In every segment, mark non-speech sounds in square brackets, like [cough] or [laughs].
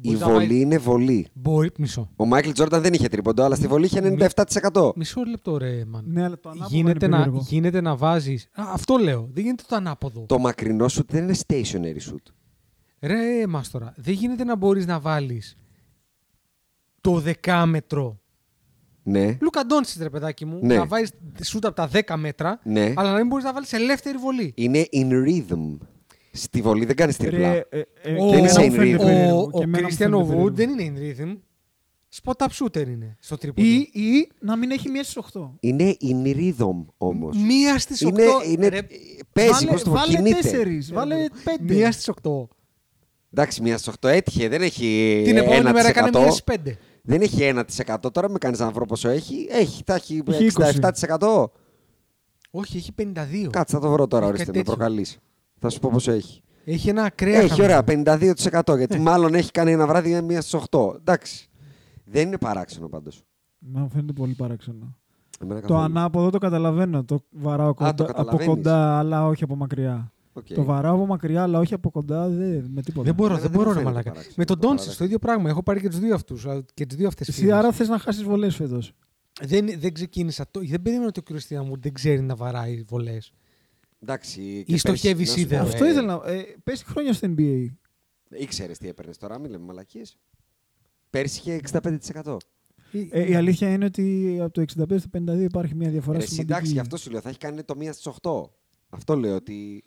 Η Μπορεί να πάει- βολή είναι βολή. Μπορεί, μισό. Ο Μάικλ Τζόρνταν δεν είχε τρίποντο, αλλά στη βολή είχε 97%. Μισό λεπτό, ρε, man. Ναι, αλλά το ανάποδο γίνεται, είναι να, περίεργο. γίνεται να βάζεις. Αυτό λέω. Δεν γίνεται το ανάποδο. Το μακρινό σουτ δεν είναι stationary shoot. Ρε, μας τώρα. Δεν γίνεται να μπορείς να βάλεις το δεκάμετρο. Ναι. Λούκα Ντόνσιτ, ρε παιδάκι μου, Ναι. να βάζεις σούτ από τα 10 μέτρα, Ναι. αλλά να μην μπορείς να βάλεις ελεύθερη βολή. Είναι in rhythm. Στη βολή δεν κάνεις τριπλά. ε, ε, Ο- και εμένα είναι μου φαίνεται in rhythm. περίεργο. Ο- Και Ο εμένα μου Christian φαίνεται Wood περίεργο. δεν είναι in rhythm. Spot up shooter είναι στο τρίποντο. Ή, ή να μην έχει μία στις 8. Είναι in rhythm όμως. Μία στις 8. Είναι, είναι, παίζει, πώς το πω, βάλε κινείται. τέσσερις, βάλε πέντε. Μία στις 8. Εντάξει, μία στις 8 έτυχε, δεν έχει. Την επόμενη μέρα έκανε 1%. μία στις 5. Δεν έχει 1%. Τώρα με κάνεις να βρω πόσο έχει. Έχει, τα έχει Έχει 67%. Όχι, έχει 52. Κάτσε, θα το βρω τώρα, Έχει ορίστε. κάτι Με τέτοιο. προκαλείς. Θα σου πω πόσο έχει. Έχει ένα ακραία. Έχει, χαμηλό. ωραία, 52%. Ναι. Γιατί μάλλον έχει κάνει ένα βράδυ μία στι 8. Εντάξει. Δεν είναι παράξενο πάντως. Να μου φαίνεται πολύ παράξενο. Το ανάποδο το καταλαβαίνω. Το βαράω κοντά- από καταλαβαίνεις. κοντά, αλλά όχι από μακριά. Το βαράω από μακριά, αλλά όχι από κοντά, δε, με τίποτα. Δεν μπορώ, Εμένα δεν δεν μπορώ, μου ρε φαίνεται μαλάκα. παράξενο, Με τον το Τόνσι, παραδέχομαι. το ίδιο πράγμα. Έχω πάρει και τους δύο αυτούς και τις δύο αυτές Εσύ άρα θες να χάσεις βολές φέτος. Δεν, δεν ξεκίνησα. Το, δεν περίμενα ότι ο Κριστιαν μου δεν ξέρει να βαράει βολές. Εντάξει, και Ή στοχεύει πέρσι, να σου σίδερο. πω, Αυτό ε, ήθελα να. Ε, Πες χρόνια στο NBA. Ήξερες τι έπαιρνες τώρα, μην λέμε μαλακίες. Πέρσι είχε 65%. Ε, η αλήθεια είναι ότι από το 65 στο 52 υπάρχει μια Ρε, διαφορά Εσύ εντάξει, γι' αυτό σου λέω, θα έχει κάνει το 1 στι 8. Αυτό λέω ότι.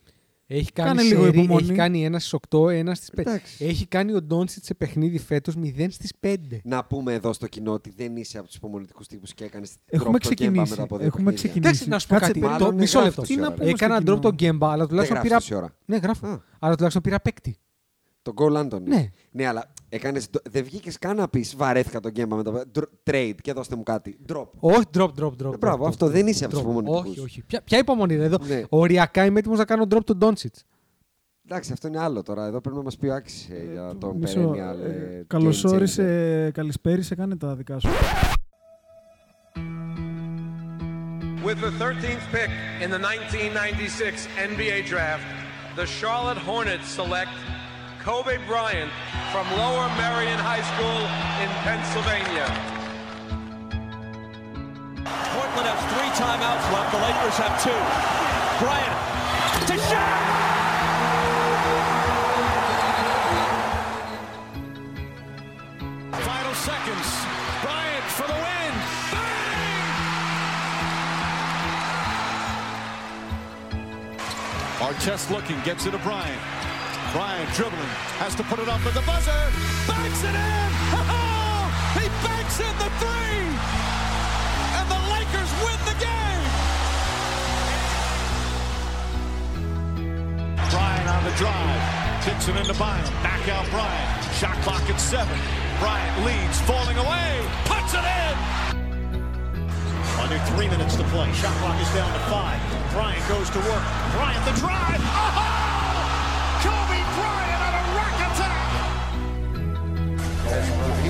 Έχει κάνει, Κάνε λίγο σερί, υπομονή. έχει κάνει ένα στις 8, ένα στις 5. Εντάξει. Έχει κάνει ο Ντόνσιτ σε παιχνίδι φέτος 0 στι 5. Να πούμε εδώ στο κοινό ότι δεν είσαι από τους υπομονητικούς τύπους και έκανες Έχουμε ξεκινήσει. Μετά από δύο Έχουμε παιχνίδια. ξεκινήσει. Εντάξει, να σου πω Κάτσε, κάτι. περίμενε. Το, Μάλλον μισό γράφει λεπτό. τόση Τι να ώρα, πούμε στο Έκανα drop κοινό. τον γκέμπα, αλλά Δεν τουλάχιστον γράφει πήρα. τόση ώρα. Ναι, γράφω. Α. Αλλά τουλάχιστον πήρα παίκτη. Τον goal Anthony. Ναι. αλλά έκανες, δεν βγήκες καν να πεις βαρέθηκα τον γκέμπα με το ντρο- trade και δώστε μου κάτι. Drop. Όχι, drop, drop, drop. Ε, μπράβο, drop, αυτό drop, δεν είσαι από τους drop. υπομονητικούς. Όχι, όχι. Ποια, ποια υπομονή είναι εδώ. Ναι. Οριακά είμαι έτοιμος να κάνω drop τον Ντόνσιτ. Εντάξει, αυτό είναι άλλο τώρα. Εδώ πρέπει να μας πει ο Άκης, ε, για τον Μισό, Perennial. ε, ε, καλώς game changer. όρισε, καλησπέρισε, κάνε τα δικά σου. With the 13th pick in the 1996 NBA Draft, the Charlotte Hornets select Kobe Bryant from Lower Merion High School in Pennsylvania. Portland has three timeouts left. The Lakers have two. Bryant to Shaq. Final seconds. Bryant for the win. Bang! Artest looking, gets it to Bryant. Bryant dribbling, has to put it up at the buzzer. Banks it in. [laughs] Oh, he banks in the three and the Lakers win the game. Bryant on the drive, kicks it into Bynum. Back out Bryant. Shot clock at seven. Bryant leads, falling away, puts it in. Under three minutes to play. Shot clock is down to five. Bryant goes to work. Bryant the drive. Oh! Kobe Bryant on a rack attack. He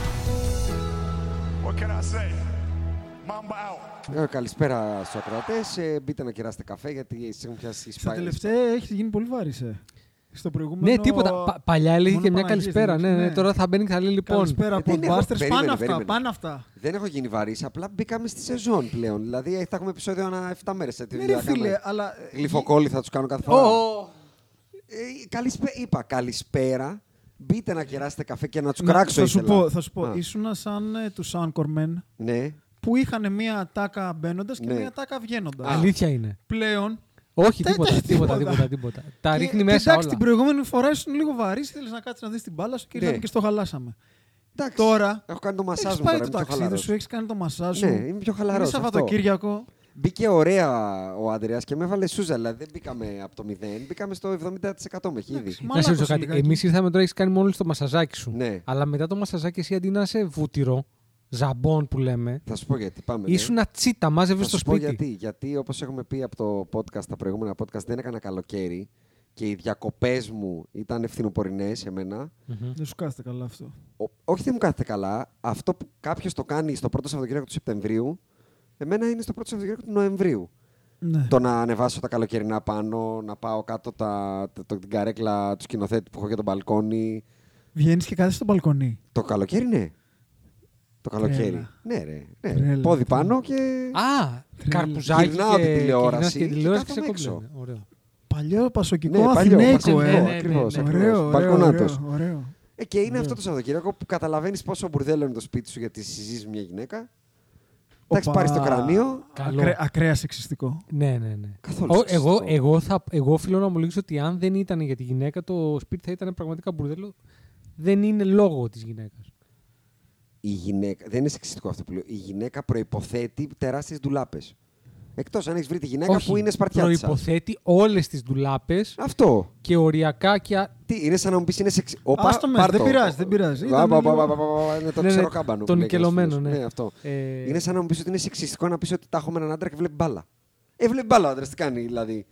What can I say? Mamba out. Ε, καλησπέρα στους ακροατές. μπείτε να κεράσετε καφέ γιατί εσείς έχουν πιάσει Στα σπάνια. τελευταία έχεις γίνει πολύ βάρισε. Στο προηγούμενο. Ναι, τίποτα. Πα- παλιά έλεγε μόνο και μια Παναγίες, καλησπέρα. δεν Ναι, ναι, ξέρω, τώρα θα μπαίνει και θα λέει λοιπόν. Καλησπέρα, Ε, δεν έχω- Podbusters. Πάνε περίμενε, αυτά, περίμενε. πάνε αυτά. Δεν έχω γίνει βαρύ, απλά μπήκαμε στη σεζόν πλέον. Δηλαδή ε, θα έχουμε επεισόδιο ανά 7 μέρε. Ναι, ρε φίλε, αλλά. ε, Γλυφοκόλλη θα τους κάνω κάθε φορά. Ε, καλησπέ... Είπα καλησπέρα. Μπείτε να κεράσετε καφέ και να τους να- κράξω. Θα σου ήθελα. πω, θα σου πω. Α, Ήσουν σαν ε, τους Soundcore Men Ναι. που είχαν μία τάκα μπαίνοντας και Ναι. μία τάκα βγαίνοντας. Αλήθεια είναι. Πλέον. Όχι, Δεν τίποτα, έχει τίποτα, τίποτα. τίποτα, τίποτα. Τα και- ρίχνει και μέσα Εντάξει, όλα. την προηγούμενη φορά ήσουν λίγο βαρύ, ήθελε να κάτσεις να δεις την μπάλα σου και Ναι. ήρθαμε και στο χαλάσαμε. Εντάξει, Τώρα. Έχω κάνει το μασάζ Έχει μου τώρα. πάει είμαι το πιο ταξίδι χαλαρός. σου, έχεις κάνει το μασάζ σου. Ναι, είμαι πιο χαλαρός, Είναι αυτό. Σαββατοκύριακο. Μπήκε ωραία ο Άντρεα και με έβαλε σούζα. Δηλαδή δεν μπήκαμε από το 0, μπήκαμε στο 70% με έχει ήδη. Εντάξει, Να σε ρωτήσω μαλάκωσε κάτι. λιγάκι. Εμείς ήρθαμε τώρα, έχεις κάνει μόνο στο μασαζάκι σου. Ναι. Αλλά μετά το μασαζάκι, εσύ αντί να είσαι βούτυρο, ζαμπόν που λέμε, Θα σου πω γιατί. Πάμε. ναι. ήσουν τσίτα, μάζευες Θα στο σου πω σπίτι. γιατί. Γιατί όπως έχουμε πει από το podcast, τα προηγούμενα podcast, δεν έκανα καλοκαίρι και οι διακοπές μου ήταν ευθυνοπορεινές εμένα. Δεν σου κάθεται καλά αυτό. Ο- όχι δεν μου κάθεται καλά. Αυτό που κάποιος το κάνει στο πρώτο Σαββατοκύριακο του Σεπτεμβρίου, εμένα είναι στο πρώτο Σαββατοκύριακο του Νοεμβρίου. Ναι. Το να ανεβάσω τα καλοκαιρινά πάνω, να πάω κάτω τα, το- το- την καρέκλα του σκηνοθέτη που έχω για τον μπαλκόνι. Βγαίνεις και κάθεσαι στο μπαλκονί. Το καλοκαίρι, ναι. Το καλοκαίρι. Τρέλα. Ναι, ρε. Ναι, ρε. Τρέλα, Πόδι τρέλα. πάνω και. Α, καρπουζάκι. Γυρνάω και... την τηλεόραση γυρνάς την και τηλεόραση και κάθομαι ξεκόμπλε. έξω. Ωραίο. Παλιό πασοκικό Ναι, παλιό, Αθηναίκο, πασοκικό, ε. Ναι, ναι, ναι, ακριβώς, ναι. ακριβώς. Ωραίο, ωραίο, Μπαλκονάτος. ωραίο, ωραίο. Ε, και Ναι. είναι αυτό το Σαββατοκύριακο που καταλαβαίνεις πόσο μπουρδέλο είναι το σπίτι σου γιατί συζύζει μια γυναίκα. Εντάξει, Οπα. πάρεις το κρανίο. Καλό. Ακραι- ακραία σεξιστικό. Ναι, ναι, ναι. Καθόλου Ο, σεξιστικό. εγώ, εγώ, θα, εγώ οφείλω να ομολογήσω ότι αν δεν ήταν για τη γυναίκα, το σπίτι θα ήταν πραγματικά μπουρδέλο. Δεν είναι λόγο της γυναίκας. Η γυναίκα, δεν είναι σεξιστικό αυτό που λέω. Η γυναίκα προποθέτει τεράστιες ντουλάπες. Εκτός αν έχεις βρει τη γυναίκα που είναι σπαρτιάτσα. Προποθέτει όλες τις ντουλάπες Αυτό. και οριακά και. α- Τι, είναι σαν να μου πεις είναι σεξι. Όπα, Άστο με, πάρ' δεν το. πειράζει, δεν πειράζει. Α, Ήταν πα, πα, λίγο- πα, πα, πα, πα, Είναι το Ναι, ναι, ξέρω κάμπανο. τον που λέει και ένας κελωμένο, φίλος. ναι. αυτό. Ε, Είναι σαν να μου πεις ότι είναι σεξιστικό να πεις ότι τα έχω με έναν άντρα και βλέπει μπάλα. Ε, βλέπει μπάλα, άντρας, τι κάνει δηλαδή.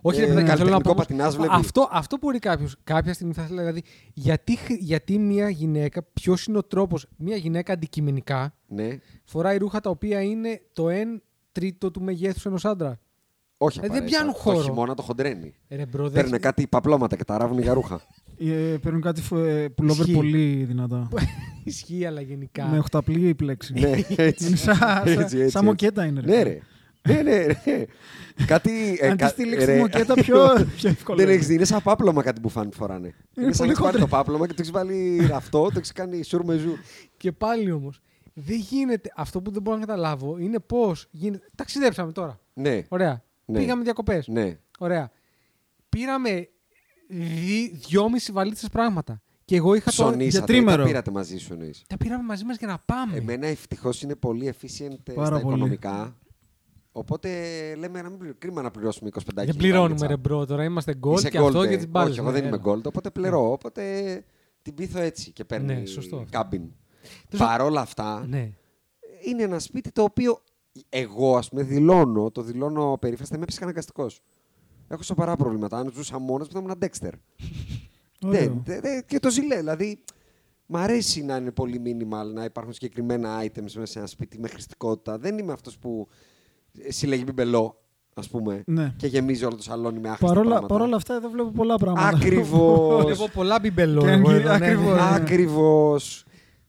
Όχι, Ε, ρε παιδάκι, θέλω να καλλιτεχνικό πω. όμως, πατινάς βλέπει. αυτό, αυτό μπορεί κάποιος κάποια στιγμή θα θέλει. Δηλαδή, γιατί, χρ- γιατί μια γυναίκα, ποιος είναι ο τρόπος, μια γυναίκα αντικειμενικά Ναι, φοράει ρούχα τα οποία είναι το 1 τρίτο του μεγέθους ενός άντρα. όχι. Ε, δεν απαραίτητα. πιάνουν Το χώρο. χειμώνα το χοντρένει. Ε, Ρε, μπρο, δεν- Παίρνε κάτι παπλώματα και τα ράβουν για [laughs] ρούχα. Ε, Παίρνουν κάτι φο- πουλόβερ Ισχύει. πολύ δυνατά. [laughs] Ισχύει, αλλά γενικά. Με οχταπλή η πλέξη. ναι, έτσι. Είναι σαν- Έτσι, σαν- έτσι, σαν μοκέτα είναι. Ναι, ρε. Ναι, ναι, ρε. Κάτι. ε, Αν κα- τη στείλεις ρε. στη μοκέτα πιο, [laughs] πιο εύκολα. Δεν έχεις δει, είναι σαν πάπλωμα κάτι που φάνηκε φοράνε. Είναι σαν πολύ να έχεις πάρει το χοντρέ. πάπλωμα και το έχεις βάλει αυτό, το έχεις κάνει σουρμεζού. Και πάλι όμως, δεν γίνεται. Αυτό που δεν μπορώ να καταλάβω είναι πώς γίνεται. Ταξιδέψαμε τώρα. Ναι, Ωραία. Ναι. Πήγαμε διακοπές. ναι. Ωραία. Πήραμε δυ- δυόμιση βαλίτσες πράγματα. Και εγώ είχα το. Ψωνίσατε, τρίμερο. τα πήρατε μαζί σου εννοείς. Τα πήραμε μαζί μας για να πάμε. Εμένα ευτυχώς είναι πολύ efficient ε, Πάρα στα πολύ. οικονομικά. Οπότε λέμε να μην πληρω- κρίμα να πληρώσουμε 25 Δεν πληρώνουμε ρε μπρο τώρα. Είμαστε γκολ Είσαι και ναι, gold, αυτό ε. για τις μπάλες. Όχι, εγώ δεν είμαι gold, οπότε πληρώ. Οπότε την πείθω έτσι και παίρνει Ναι, σωστό. κάμπιν. Τέλος Παρ' όλα αυτά, Ναι. είναι ένα σπίτι το οποίο εγώ, ας πούμε, δηλώνω, το δηλώνω περίφραστα, είμαι ψυχαναγκαστικός. Έχω σοβαρά προβλήματα. Αν ζούσα μόνος που θα ήμουν ντέξτερ. Ναι, Ωραίο. και το ζηλέ. Δηλαδή, μ' αρέσει να είναι πολύ minimal, να υπάρχουν συγκεκριμένα items μέσα σε ένα σπίτι με χρηστικότητα. Δεν είμαι αυτός που ε, συλλέγει μπιμπελό, ας πούμε, Ναι. και γεμίζει όλο το σαλόνι με άχρηστα Παρόλα, πράγματα. παρόλα αυτά εδώ βλέπω πολλά πράγματα. Ακριβώς. Εγώ πολλά μπιμπελό. Και εγώ αν- εδώ, ναι. ακριβώς. Α, Ακριβώ.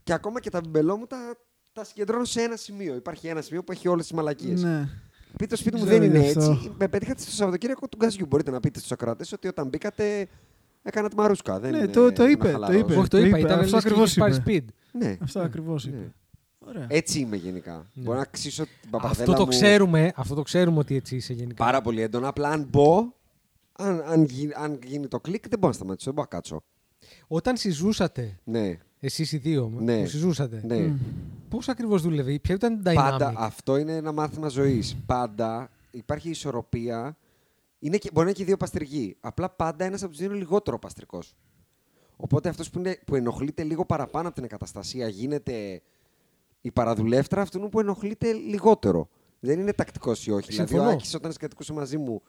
Και ακόμα και τα μπιμπελό μου τα, τα συγκεντρώνω σε ένα σημείο. Υπάρχει ένα σημείο που έχει όλες τις μαλακίες. [laughs] Ναι. Πείτε το σπίτι μου Ξέρω δεν είναι γι' αυτό. έτσι. Με πετύχατε στο Σαββατοκύριακο του Γκαζιού. Μπορείτε να πείτε στους ακροατές ότι όταν μπήκατε έκανα τη μαρούσκα. Δεν Ναι, είναι το- το να είπε, το χαλαρώσω. είπε. Όχι, το Το είπα. είπε, Ήταν αυτό λες και ακριβώς είχες πάρει είπε. speed. Ναι. Αυτό ακριβώς Ναι. είπε. Ωραία. Έτσι είμαι γενικά. Μπορώ να ξύσω την παπαδέλα Ναι. Αυτό το μου ξέρουμε. Αυτό το ξέρουμε ότι έτσι είσαι γενικά. πάρα πολύ έντονα. Απλά αν μπω, αν, αν, γι- αν γίνει το κλικ, δεν μπορώ να σταματήσω. Δεν μπορώ να κάτσω. Όταν συζούσατε, Ναι. εσείς οι δύο Ναι. που συζούσατε, ναι. πώς ακριβώς δούλευε, ποια ήταν η dynamic. Πάντα, αυτό είναι ένα μάθημα ζωής. Πάντα υπάρχει ισορροπία. Είναι και, μπορεί να είναι και οι δύο παστριχοί. Απλά πάντα ένας από τους δύο είναι λιγότερο παστρικός. Οπότε αυτός που, είναι- που ενοχλείται λίγο παραπάνω από την εγκαταστασία γίνεται η παραδουλεύτρα αυτού που ενοχλείται λιγότερο. Δεν είναι τακτικός ή όχι. Δηλαδή, Συμφωνώ. ο Άκης όταν σκατοικούσε μαζί μου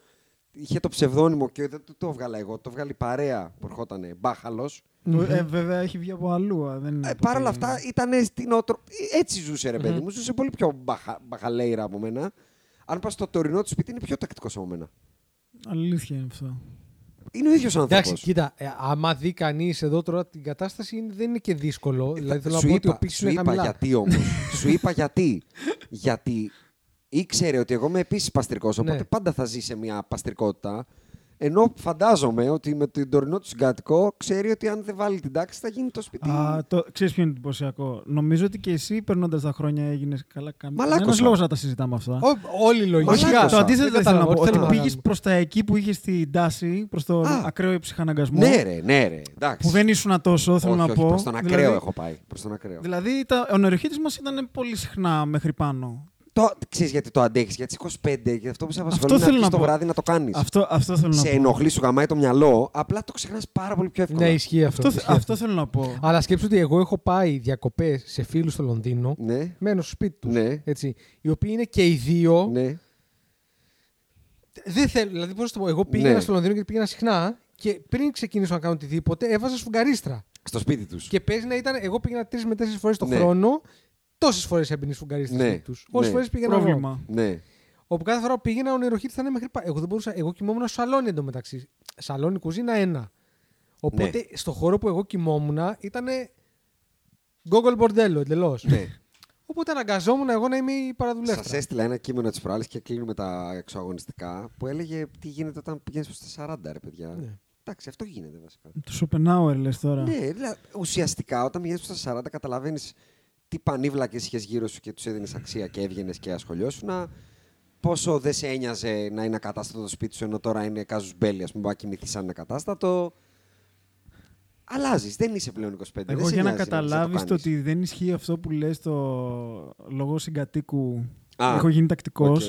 είχε το ψευδόνυμο και δεν του το βγάλα εγώ. Το βγάλει παρέα που ερχόταν μπάχαλο. Το- ε, βέβαια έχει βγει από αλλού. α, Δεν είναι Ε, από Παρ' όλα την- αυτά ήταν στην ότρο... Έτσι ζούσε, ρε παιδι μου. Ζούσε πολύ πιο μπαχα... μπαχαλέιρα από μένα. Αν πας στο τωρινό του σπίτι, είναι πιο τακτικός από μένα. Αλήθεια είναι αυτό. Είναι ο ίδιος άνθρωπο. Εντάξει, κοίτα, ε, άμα δει κανείς εδώ τώρα την κατάσταση, είναι- δεν είναι και δύσκολο. δηλαδή, θέλω να Ε, σου πω ότι είπα, ο πίξ σου είναι είπα χαμηλά. γιατί όμως. σου είπα γιατί. Γιατί ήξερε ότι εγώ είμαι επίσης παστρικός, οπότε Ναι. πάντα θα ζει σε μια παστρικότητα. Ενώ φαντάζομαι ότι με τον τωρινό του συγκάτοικο ξέρει ότι αν δεν βάλει την τάξη θα γίνει το σπίτι. Α, το, ξέρεις ποιο είναι εντυπωσιακό. Νομίζω ότι και εσύ περνώντας τα χρόνια έγινες καλά. Μαλάκωσα. Κανένα λόγος να τα συζητάμε αυτά. Ό, όλοι λογικά. Μαλάκωσα. το αντίθετο δεν θέλω να πω. καταλαβαίνω, Ότι θέλω να πήγες κάνω. προς τα εκεί που είχες την τάση, προς τον Α. ακραίο ψυχαναγκασμό. ναι, ρε, ναι, ρε. Εντάξει. Που δεν ήσουν τόσο, θέλω όχι, να όχι, πω. προς τον ακραίο Δηλαδή- έχω πάει. Προς τον ακραίο. Δηλαδή, τα, ο νεορυχήτη μας ήταν πολύ συχνά μέχρι πάνω. Το Αυτό ξέρεις γιατί το αντέχεις. Γιατί είσαι 25 και αυτό που σε απασχολεί Αυτό να θέλω πεις να το πω. βράδυ να το κάνεις. Αυτό, αυτό θέλω να Σε πω. ενοχλεί, σου γαμάει το μυαλό, απλά το ξεχνάς πάρα πολύ πιο εύκολα. Ναι, ισχύει αυτό. Αυτό, θε- ισχύει αυτό θέλω να πω. Αλλά σκέψου ότι εγώ έχω πάει διακοπές σε φίλους στο Λονδίνο. Ναι. Μένω στο σπίτι τους. Ναι. Έτσι, οι οποίοι είναι και οι δύο. ναι. Δεν θέλω. Δηλαδή, πώς να σου το πω. Εγώ πήγαινα Ναι. στο Λονδίνο και πήγαινα συχνά και πριν ξεκινήσω να κάνω οτιδήποτε, έβαζα σφουγγαρίστρα. Στο σπίτι τους. Και παίζει να ήταν. Εγώ πήγαινα τρεις με τέσσερις φορές το Ναι. χρόνο. Τόσες φορές έμπαινε σφουγγαρίστρα Ναι. σπίτι τους. Όσες Ναι. φορές πήγαινα. εγώ. Πρόβλημα. Ναι. Όπου κάθε φορά που πήγαινα, ο νεροχύτη θα είναι μέχρι πά- Εγώ δεν μπορούσα. Εγώ κοιμόμουν στο σαλόνι εντωμεταξύ. Σαλόνι, κουζίνα, ένα. Οπότε Ναι. στο χώρο που εγώ κοιμόμουν ήταν. Google μπορντέλο εντελώς. ναι. Οπότε αναγκαζόμουν εγώ να είμαι η Ναι, παραδουλεύτρια. Σας έστειλα ένα κείμενο της προάλλης και κλείνουμε τα εξωαγωνιστικά που έλεγε τι γίνεται όταν πηγαίνεις προς τα 40, ρε παιδιά. Ναι. Εντάξει, αυτό γίνεται βασικά. Τους Σοπενάουερ λες τώρα. Ναι, δηλαδή, ουσιαστικά όταν πηγαίνεις προς τα 40, καταλαβαίνεις τι πανίβλακες είχες γύρω σου και τους έδινες αξία και έβγαινες και ασχολιόσουν. Πόσο δεν σε ένοιαζε να είναι ακατάστατο το σπίτι σου, ενώ τώρα είναι κάζους μπέλι, ας πούμε, να κοιμηθείς σαν ακατάστατο. Αλλάζεις, δεν είσαι πλέον 25. δεν Εγώ σε για να νοιάζει καταλάβει κάνεις. το ότι δεν ισχύει αυτό που λες το λόγο συγκατοίκου. Α, έχω γίνει τακτικός. οκ.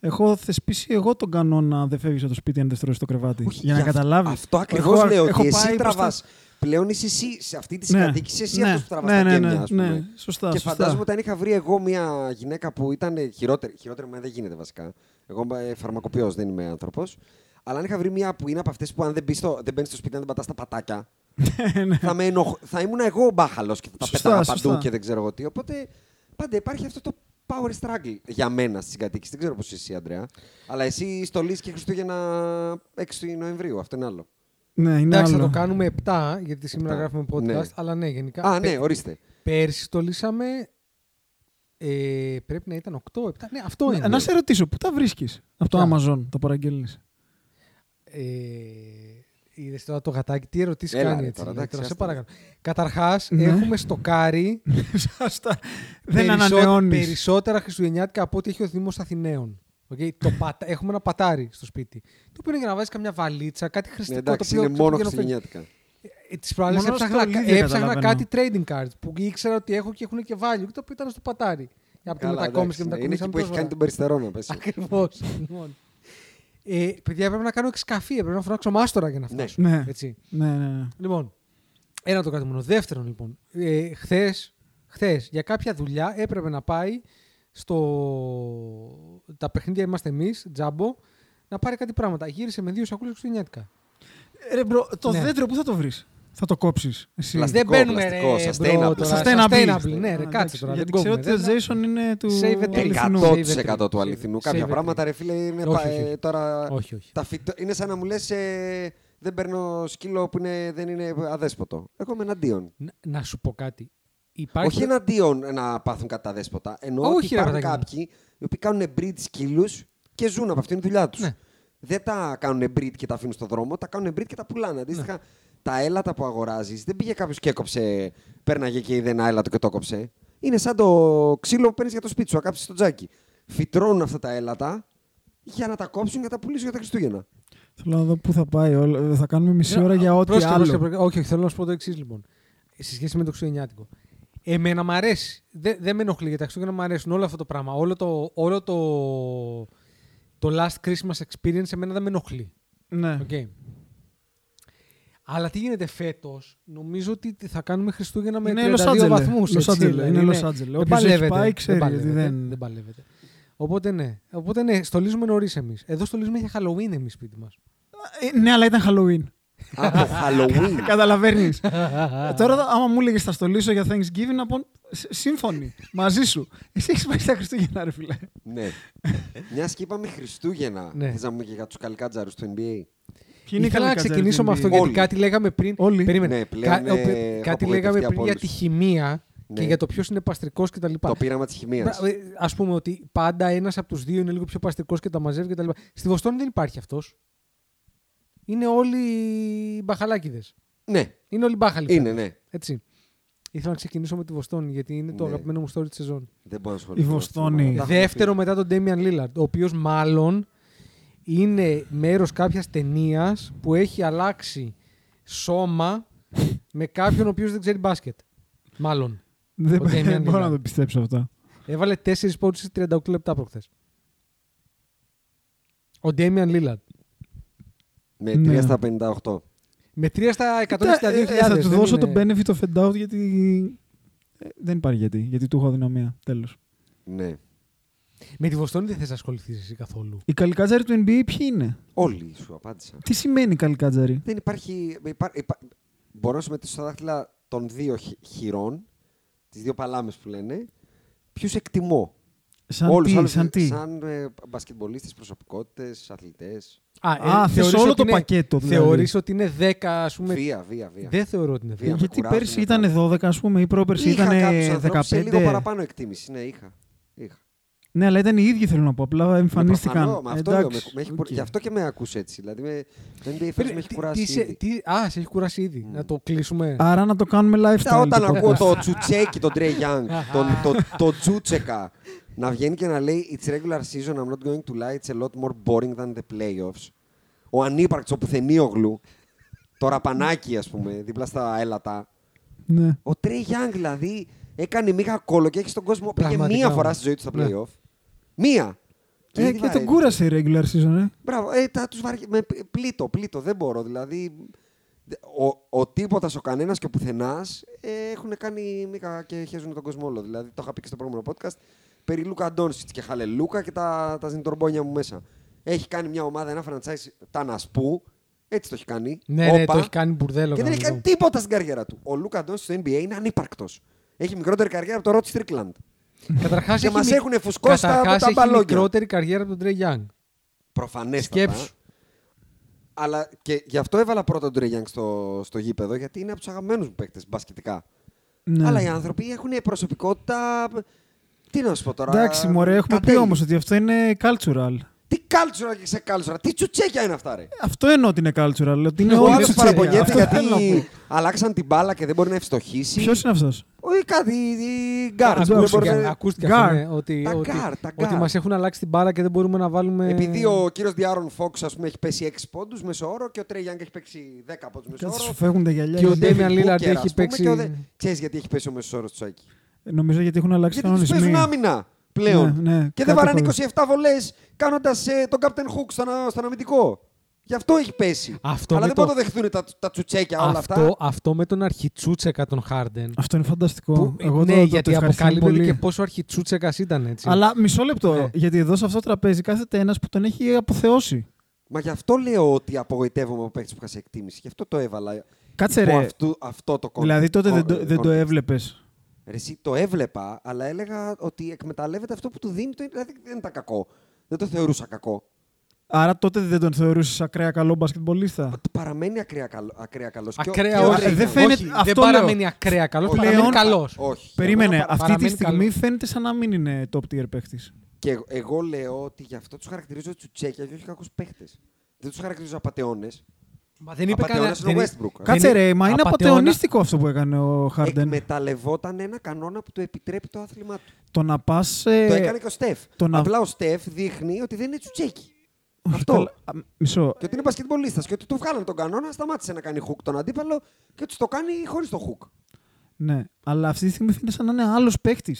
Έχω θεσπίσει εγώ τον κανόνα δεν φεύγεις από το σπίτι αν δεν στρώσεις το κρεβάτι. Όχι, για να γι' αυ- καταλάβεις. Αυτό ακριβώ λέω. Ότι εσύ προς τα- τραβάς. Πλέον είσαι εσύ σε αυτή τη συγκατοίκηση, είσαι εσύ ναι, αυτός που τραβάς ναι, τα ναι, γένια, ναι, ας πούμε. ναι, σωστά, και σωστά. φαντάζομαι όταν είχα βρει εγώ μια γυναίκα που ήταν χειρότερη. Χειρότερη, μα δεν γίνεται βασικά. Εγώ είμαι φαρμακοποιός, δεν είμαι άνθρωπος. Αλλά αν είχα βρει μια που είναι από αυτές που αν δεν, μπεις στο- δεν μπαίνεις στο σπίτι, αν δεν πατάς τα πατάκια. θα, με ενοχ... θα ήμουν εγώ ο μπάχαλος και θα τα Σωστά, πέταγα παντού σωστά. και δεν ξέρω εγώ τι. Οπότε πάντα υπάρχει αυτό το power struggle για μένα στη συγκατοίκηση. Δεν ξέρω πώς εσύ, Αντρέα. Αλλά εσύ στολή και Χριστούγεννα 6 Νοεμβρίου. Αυτό είναι άλλο. Ναι, είναι Εντάξει, άλλο. θα το κάνουμε 7, γιατί σήμερα Επτά. γράφουμε podcast, Ναι. αλλά ναι, γενικά. Α, Πε- ναι, ορίστε. Πέρσι στολίσαμε. Ε, πρέπει να ήταν 8, 7. Ναι, αυτό είναι. Να, να σε ρωτήσω, πού τα βρίσκεις από το Ποια? Amazon, τα παραγγέλνεις. [laughs] Ε, είδες τώρα το γατάκι, τι ερωτήσεις Έλα, κάνει ρε, έτσι. τώρα, λέει, εντάξει, τώρα, σε άστα. παρακαλώ. Καταρχάς, Ναι. έχουμε στοκάρει Σωστά. Δεν περισσο- ανανεώνεις. περισσότερα χριστουγεννιάτικα από ό,τι έχει ο Δήμο Αθηναίων. Okay, το πατα... [laughs] Έχουμε ένα πατάρι στο σπίτι. Το οποίο είναι για να βάζει καμιά βαλίτσα, κάτι Ναι, χρηστικό. εντάξει, το είναι οποίο μόνο ξέρω, πηγαίνω- χριστουγεννιάτικα. Ε, τις προάλλες Μόνο έψαχνα, στολίδι κα- έψαχνα καταλαβαίνω. κάτι trading cards που ήξερα ότι έχω και έχουν και value και το οποίο ήταν στο πατάρι. Από τη Καλά, μετακόμιση και εντάξει, ναι. μετακόμιση. Είναι εκεί που έχει κάνει [laughs] τον περιστερό πέσει. Ακριβώς. λοιπόν. ε, παιδιά, έπρεπε να κάνω εξκαφή. Έπρεπε να φωνάξω μάστορα για να Ναι. φτάσω. Ναι. [laughs] Έτσι. Ναι, ναι, ναι. Λοιπόν, ένα το κάτι μόνο. Δεύτερον, λοιπόν, ε, χθες, χθες, για κάποια δουλειά έπρεπε να πάει στο. Τα παιχνίδια είμαστε εμείς, τζάμπο, να πάρει κάτι πράγματα. Γύρισε με δύο σακούλες χριστουγεννιάτικα. Ρε, μπρο, το Ναι. δέντρο πού θα το βρεις. Θα το κόψεις. Εσύ. Πλαστικό, Δεν παίρνουμε ρε, πλαστικό, μπρο, sustainable. τώρα. Sustainable, ναι, ρε, Α, κάτσε εντάξει, τώρα. Γιατί δεν ξέρω ότι κόβουμε, ο δεν- Jason είναι του. Save it. αληθινού. Save it. 100% του Save it. αληθινού. Save Κάποια it. πράγματα, ρε φίλε, είναι Όχι, πα- όχι, ε, όχι. τώρα. Όχι, όχι. τα φυτο- Είναι σαν να μου λες. Δεν παίρνω σκύλο που είναι- δεν είναι αδέσποτο. Εγώ είμαι εναντίον. Να, να σου πω κάτι. Υπάρχει... Όχι εναντίον να πάθουν κατά δέσποτα. Εννοώ Όχι, ότι ρε, υπάρχουν Παναγιώτη. κάποιοι οι οποίοι κάνουν breed σκύλους και ζουν από αυτήν τη δουλειά τους. Ναι. Δεν τα κάνουν breed και τα αφήνουν στον δρόμο, τα κάνουν breed και τα πουλάνε. Αντίστοιχα, Ναι. τα έλατα που αγοράζεις δεν πήγε κάποιος και έκοψε, πέρναγε και είδε ένα έλατο και το έκοψε. Είναι σαν το ξύλο που παίρνεις για το σπίτι σου, να κάψεις το τζάκι. Φυτρώνουν αυτά τα έλατα για να τα κόψουν και να τα πουλήσουν για τα [laughs] Χριστούγεννα. Θέλω να δω πού θα πάει. όλο. Θα κάνουμε μισή Ναι, ώρα για ό,τι πρόσεχε, πρόσεχε, άλλο. πρόσεχε. όχι, όχι, θέλω να σου πω το εξής λοιπόν. Σε σχέση με το Χριστουγεννιάτικο. Εμένα μ' αρέσει. Δε- δεν με ενοχλεί γιατί τα Χριστούγεννα μ' αρέσουν όλο αυτό το πράγμα. Όλο το, όλο το, το last Christmas experience εμένα δεν με ενοχλεί. Ναι. Οκ. Αλλά τι γίνεται φέτος, νομίζω ότι θα κάνουμε Χριστούγεννα με Είναι 32 Los Angeles. βαθμούς, Los έτσι, Angeles. δηλαδή, Είναι ναι. Los Angeles. Δεν Όποιος έχει παλεύεται, πάει δεν ξέρει ότι παλεύεται, δεν- δεν παλεύεται. Οπότε ναι, Οπότε, ναι στολίζουμε νωρίς εμείς. Εδώ στολίζουμε για Halloween εμείς σπίτι μας. Ε, Ναι, αλλά ήταν [laughs] Halloween. Από Halloween. Καταλαβαίνεις. [laughs] Ε, Τώρα, άμα μου έλεγες θα στολίσω για Thanksgiving, να πω «Σ- σύμφωνοι μαζί σου. [laughs] Εσύ έχεις πάει στα Χριστούγεννα, ρε φιλέ. ναι. Μια και είπαμε Χριστούγεννα. Ναι. Θες να πούμε και για τους καλκάτζαρους του NBA. Ποιοι είναι οι Ήθελα να καλοκατζάριδες ξεκινήσω με NBA? αυτό γιατί Όλοι. κάτι λέγαμε πριν. Όλοι. Περίμενε. Ναι, πλέον, Κα- ε, πε- έχω κάτι απογοητευτεί λέγαμε από πριν για όλους. τη χημεία Ναι. και για το ποιος είναι παστρικός κτλ. Το πείραμα της χημία. Α ε, πούμε ότι πάντα ένας από τους δύο είναι λίγο πιο παστρικός και τα μαζεύει κτλ. Στη Βοστόνη δεν υπάρχει αυτός. Είναι όλοι μπαχαλάκιδες. Ναι, Είναι όλοι μπάχαλοι. είναι, ναι. Έτσι. Ήθελα να ξεκινήσω με τη Βοστόνη γιατί είναι το Ναι. αγαπημένο μου story της σεζόν. Δεν μπορώ να ασχοληθώ. Η Βοστόνη. Τα έχουμε πει. Δεύτερο μετά τον Damian Lillard, ο οποίος μάλλον είναι μέρος κάποιας ταινίας που έχει αλλάξει σώμα με κάποιον ο οποίος δεν ξέρει μπάσκετ. Μάλλον. Δεν Ο Damian μπορώ Lillard. να το πιστέψω αυτό. Έβαλε 4 πόντους σε 38 λεπτά προχθές. Ο Ντέμιαν Λίλαντ. Με 3 Ναι. στα 58. Με 3 στα Κοίτα, ε, 162.000. ε, Θα τους δεν δώσω είναι- το benefit of the doubt γιατί. ε, Δεν υπάρχει γιατί. Γιατί του έχω αδυναμία. Τέλος. Ναι. Με τη Βοστόνη δεν θες να ασχοληθείς εσύ καθόλου. Οι καλικάτζαροι του NBA ποιοι είναι. Όλοι σου απάντησαν. Τι σημαίνει καλικάτζαροι. Δεν υπάρχει. υπά- υπά- μπορώ να συμμετήσω στα δάχτυλα των δύο χι- χειρών, τις δύο παλάμες που λένε. Ποιους εκτιμώ. Σαν Όλους, τι, άλλους, σαν τι. Σαν ε, μπασκετμπολίστες, προσωπικότητες, αθλητές. Α, θες θεωρείς όλο ότι το είναι- πακέτο, δηλαδή. Θεωρείς ότι είναι 10, ας πούμε. Βία, βία, βία. Δεν θεωρώ ότι είναι 10. Βία. με Ε, Γιατί κουράζουν πέρσι τα- ήταν 12, ας πούμε, ή πρόπερσι ήταν κάποιους ανθρώπους σε λίγο 15. παραπάνω εκτίμηση. Ναι, είχα. είχα. Ναι, αλλά ήταν οι ίδιοι θέλω να πω. Απλά εμφανίστηκαν. Προφανώς, Ναι, με αυτό λέω, Εντάξει, με, με έχει, οκ. κουρ- Γι' αυτό και με ακούς έτσι. Δηλαδή, με, το NBA First Πήρε- με έχει τι- κουράσει. τι σε- ήδη. Mm. τι- Α, σε έχει κουράσει ήδη. Να το κλείσουμε. Άρα να το κάνουμε live Κοίτα, stream. όταν το ακούω podcast. το Τσουτσέκι, τον Τρέι Γιάνγκ, τον, τον, τον Τσούτσεκα να βγαίνει και να λέει It's regular season, I'm not going to lie, it's a lot more boring than the playoffs. Ο ανύπαρκτος, ο πουθενίογλου, το ραπανάκι, ας πούμε, δίπλα στα έλατα. Ναι. Ο Τρέι Γιάνγκ, δηλαδή, έκανε μίγα κόλλο και έχει τον κόσμο. Πραγματικά, πήγε μία φορά ναι. στη ζωή του στα Ναι. playoff. Μία. Ε, ήδη και τον βαρέθηκε. κούρασε η regular season, ε. Μπράβο, ε, τα τους βαρύ... με π- πλήτο, πλήτο, δεν μπορώ. Δηλαδή, δε- ο, ο τίποτας, ο κανένας και ο πουθενάς ε, έχουν κάνει μήκα και χέζουν τον κόσμο όλο. Δηλαδή, το είχα πει και στο προηγούμενο podcast. Περί Λούκα Ντόνσιτ και Χαλελούκα και τα, τα ζυντορμπόνια μου μέσα. Έχει κάνει μια ομάδα, ένα franchise, τα να σπού. Έτσι το έχει κάνει. Ναι, ναι, Όπα. το έχει κάνει μπουρδέλο. Και δεν έχει κάνει κανονικό. τίποτα στην καριέρα του. Ο Λούκα Ντόνσιτ στο NBA είναι ανύπαρκτος. Έχει μικρότερη καριέρα από το Ρότ Στρίκλαντ. Καταρχάς Και έχει μας μικ- έχουνε φουσκώσει τα- καταρχάς τα έχει μπαλόγια. μικρότερη καριέρα από τον Τρέι Γιάνγκ. Προφανέστατα. Σκέψου. Αλλά και γι' αυτό έβαλα πρώτα τον Τρέι Γιάνγκ στο, στο γήπεδο, γιατί είναι από τους αγαπημένους μου παίκτες μπασκετικά. Ναι. Αλλά οι άνθρωποι έχουν προσωπικότητα. Τι να σου πω τώρα. Εντάξει, μωρέ, έχουμε πει κατέλη. όμως ότι αυτό είναι cultural. Τι κάλτσουρα και σε κάλτσουρα, τι τσουτσέκια είναι αυτά, ρε. Αυτό εννοώ ότι είναι cultural. Ότι είναι Ο Ναι, όλοι άλλο τσουτσέκια. παραπονιέται Αυτό γιατί θέλω να πω. αλλάξαν την μπάλα και δεν μπορεί να ευστοχήσει. Ποιος είναι αυτός. Όχι κάτι. οι guards που δεν μπορούν Ακούστηκε, να- ακούστηκε Γκάρ. αυτό, ναι, ότι, Τα ότι, γκάρ, τα ότι γκάρ. μας έχουν αλλάξει την μπάρα και δεν μπορούμε να βάλουμε... Επειδή ο κύριος Διάρον Φόξ ας πούμε, έχει πέσει 6 πόντους μέσω όρο και ο Τρέι Γιάνγκ έχει παίξει 10 πόντους μέσω Κάτσε σου όρο. φεύγουν τα γυαλιά. Και ο γιατί- Ντέμι- Damian Lillard έχει παίξει- Ξέρεις γιατί έχει πέσει ο μέσος όρος του Σάκη. Νομίζω γιατί έχουν αλλάξει Γιατί τους παίζουν κανονισμοί. άμυνα πλέον. Ναι, ναι, και κάτι δεν βαράνε έχω 27 βολές κάνοντας ε, τον Captain Hook στον, α- στον αμυντικό. Γι' αυτό έχει πέσει. Αυτό με Αλλά δεν το- μπορούν να δεχθούν τα, τα τσουτσέκια όλα αυτό, αυτά. αυτό με τον αρχιτσούτσεκα τον Χάρντεν. Αυτό είναι φανταστικό. που- ναι, Εγώ το, το- γιατί το ευχαριστώ αποκαλύπτεται πολύ. και πόσο αρχιτσούτσεκας ήταν έτσι. Αλλά μισό λεπτό. Ναι. Γιατί εδώ σε αυτό το τραπέζι κάθεται ένας που τον έχει αποθεώσει. Μα γι' αυτό λέω ότι απογοητεύομαι από παίκτη που είχα σε εκτίμηση. Γι' αυτό το έβαλα. Κάτσε υπό ρε. αυτού- αυτό το κόμμα. Δηλαδή τότε δεν το- δεν το έβλεπες. Ρε, εσύ το έβλεπα, αλλά έλεγα ότι εκμεταλλεύεται αυτό που του δίνει. Το... Δηλαδή δεν ήταν κακό. Δεν το θεωρούσα κακό. Άρα τότε δεν τον θεωρούσες ακραία καλό μπασκετμπολίστα. Ότι παραμένει ακραία, καλό, ακραία καλός. Και ο- Ακραία και ο όχι. Τρέι δεν Γιάνγκ. όχι, φαίνεται- δεν αυτό παραμένει λέω. ακραία καλός, Όχι. παραμένει Πλέον- καλός. Όχι. Περίμενε. Εγώ παρα- Αυτή τη παραμένει στιγμή καλός. φαίνεται σαν να μην είναι top tier παίχτης. Και εγ- εγώ λέω ότι γι' αυτό τους χαρακτηρίζω τσουτσέκια και όχι κακούς παίχτες. Δεν τους χαρακτηρίζω απαταιώνες. Μα δεν είπε Απατεώνας κανένα. είναι Ε, ο Westbrook. Κάτσε ρε, μα είναι απατεώνα- απαταιωνιστικό αυτό που έκανε ο Χάρντεν. Εκμεταλλευόταν ένα κανόνα που του επιτρέπει το άθλημά του. Το να ε, πα. το έκανε και ο Στεφ. το να- Απλά ο Στεφ δείχνει ότι δεν είναι τσουτσέκι. αυτό. Μισό. Και ότι είναι μπασκετμπολίστα. Και ότι του βγάλαν τον κανόνα, σταμάτησε να κάνει χουκ τον αντίπαλο και τους το κάνει χωρίς το χουκ. Ναι. Αλλά αυτή τη στιγμή φαίνεται σαν να είναι άλλος παίχτης.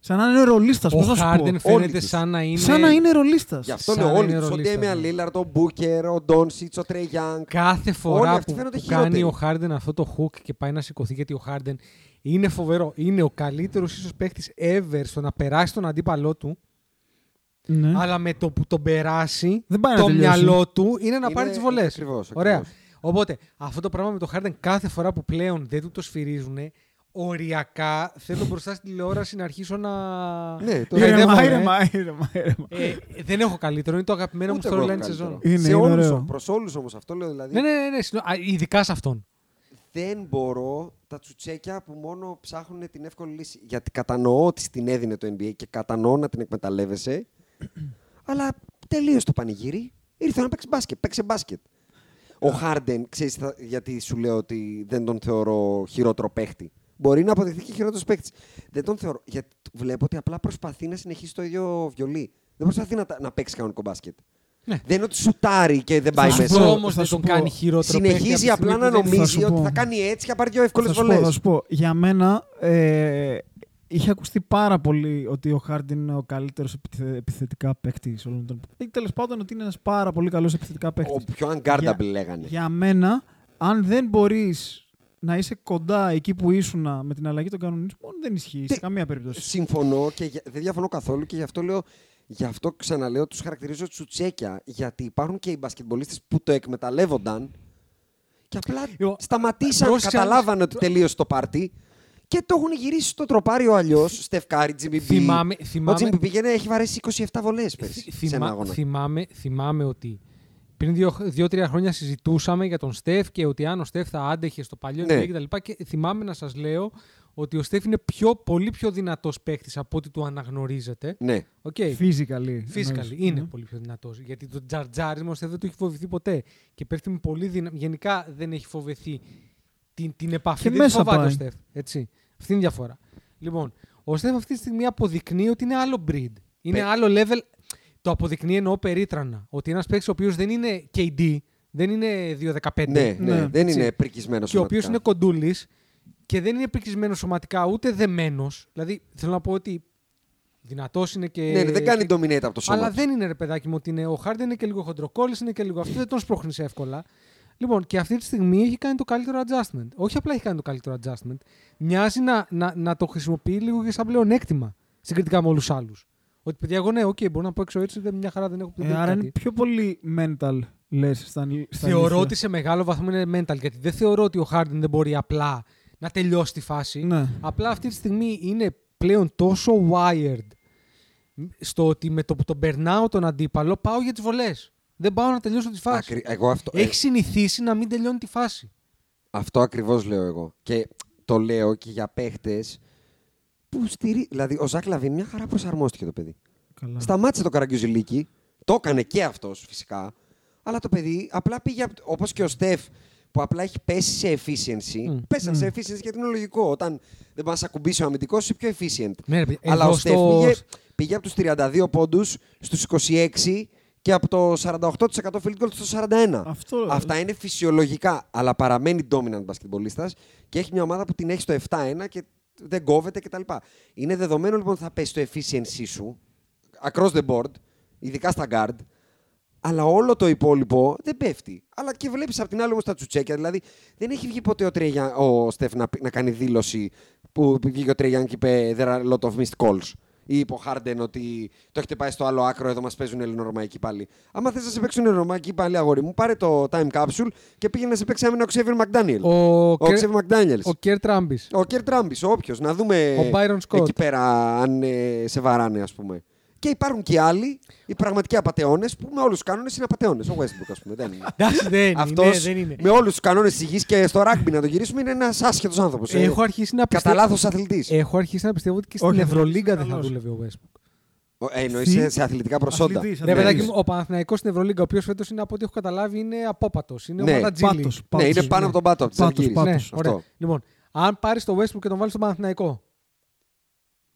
Σαν να είναι ρολίστας. Ο Πώς θα σου πω. Χάρντεν Όλοι φαίνεται τους. σαν να είναι... Σαν να είναι ρολίστας. Γι' αυτό σαν λέω να όλοι είναι τους. Ο ρολίστα, Ντέμια ναι. Λίλαρτ, ο Μπούκερ, ο Ντόνσιτ, ο Τρέι Γιάνγκ. Κάθε Όλοι φορά αυτοί που, φαίνονται που χειρότεροι. κάνει ο Χάρντεν αυτό το hook και πάει να σηκωθεί γιατί ο Χάρντεν είναι φοβερό. Είναι ο καλύτερος ίσως παίκτης ever στο να περάσει τον αντίπαλό του. Ναι. Αλλά με το που τον περάσει, Ε. Δεν πάει να το τελειώσει. μυαλό του είναι να Είναι- πάρει τις βολές. ακριβώς, Ωραία. ακριβώς. Οπότε αυτό το πράγμα με το Χάρντεν κάθε φορά που πλέον δεν του το σφυρίζουν, οριακά θέλω μπροστά στην τηλεόραση να αρχίσω να. Ναι, το- να Ήρεμα, χαϊδεύομαι, ε. ήρεμα, ήρεμα, ήρεμα. Ε, δεν έχω καλύτερο, είναι το αγαπημένο μου Ούτε εγώ storyline έχω τη σεζόν. καλύτερο. Είναι, σε είναι όλους, ωραίο. ο- προς όλους όμως αυτό λέω δηλαδή. Ναι, ναι, ναι, ναι, συνο- α, ειδικά σε αυτόν. δεν μπορώ τα τσουτσέκια που μόνο ψάχνουν την εύκολη λύση. Γιατί κατανοώ ότι στην έδινε το NBA και κατανοώ να την εκμεταλλεύεσαι. [clears throat] αλλά τελείωσε το πανηγύρι. Ήρθε να παίξει μπάσκετ. Παίξε μπάσκετ. Ο Χάρντεν, ξέρεις γιατί σου λέω ότι δεν τον θεωρώ χειρότερο παίχτη. Μπορεί να αποδειχθεί και χειρότερος παίχτη. Δεν τον θεωρώ. Γιατί βλέπω ότι απλά προσπαθεί να συνεχίσει το ίδιο βιολί. Δεν προσπαθεί να, τα- να παίξει κανονικό μπάσκετ. Ναι. Δεν είναι ότι σουτάρει και δεν πάει σου μέσα. Αυτό πω, όμως θα δεν σου τον πω. κάνει χειρότερο. Συνεχίζει απλά να θα νομίζει σου ότι πω. θα κάνει έτσι και θα πάρει δύο εύκολες Θα σου πω, βολές. θα σου πω. Για μένα ε, είχε ακουστεί πάρα πολύ ότι ο Χάρντιν είναι ο καλύτερος επιθετικά παίκτης όλων των. Ή τέλος πάντων ότι είναι ένας πάρα πολύ καλός επιθετικά παίκτη. Ο πιο unguardable λέγανε. Για μένα, αν δεν μπορείς να είσαι κοντά εκεί που ήσουν με την αλλαγή των κανονισμών, δεν ισχύει σε Τι- καμία περίπτωση. Συμφωνώ και για- δεν διαφωνώ καθόλου και γι' αυτό λέω. Γι' αυτό ξαναλέω, τους χαρακτηρίζω τσουτσέκια. Γιατί υπάρχουν και οι μπασκετμπολίστες που το εκμεταλλεύονταν και απλά Εγώ- σταματήσαν, Πρόσεξε, καταλάβανε ότι τελείωσε το πάρτι και το έχουν γυρίσει στο τροπάριο αλλιώς. Στεφκάρι, Τζιμιμπί. Θυμάμαι- θυμάμαι- Ο Τζιμιμπί πήγαινε, έχει βαρέσει 27 βολές πέρσι Θυ- σε θυμά- ένα αγώνα. θυμάμαι, θυμάμαι ότι πριν δύο- δύο-τρία χρόνια συζητούσαμε για τον Στεφ και ότι αν ο Στεφ θα άντεχε στο παλιό Ναι. NBA κτλ. Και θυμάμαι να σας λέω ότι ο Στεφ είναι πιο, πολύ πιο δυνατός παίκτης από ό,τι του αναγνωρίζεται. Ναι. Οκ. Φυσικά. Φυσικά είναι πολύ πιο δυνατός. Γιατί το τζαρτζάρισμα ο Στεφ δεν το έχει φοβηθεί ποτέ. Και παίχτη με πολύ δυνα... Γενικά δεν έχει φοβηθεί την, την επαφή. Και δεν τη μέσα φοβάται πάει. ο Στεφ. Έτσι. Αυτή είναι η διαφορά. Λοιπόν, ο Στεφ αυτή τη στιγμή αποδεικνύει ότι είναι άλλο breed. Είναι Πε- άλλο level. Το αποδεικνύει εννοώ περίτρανα. Ότι ένας παίκτης ο οποίος δεν είναι KD, δεν είναι 2-15. Ναι, ναι, Ναι. δεν Έτσι. είναι πρικισμένο Ε, Και ο οποίος είναι κοντούλης και δεν είναι επικρισμένο σωματικά ούτε δεμένος. Δηλαδή θέλω να πω ότι δυνατός είναι και. Ναι, ναι, δεν κάνει Ε, και- dominate από το σώμα. αλλά του. δεν είναι ρε παιδάκι μου ότι είναι ο Χάρντεν είναι και λίγο χοντροκόλλης, είναι και λίγο αυτό, δεν τον σπρώχνεις εύκολα. Λοιπόν, και αυτή τη στιγμή έχει κάνει το καλύτερο adjustment. Όχι απλά έχει κάνει το καλύτερο adjustment. Μοιάζει να, να, να το χρησιμοποιεί λίγο και σαν πλεονέκτημα συγκριτικά με όλους άλλους. Ότι παιδιά, εγώ ναι, οκ, μπορώ να πω έξω έτσι, δεν μια χαρά δεν έχω πει Ε, άρα είναι πιο πολύ mental, λες. Στα, στα Θεωρώ αλήθεια. ότι σε μεγάλο βαθμό είναι mental, γιατί δεν θεωρώ ότι ο Χάρντεν δεν μπορεί απλά να τελειώσει τη φάση. Ναι. Απλά αυτή τη στιγμή είναι πλέον τόσο wired στο ότι με το που τον περνάω τον αντίπαλο πάω για τις βολές. Δεν πάω να τελειώσω τη φάση. Ακρι- Εγώ αυτό, ε, Έχει συνηθίσει να μην τελειώνει τη φάση. Αυτό ακριβώς λέω εγώ. Και το λέω και για παίχτες που στηρί... Δηλαδή, ο Ζακ Λαβίν μια χαρά προσαρμόστηκε το παιδί. Ναι. Καλά. Σταμάτησε το καραγκιουζιλίκι. Το έκανε και αυτός φυσικά. Αλλά το παιδί απλά πήγε. Όπως και ο Στεφ που απλά έχει πέσει σε efficiency. Μμ. Πέσαν σε efficiency γιατί είναι λογικό. Όταν δεν μπορεί να ακουμπήσεις ο αμυντικός, είσαι πιο efficient. Ναι, ρε, παιδιά, Αλλά εδώ ο Στεφ στο- πήγε, πήγε από τους 32 πόντους στους 26 και από το 48% field goal στο 41. Αυτό- Αυτά είναι φυσιολογικά, αλλά παραμένει dominant μπασκετμπολίστας και έχει μια ομάδα που την έχει στο 7-1 και δεν κόβεται κτλ. Είναι δεδομένο λοιπόν ότι θα πέσει το efficiency σου across the board, ειδικά στα guard, αλλά όλο το υπόλοιπο δεν πέφτει. Αλλά και βλέπεις απ' την άλλη όμως τα τσουτσέκια. Δηλαδή δεν έχει βγει ποτέ ο, Τρέγια, ο Στεφ να, πει- να κάνει δήλωση που βγήκε ο Τρέγιαν και είπε There are a lot of missed calls. Ή είπε ο Χάρντεν ότι το έχετε πάει στο άλλο άκρο, εδώ μας παίζουν ελληνορωμαϊκοί πάλι. Άμα θες να σε παίξουν ελληνορωμαϊκοί πάλι, αγόρι μου, πάρε το time capsule και πήγαινε να σε παίξει άμυνα ο Xavier McDaniel. Ο, Κέρ- Xavier McDaniel. ο Κέρ Τράμπη. Ο Κέρ Τράμπη, ο όποιος. Να δούμε Ο Byron Scott. εκεί πέρα αν ε, σε βαράνε, ας πούμε. Και υπάρχουν και άλλοι, οι πραγματικοί απαταιώνες, που με όλους τους κανόνες είναι απαταιώνες. Ο Westbrook, ας πούμε. Δεν είναι. Εντάξει, [laughs] δεν είναι. Αυτός ναι, δεν είναι. με όλους τους κανόνες της γης και στο rugby να το γυρίσουμε είναι ένας άσχετος άνθρωπος. Έχω αρχίσει να ε. Κατά πιστεύω. Ε, λάθος αθλητής. Έχω αρχίσει να πιστεύω ότι και στην Όχι, Ευρωλίγκα δεν καλός. θα δούλευε ο Westbrook. Εννοεί Θη- Ε, σε, σε αθλητικά προσόντα. Αθλητής, Ρε Ναι, παιδάκι ναι. μου, ο Παναθηναϊκός στην Ευρωλίγκα, ο οποίος φέτος είναι από ό,τι έχω καταλάβει είναι απόπατος. Είναι Ναι, ο Πατατζήλη. πάτος, Ναι, πάτος, είναι πάνω ναι. από τον πάτο. Από τις Πάτος, Αργύρης. πάτος. Ναι, Αυτό. ωραία. Λοιπόν, αν πάρεις το Westbrook και τον βάλεις στον Παναθηναϊκό,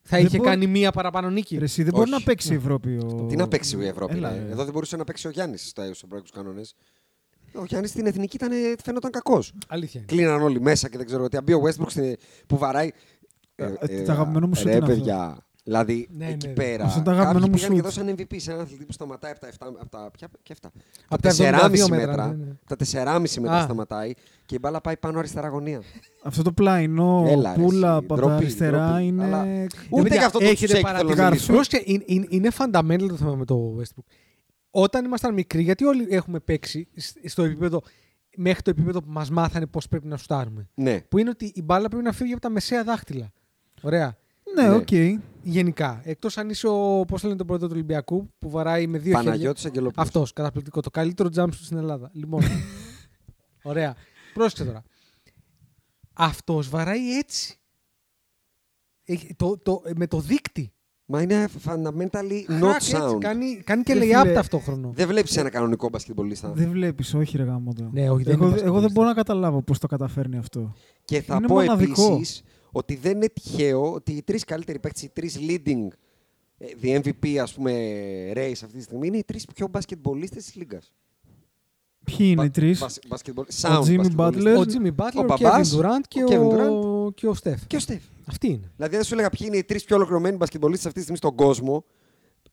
θα Δεν είχε μπορεί- κάνει μία παραπάνω νίκη. Ρε, εσύ δεν μπορεί Όχι. να παίξει η Ευρώπη. Ο... Τι να παίξει η Ευρώπη. ε, Έλα, ε. ρε. ρε. Εδώ δεν μπορούσε να παίξει ο Γιάννης στου πρώτου κανόνες. Ο Γιάννης στην εθνική ήταν, ε, φαινόταν κακός. Αλήθεια. είναι. Κλείναν όλοι μέσα και δεν ξέρω τι. Αν μπει ο Westbrook στην- που βαράει. ε, το αγαπημένο μου σουτ Ρε είναι αυτό. παιδιά. Δηλαδή Ναι, εκεί ναι, ναι. πέρα. Αυτό είναι το αγαπημένο κάποιοι μου πήγαν και σουτ. δώσαν MVP σε έναν αθλητή που σταματάει από τα 7. Από τα, ποια, και αυτά. Από τα τα 4,5 72 μέτρα, μέτρα. ναι, ναι. Τα 4,5 μέτρα Α. σταματάει και η μπάλα πάει πάνω αριστερά γωνία. Αυτό το πλαϊνό Έλα, ρε, πουλα εσύ, από τα ντροπή, αριστερά ντροπή. είναι. Ναι, Αλλά- Ούτε- Ούτε Ε, παιδιά, και αυτό το έχετε τσέκ θέλω να παρατηρήσει. μιλήσω. Πρόσεχε, είναι- είναι- είναι fundamental το θέμα με το Westbrook. Όταν ήμασταν μικροί, γιατί όλοι έχουμε παίξει σ- στο επίπεδο, μέχρι το επίπεδο που μας μάθανε πώς πρέπει να σουτάρουμε. Ναι. Που είναι ότι η μπάλα πρέπει να φύγει από τα μεσαία δάχτυλα. Ωραία. Ναι, Ναι. οκ. Γενικά. Εκτός αν είσαι ο. Πώς λένε τον πρόεδρο του Ολυμπιακού που βαράει με δύο χέρια. Παναγιώτης Αγγελοπούλος. Αυτός, καταπληκτικό. Το καλύτερο jump shoot στην Ελλάδα. [laughs] Λοιπόν. Ωραία. Πρόσεξε τώρα. Αυτός βαράει έτσι. Έχει- Το, το, με το δίκτυ. Μα είναι fundamentally Crack, not έτσι, sound. Ε, κάνει, κάνει και Ρε lay-up φίλε, ταυτόχρονο. Δεν βλέπεις ένα κανονικό μπασκετμπολίστα. Δεν βλέπεις, όχι ρε γάμο το. Ναι, όχι, δεν εγώ, είναι εγώ δεν βασικό. μπορώ να καταλάβω πώς το καταφέρνει αυτό. Και θα Είναι πω μοναδικό. επίσης ότι δεν είναι τυχαίο ότι οι τρεις καλύτεροι παίκτες, οι τρεις leading ε, the MVP, ας πούμε, race αυτή τη στιγμή, είναι οι τρεις πιο μπασκετμπολίστες της λίγας. Ποιοι είναι οι τρει. Sound. Jimmy basketballist. Butler. Ο Jimmy Butler, ο, Μπαμπάς, Kevin Durant και ο ο, Kevin και ο Steph. Και ο Στεφ. Αυτή είναι. Δηλαδή, αν σου έλεγα ποιοι είναι οι τρεις πιο ολοκληρωμένοι μπασκετμπολίστες αυτή τη στιγμή στον κόσμο,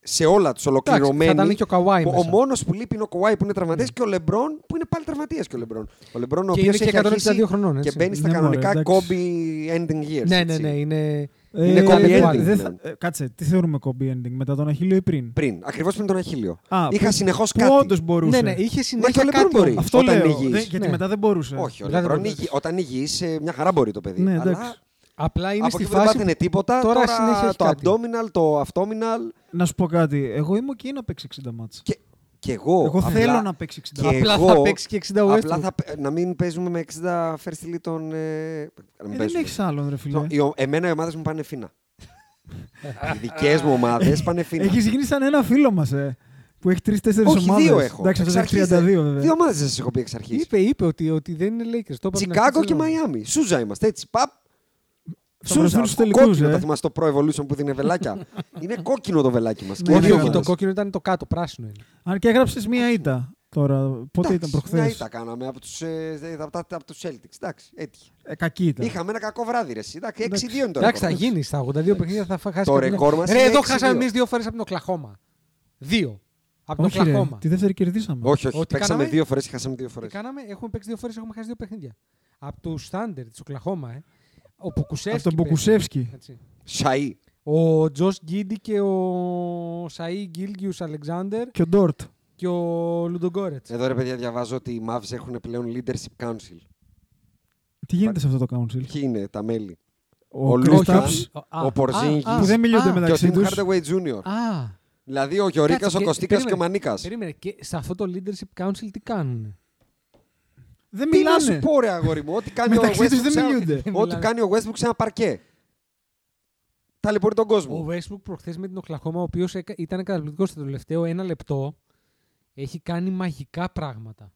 σε όλα τους Εντάξει, ολοκληρωμένοι. θα ήταν και ο Kawhi που- Ο μέσα. μόνος που λείπει είναι ο Καουάι που είναι τραυματίας και ο Λεμπρόν που είναι πάλι τραυματίας και ο Λεμπρόν. Ο Λεμπρόν ο Και οποίος είναι και έχει 162 αρχίσει χρονών, και έτσι. μπαίνει στα Ναι, μωρέ, κανονικά εντάξει. Kobe ending years. Ναι, ναι, έτσι. ναι. Είναι, Είναι Kobe Ending, Ε, δεν πλέον. θα- ε, Κάτσε, τι θεωρούμε Kobe ending, μετά τον Αχίλιο ή πριν. Πριν, ακριβώς πριν τον Αχίλιο. Α, Είχα που- συνεχώς που κάτι. όντως μπορούσε. Ναι, ναι, είχε Μα και ο συνέχεια Λεμπρόν κάτι. μπορεί. όμως. Αυτό όταν λέω. υγιής. δεν- γιατί Ναι. μετά δεν μπορούσε. Όχι, ο Μετά δεν Λεμπρόν μπορούσε. υγι- όταν υγιή, μια χαρά μπορεί το παιδί. Ναι, Αλλά εντάξει. Απλά είναι από στη εκεί που δεν φάση. πάτηνε τίποτα, τώρα τώρα, συνέχεια έχει το κάτι. abdominal, το αυτόμιναλ Να σου πω κάτι. Εγώ είμαι και να παίξει 60 μάτσα. και, και εγώ. Εγώ απλά- θέλω να παίξει 60 και μάτσα. Απλά εγώ, θα παίξει και 60 Westbrook. Απλά θα, παι- να μην παίζουμε με 60 first lead των. Ε, να μην Ε, Δεν παίζουμε. έχεις άλλον, ρε Το- φίλε. οι ο- εμένα οι ομάδες μου πάνε [laughs] φίνα. Οι δικές μου ομάδες πάνε φίνα. Έχεις γίνει σαν ένα φίλο μας, ε. Που έχει 3-4 ομάδε. Όχι, δύο έχω. Εντάξει, αυτό Εξ έχει 32 αρχής δεν- Δύο βέβαια. ομάδε σα έχω πει εξ αρχής. Είπε, είπε ότι, ότι δεν είναι Lakers. Το είπα από την αρχή Τσικάγκο της και σεζόν. Μαϊάμι. Σούζα είμαστε έτσι. Παπ. βρεθούν στους τελικούς, Κόκκινο, ε. τα θυμάσαι το Pro Evolution που δίνει [laughs] βελάκια. είναι κόκκινο το βελάκι μας. Ναι, Όχι, ναι, όχι, ναι. το κόκκινο ήταν το κάτω, πράσινο είναι. Αν και έγραψες μία ήττα τώρα. Πότε ήταν Μια προχθέ. ήττα κάναμε από τους Celtics. Εντάξει, έτυχε. Ε, Κακή ήταν. Είχαμε ένα κακό βράδυ, ρε. εσύ. Εντάξει, 6-2 είναι το Εντάξει, θα ρεκόρ. γίνεις στα 82 παιχνίδια, θα φα- χάσεις. Το κανένα. ρεκόρ μας Ρε, είναι εδώ 6-2. χάσαμε εμείς δύο φορές από την Οκλαχώμα. Δύο. Από την Όχι, ρε, Οκλαχώμα. τη δεύτερη κερδίσαμε. Όχι, όχι. Ό,τι Παίξαμε κάναμε. δύο φορές και χάσαμε δύο φορέ. Τι κάναμε, έχουμε παίξει δύο φορές, έχουμε χάσει δύο παιχνίδια. Από τους Στάντερ της Οκλαχώμα, ε. Ο Ποκουσέφσκι. Από τον παίζει. Μποκουσεύσκι. Έτσι. Σαΐ. Ο Τζος Γκίντι και ο Σαΐ Γκίλγιους Αλεξάνδρ Και ο Ντόρτ. και ο Λουντογκόρετ. Εδώ ρε παιδιά διαβάζω ότι οι Mavs έχουν πλέον leadership council. Τι γίνεται σε αυτό το council. Ποιοι είναι τα μέλη. Ο Λούκα. Κρίσταψ. ο Πορζίνγκης. Που δεν μιλούνται Και ο μεταξύ Tim τους. Hardaway Jr. Α, Δηλαδή ο Γιωρίκα, Κάτσε, ο και- Κωστίκας και ο περίμενε, Μανίκας. Περίμενε, και σε αυτό το Leadership Council τι κάνουν. Δεν Τι να σου μιλάνε. πω, ρε αγόρι μου, ό,τι κάνει ο Μεταξύ τους Westbrook. σε δεν ένα- μιλούνται. Ό,τι Μιλάνε. κάνει ο Westbrook σε ένα παρκέ. Ταλαιπωρεί τον κόσμο. Ο Westbrook προχθές με την Οκλαχώμα, ο οποίος ήταν καταπληκτικός στο τελευταίο ένα λεπτό, έχει κάνει μαγικά πράγματα.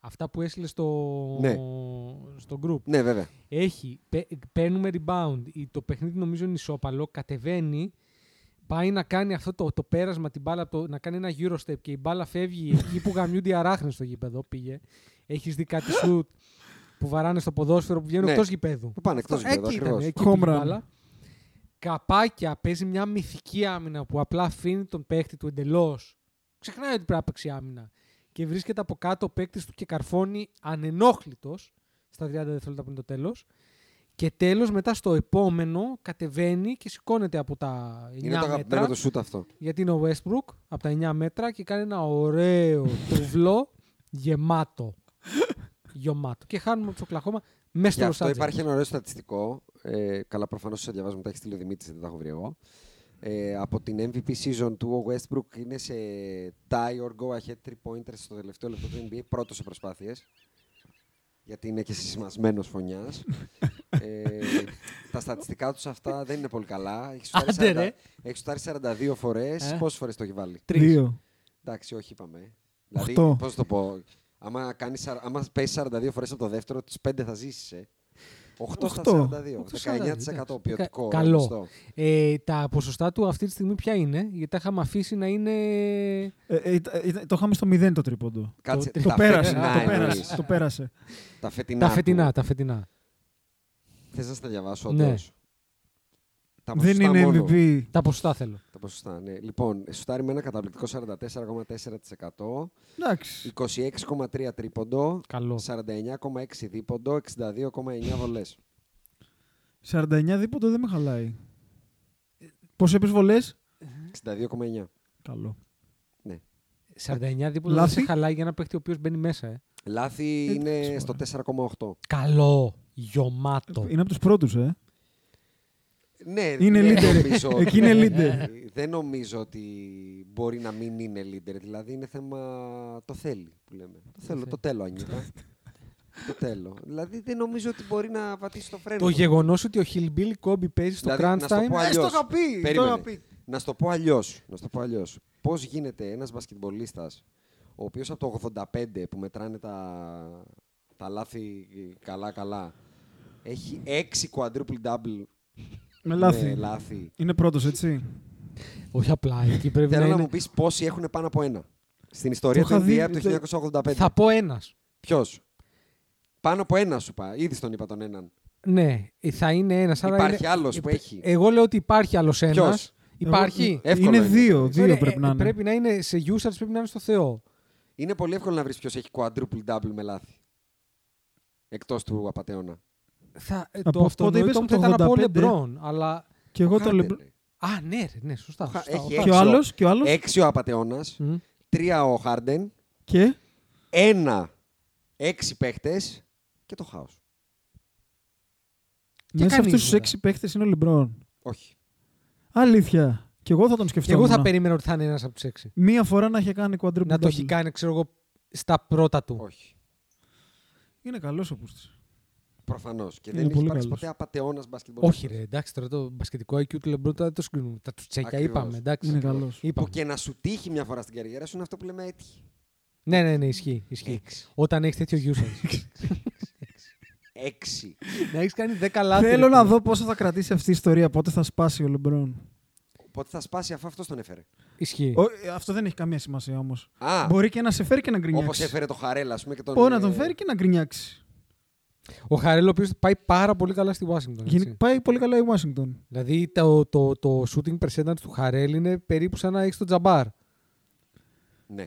Αυτά που έστειλε στο, Ναι. στο group. Ναι, βέβαια. Έχει, πε- παίρνουμε rebound, η- το παιχνίδι νομίζω είναι ισόπαλο, κατεβαίνει, πάει να κάνει αυτό το, το πέρασμα, την μπάλα, από το, να κάνει ένα euro step και η μπάλα φεύγει εκεί που γαμιούνται οι αράχνες στο γήπεδο, πήγε. Έχεις δει [laughs] κάτι σουτ που βαράνε στο ποδόσφαιρο που βγαίνουν Ναι. εκτός γήπεδου. Που πάνε εκτός Αυτό- γήπεδου, Εκεί ήταν, ακριβώς. εκεί Home πήγε η run. μπάλα. Καπάκια, παίζει μια μυθική άμυνα που απλά αφήνει τον παίχτη του εντελώς. Ξεχνάει ότι πρέπει να παίξει άμυνα. Και βρίσκεται από κάτω ο παίκτης του και καρφώνει ανενόχλητος στα 30 δευτερόλεπτα πριν το τέλος. Και τέλος, μετά στο επόμενο, κατεβαίνει και σηκώνεται από τα 9 Είναι το αγαπημένο μέτρα. του σουτ αυτό. Γιατί είναι ο Westbrook, από τα 9 μέτρα και κάνει ένα ωραίο τούβλο [laughs] γεμάτο. Γεμάτο. Και χάνουμε από το Οκλαχώμα μέσα Γι' στο Los αυτό Angeles. υπάρχει ένα ωραίο στατιστικό. Ε, καλά, προφανώς σα διαβάζω, μου τα έχει στείλει ο Δημήτρης, δεν τα έχω βρει εγώ. Ε, από την MVP season του, ο Westbrook είναι σε tie or go ahead three pointers στο τελευταίο λεπτό του NBA, πρώτος σε προσπάθειες. Γιατί είναι και συσμασμένο φωνιάς. [laughs] ε, τα στατιστικά τους αυτά δεν είναι πολύ καλά. Έχει σουτάρει Άντε, 40 ρε. έχει σουτάρει 42 φορές. Ε. Πόσες φορές το έχει βάλει. Δύο. Εντάξει, όχι είπαμε. Δηλαδή, Οχτώ. πώς το πω. Άμα, κάνεις, αρα- άμα παίζει 42 φορές από το δεύτερο, τις 5 θα ζήσεις. Ε. 8 στα Οκτώ. 42. Οκτώ στα 19% εντάξει. ποιοτικό. Κα- καλό. ευχαριστώ. Ε, τα ποσοστά του αυτή τη στιγμή ποια είναι, γιατί τα είχαμε αφήσει να είναι. Ε, ε, ήταν- ήταν- Το είχαμε στο 0 το τρίποντο. Κάτσε, Το- Το τα πέρασε. φετινά Το εννοείς. πέρασε. Το πέρασε. Τα φετινά. Τα φετινά, τα φετινά. Θες να στα διαβάσω, Ναι. όντως. Τα Δεν ποσοστά είναι μόνο. MVP. Τα ποσοστά θέλω. Τα ποσοστά, ναι. Λοιπόν, σουτάρει με ένα καταπληκτικό 44,4%, Εντάξει. 26,3 τρίποντο, Καλό. 49,6 δίποντο, 62,9 βολέ. 49 δίποτο δεν με χαλάει. Πώς έπεισε βολέ. 62,9. Καλό. 49 δίπλα δεν Λάθη. σε χαλάει για ένα παίχτη ο οποίος μπαίνει μέσα. Ε. Λάθη είναι Εντάξει, στο 4,8. Καλό. Γιωμάτο. Είναι από τους πρώτους, ε. Ναι, Είναι δεν leader. νομίζω ότι- Ναι, Εκεί είναι leader. Δεν νομίζω ότι μπορεί να μην είναι leader. Δηλαδή είναι θέμα το θέλει που λέμε. Το θέλω, το τέλω Ανίτα. το τέλο. Δηλαδή δεν νομίζω ότι μπορεί να πατήσει το φρένο. Το γεγονός ότι ο Χιλμπίλ Κόμπι παίζει στο Δηλαδή, Crunch να στο Time. πω αλλιώς. Ε, στο είχα πει, το Περίμενε. είχα πει. Να στο πω αλλιώς. Να στο πω αλλιώς. Πώς γίνεται ένας μπασκετμπολίστας ο οποίος από το 85 που μετράνε τα, τα λάθη καλά-καλά έχει 6 quadruple double Με λάθη. Ναι, λάθη. Είναι πρώτος, έτσι. Όχι απλά. Εκεί πρέπει να Θέλω να είναι. μου πεις πόσοι έχουν πάνω από ένα. Στην ιστορία Το του είχα δει, NBA από το- το 1985. Θα πω ένας. Ποιος. Πάνω από ένα σου είπα. Ήδη τον είπα τον έναν. Ναι, ε, θα είναι ένας. Υπάρχει άλλος που έχει. Εγώ λέω ότι υπάρχει άλλος ένα. Ποιος? ε, Υπάρχει. Εύκολο είναι είναι. δύο, δύο Ωραία, πρέπει ε, να είναι. Πρέπει να είναι σε usage, πρέπει να είναι στο Θεό. Είναι πολύ εύκολο να βρεις ποιος έχει quadruple double με λάθη. Εκτός του απαταιώνα. Θα, ε, Από το αυτό το είπες, αυτονόητο μου θα το ήταν να πω 85. LeBron, αλλά. Και εγώ Ο το Χάρτερ, λεμπ... ρε. Α, ναι, ρε, ναι, σωστά. Ο Χα- σωστά έχει Ο Χάρτερ. Και ο έξω. άλλος, και ο Ε, άλλος. Έξι ο απαταιώνα. Μμμ. Τρία ο Χάρντεν. Και. Ένα. Έξι παίχτες. Και το χάος. Μέσα κανείς, αυτού του βέβαια. έξι παίχτες είναι ο Λεμπρόν. Όχι. Αλήθεια. Και εγώ θα τον Και σκεφτόμουν. εγώ θα περίμενα ότι θα είναι ένας από τους έξι. Μία φορά να είχε κάνει quadruple. Να το double. έχει κάνει, ξέρω εγώ, στα πρώτα του. Όχι. Είναι καλός ο Πούστη. Προφανώς. Και Είναι δεν έχει πολύ υπάρξει καλός. ποτέ απαταιώνας μπασκετμπολ. Όχι, ρε, εντάξει, τώρα το μπασκετικό IQ του Λεμπρόν τώρα δεν το συγκρίνουμε. Τα τσουτσέκια Ακριβώς. είπαμε, εντάξει. Είναι καλός. Που Είπαμε. και να σου τύχει μια φορά στην καριέρα σου είναι αυτό που λέμε έτυχε. Ναι, ναι, ναι, ισχύει. ισχύει. Έξι. Όταν έχεις τέτοιο [laughs] usage. Έξι. να έχεις κάνει 10 λάθη. Θέλω ρε, να φίλε. δω πόσο θα κρατήσει αυτή η ιστορία, πότε θα σπάσει ο Λεμπρόν. ε, Οπότε θα σπάσει αφού αυτό τον έφερε. Ισχύει. Αυτό δεν έχει καμία σημασία όμως. Α, Μπορεί και να σε φέρει και να γκρινιάξει. όπως έφερε το Χαρέλα, ας πούμε. Και τον, Μπορεί να ε, τον φέρει και να γκρινιάξει. Ο Χαρέλ, ο οποίος πάει πάρα πολύ καλά στη Washington. έτσι. Γενικά Πάει πολύ καλά η Ουάσιγκτον. Δηλαδή το, το, το shooting percentage του Χαρέλ είναι περίπου σαν να έχεις τον τζαμπάρ. Ναι.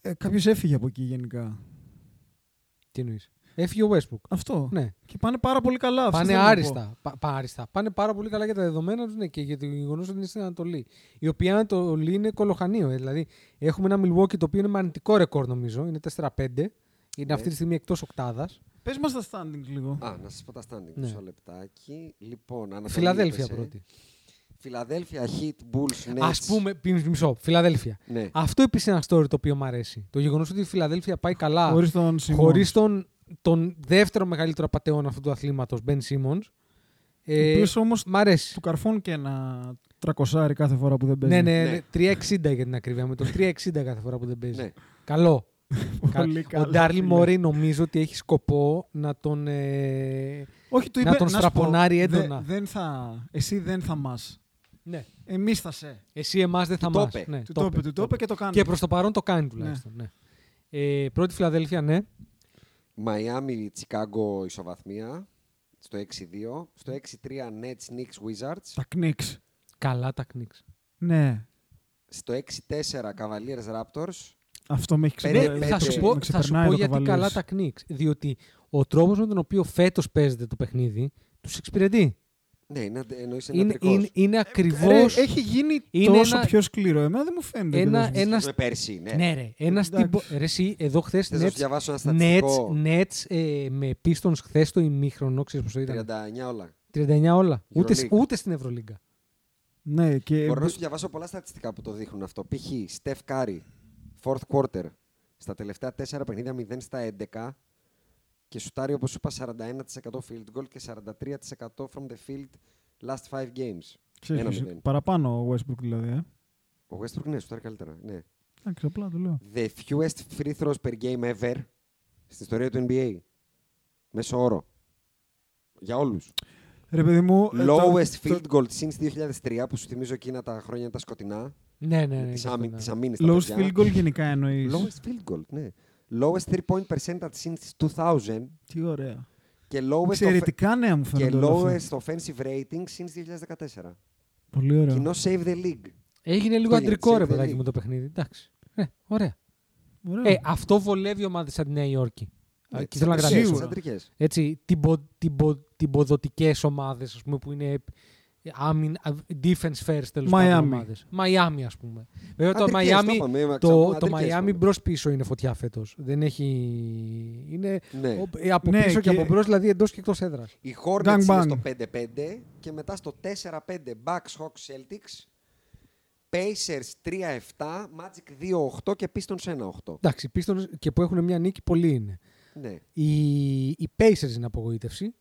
Ε, Κάποιος έφυγε από εκεί γενικά. Τι εννοείς. Έφυγε ο Westbrook. Αυτό. Ναι. Και πάνε πάρα πολύ καλά. αυτό Πάνε θέλω να πω. άριστα. Πα- πα- άριστα. Πάνε πάρα πολύ καλά για τα δεδομένα τους ναι, και για το γεγονός ότι είναι στην Ανατολή. Η οποία Ανατολή είναι κολοχανίο. ε. Δηλαδή έχουμε ένα Milwaukee το οποίο είναι με αρνητικό ρεκόρ νομίζω. Είναι 4-5. Είναι Ναι. αυτή τη στιγμή εκτός οκτάδας. Πες μας τα standings λίγο. Α, να σας πω τα standing. Ναι. Μισό λεπτάκι. Λοιπόν, Ανατολή Φιλαδέλφια είπες, ε. πρώτη. Φιλαδέλφια, Heat, Bulls, Ναι, Nets. Ας πούμε, πι- μισό, Φιλαδέλφια. Ναι. Αυτό επίσης είναι ένα story το οποίο μου αρέσει. Το γεγονός ότι η Φιλαδέλφια πάει καλά. Χωρίς τον Σιμών. Χωρίς τον, τον δεύτερο μεγαλύτερο απαταιώνα αυτού του αθλήματος, Μπεν Σίμον. Ο Ε, οποίος όμως μ' αρέσει. του καρφώνει και ένα τρακοσάρι κάθε φορά που δεν παίζει. Ναι, ναι, Ναι. ναι, 360 για την ακρίβεια. Με τον 360 κάθε φορά που δεν παίζει. Ναι. Καλό. [laughs] Πολύ Κα- καλά, Ο Ντάρλι φίλε. Μωρή νομίζω ότι έχει σκοπό να τον. Ε... Όχι, του να είπε, τον σου πω, στραπωνάρει δε- έντονα. δεν θα, εσύ δεν θα μας. Ναι. Εμείς θα σε. Εσύ εμάς δεν θα Του το μας. είπε. Ναι, Του το το είπε, είπε, του το το είπε και το κάνει. Και προς το παρόν το κάνει τουλάχιστον. Ναι. Ε, πρώτη Φιλαδέλφια, ναι. Μαϊάμι, Τσικάγκο, ισοβαθμία. Στο 6-2. Στο 6-3, Nets, Knicks, Wizards. Τα κνίξ. Καλά τα Ε, κνίξ. Ναι. Στο 6-4, Cavaliers, Raptors. Αυτό με έχει Περί- ξεπεράσει. περί- Ε, θα σου με πω, θα σου πω γιατί καλά τα κνίξ. Διότι ο τρόπος με τον οποίο φέτος παίζεται το παιχνίδι τους εξυπηρετεί. Ναι, είναι, αντε- εννοείς ένα είναι, είναι, είναι ακριβώ Ε, Ρε, έχει γίνει Είναι τόσο ένα- πιο σκληρό. Εμένα δεν μου φαίνεται. ένα. κιόλας. ένας- Το πέρσι, ναι. Ναι, ρε. Ένας Εντάξει. τύπο. Ρε, εσύ, εδώ χθες. Θες να σου διαβάσω ένα Nets, στατιστικό. Nets ε, με Pistons χθες το ημίχρονο, ξέρεις πόσο ήταν. 39 όλα. 39 όλα. Ούτε, σ- Euroleague. ούτε στην Ευρωλίγκα. Ναι, και Μπορώ να σου διαβάσω πολλά στατιστικά που το δείχνουν αυτό. Π.χ. Steph Curry, fourth quarter, στα τελευταία 4 παιχνίδια 0 στα 11 και σουτάρει όπως σου είπα 41% field goal και 43% from the field last 5 games. ξέρεις, Ένα ποιος- μηδέν. παραπάνω ο Westbrook δηλαδή. Ε. Ο Westbrook ναι, σουτάρει καλύτερα. Ναι. Εντάξει, απλά το λέω. The fewest free throws per game ever στην ιστορία του NBA. Μέσο όρο. Για όλους. Ρε παιδί μου. ε, το- Lowest το- field goal since 2003 που σου θυμίζω εκείνα τα χρόνια είναι τα σκοτεινά. Ναι, ναι, ναι. Τις για άμυ- τον- τις αμήνες τα Ε, Lowest παιδιά. field goal γενικά εννοείς. Lowest field goal, ναι. Lowest 3 point percentage since 2000 Τι ωραία. και lowest, offe- Εξαιρετικά νέα μου και φαίνονται. όλα αυτά. lowest offensive rating since 2014. Πολύ ωραία. Κοινό Save the League. Έγινε λίγο Χρόνια αντρικό της ρε Ευρωλίγκα. παιδάκι μου το παιχνίδι. Εντάξει. Ε, ωραία. Ναι. Ωραία. Ε, αυτό βολεύει ομάδε σαν τη Νέα Υόρκη. Ε, και θέλω να αντρικές, κρατήσω. σίγουρα. αντρικές. έτσι, τυμπο, τυμπο, τυμποδοτικές ομάδες, ας πούμε, που είναι ε, άμυν, defense first, τέλος πάντων, Miami. ομάδες. Μαϊάμι, ας πούμε. Βέβαια, το Αντρικές, το Μαϊάμι, είπαμε, μα- το, ξαναπούμε, το αντρικές Μαϊάμι είπαμε. μπρος πίσω είναι φωτιά φέτος. Δεν έχει... Είναι Ναι. ο- ε, από Ναι, πίσω και, και- από μπρος, δηλαδή εντός και εκτός έδρας. Οι Hornets είναι Gangbang. στο 5-5 και μετά στο 4-5 Bucks, Hawks, Celtics. Pacers 3-7, Magic 2-8 και Pistons 1-8. Εντάξει, οι Pistons και που έχουν μια νίκη, πολλοί είναι. Ναι. Οι, οι Pacers είναι απογοήτευση.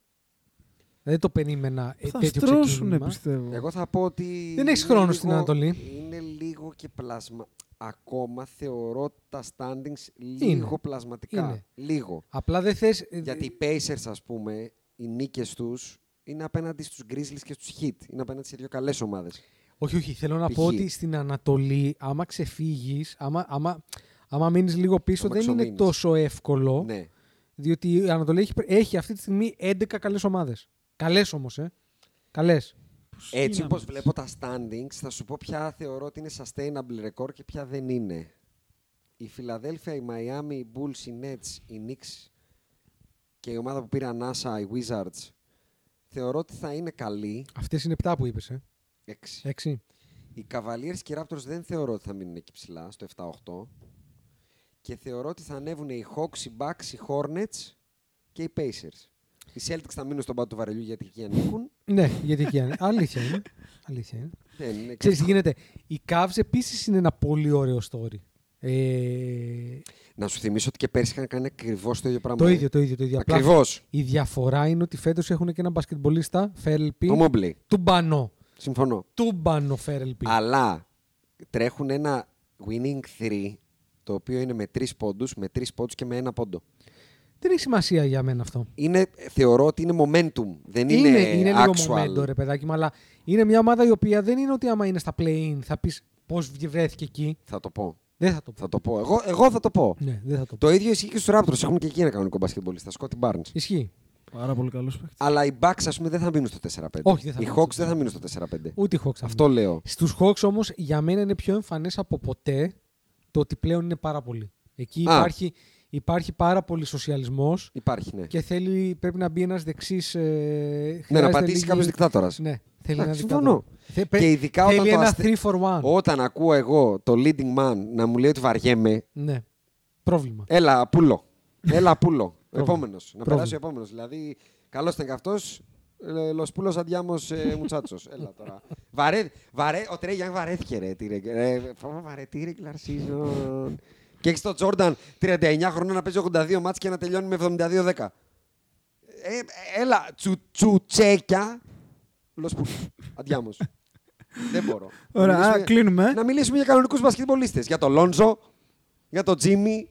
Δεν το περίμενα ε, θα τέτοιο στρώσουν, ξεκίνημα. πιστεύω. Εγώ θα πω ότι. Δεν έχεις είναι χρόνο στην λίγο- Ανατολή. Είναι λίγο και πλασμα. Ακόμα θεωρώ τα standings λίγο πλασματικά. Είναι. Λίγο. Απλά δεν θες... ε, Γιατί οι Pacers, ας πούμε, οι νίκες τους είναι απέναντι στους Grizzlies και στους Heat. Είναι απέναντι σε δύο καλές ομάδες. Όχι, όχι. Θέλω να Π.χ. πω ότι στην Ανατολή, άμα ξεφύγεις, άμα, άμα, άμα μείνεις λίγο πίσω, Άμα δεν είναι ξομείνεις. τόσο εύκολο. Ναι. Διότι η Ανατολή έχει, έχει αυτή τη στιγμή 11 καλές ομάδες. Καλές όμως, ε. Καλές. Έτσι είναι όπως αυτό. βλέπω τα standings, θα σου πω ποια θεωρώ ότι είναι sustainable record και ποια δεν είναι. Η Φιλαδέλφια, η Μαϊάμι, οι Bulls, οι Nets, οι Knicks και η ομάδα που πήρε ανάσα, οι Wizards, θεωρώ ότι θα είναι καλή. Αυτές είναι 7 που είπες, ε. Έξι. Έξι. Οι Cavaliers και οι Raptors δεν θεωρώ ότι θα μείνουν εκεί ψηλά, στο 7-8. Και θεωρώ ότι θα ανέβουν οι Hawks, οι Bucks, οι Hornets και οι Pacers. Οι Celtics θα μείνουν στον πάτο του βαρελιού γιατί εκεί ανήκουν. ναι, γιατί εκεί [laughs] είναι. Αλήθεια είναι. Αλήθεια είναι. δεν είναι Ξέρεις τι γίνεται. Οι Cavs επίσης είναι ένα πολύ ωραίο story. Ε, Να σου θυμίσω ότι και πέρσι είχαν κάνει ακριβώς το ίδιο πράγμα. το ίδιο, το ίδιο, το ίδιο. Απλά Ακριβώς. η διαφορά είναι ότι φέτος έχουν και ένα μπασκετμπολίστα, Φέρελπι, Το Mobley. τουμπανό. Συμφωνώ. Τουμπανό Φέρελπι. Αλλά τρέχουν ένα winning 3 το οποίο είναι με τρεις πόντους, με τρεις πόντους και με ένα πόντο. Δεν έχει σημασία για μένα αυτό. Είναι, θεωρώ ότι είναι momentum. Δεν είναι, είναι λίγο actual. momento, ρε παιδάκι μου, αλλά είναι μια ομάδα η οποία δεν είναι ότι άμα είναι στα play-in θα πεις πώς βρέθηκε εκεί. Θα το πω. Δεν θα το πω. Θα το πω. Εγώ, εγώ θα το πω. Ναι, δεν θα το πω. Το ίδιο ισχύει και στους Raptors. Έχουν και εκεί ένα κανονικό μπασκετμπολίστα, Σκότι Barnes. Ισχύει. Πάρα πολύ καλός παίκτης. Αλλά οι Bucks, ας πούμε, δεν θα μείνουν στο 4-5. Όχι, δεν θα οι μείνουν Hawks στο δεν θα μείνουν στο 4-5. Ούτε οι Hawks θα Αυτό λέω. Στους Hawks όμως για μένα είναι πιο εμφανές από ποτέ το ότι πλέον είναι πάρα πολύ. Εκεί Α. υπάρχει, υπάρχει πάρα πολύ σοσιαλισμός Υπάρχει, ναι. και θέλει, πρέπει να μπει ένας δεξής... Ε, Ναι, χρειάζεται να πατήσει λίγη- κάποιος δικτάτορας. Ναι, θέλει ένα Εντάξει, δικτάτορα. συμφωνώ. Θε- Και ειδικά όταν θέλει το ένα αστε- 3 for 1. Όταν ακούω εγώ το leading man να μου λέει ότι βαριέμαι, Ναι, πρόβλημα. έλα πουλο. Έλα πουλο. Πρόβλημα. επόμενος. Να Πρόβλημα. περάσει ο επόμενος. Δηλαδή, καλός ήταν και Ε, αυτό. Λος πούλο αντιάμος μουτσάτσο. ε, Έλα τώρα. Βαρέ, βαρέ, ο Τρέι Γιάνγκ βαρέθηκε, ρε. ε, Τι, ρε, ρε φάμε βαρετή regular season. Και έχεις τον Τζόρνταν 39 χρόνια να παίζει 82 μάτς και να τελειώνει με 72-10. Ε, έλα, τσου, τσουτσέκια. Λο πούλο. Αντιάμο. Δεν μπορώ. Να Ωραία, μιλήσουμε- κλείνουμε. να μιλήσουμε για κανονικούς μπασκετμπολίστες. Για τον Λόντζο, για τον Τζίμι.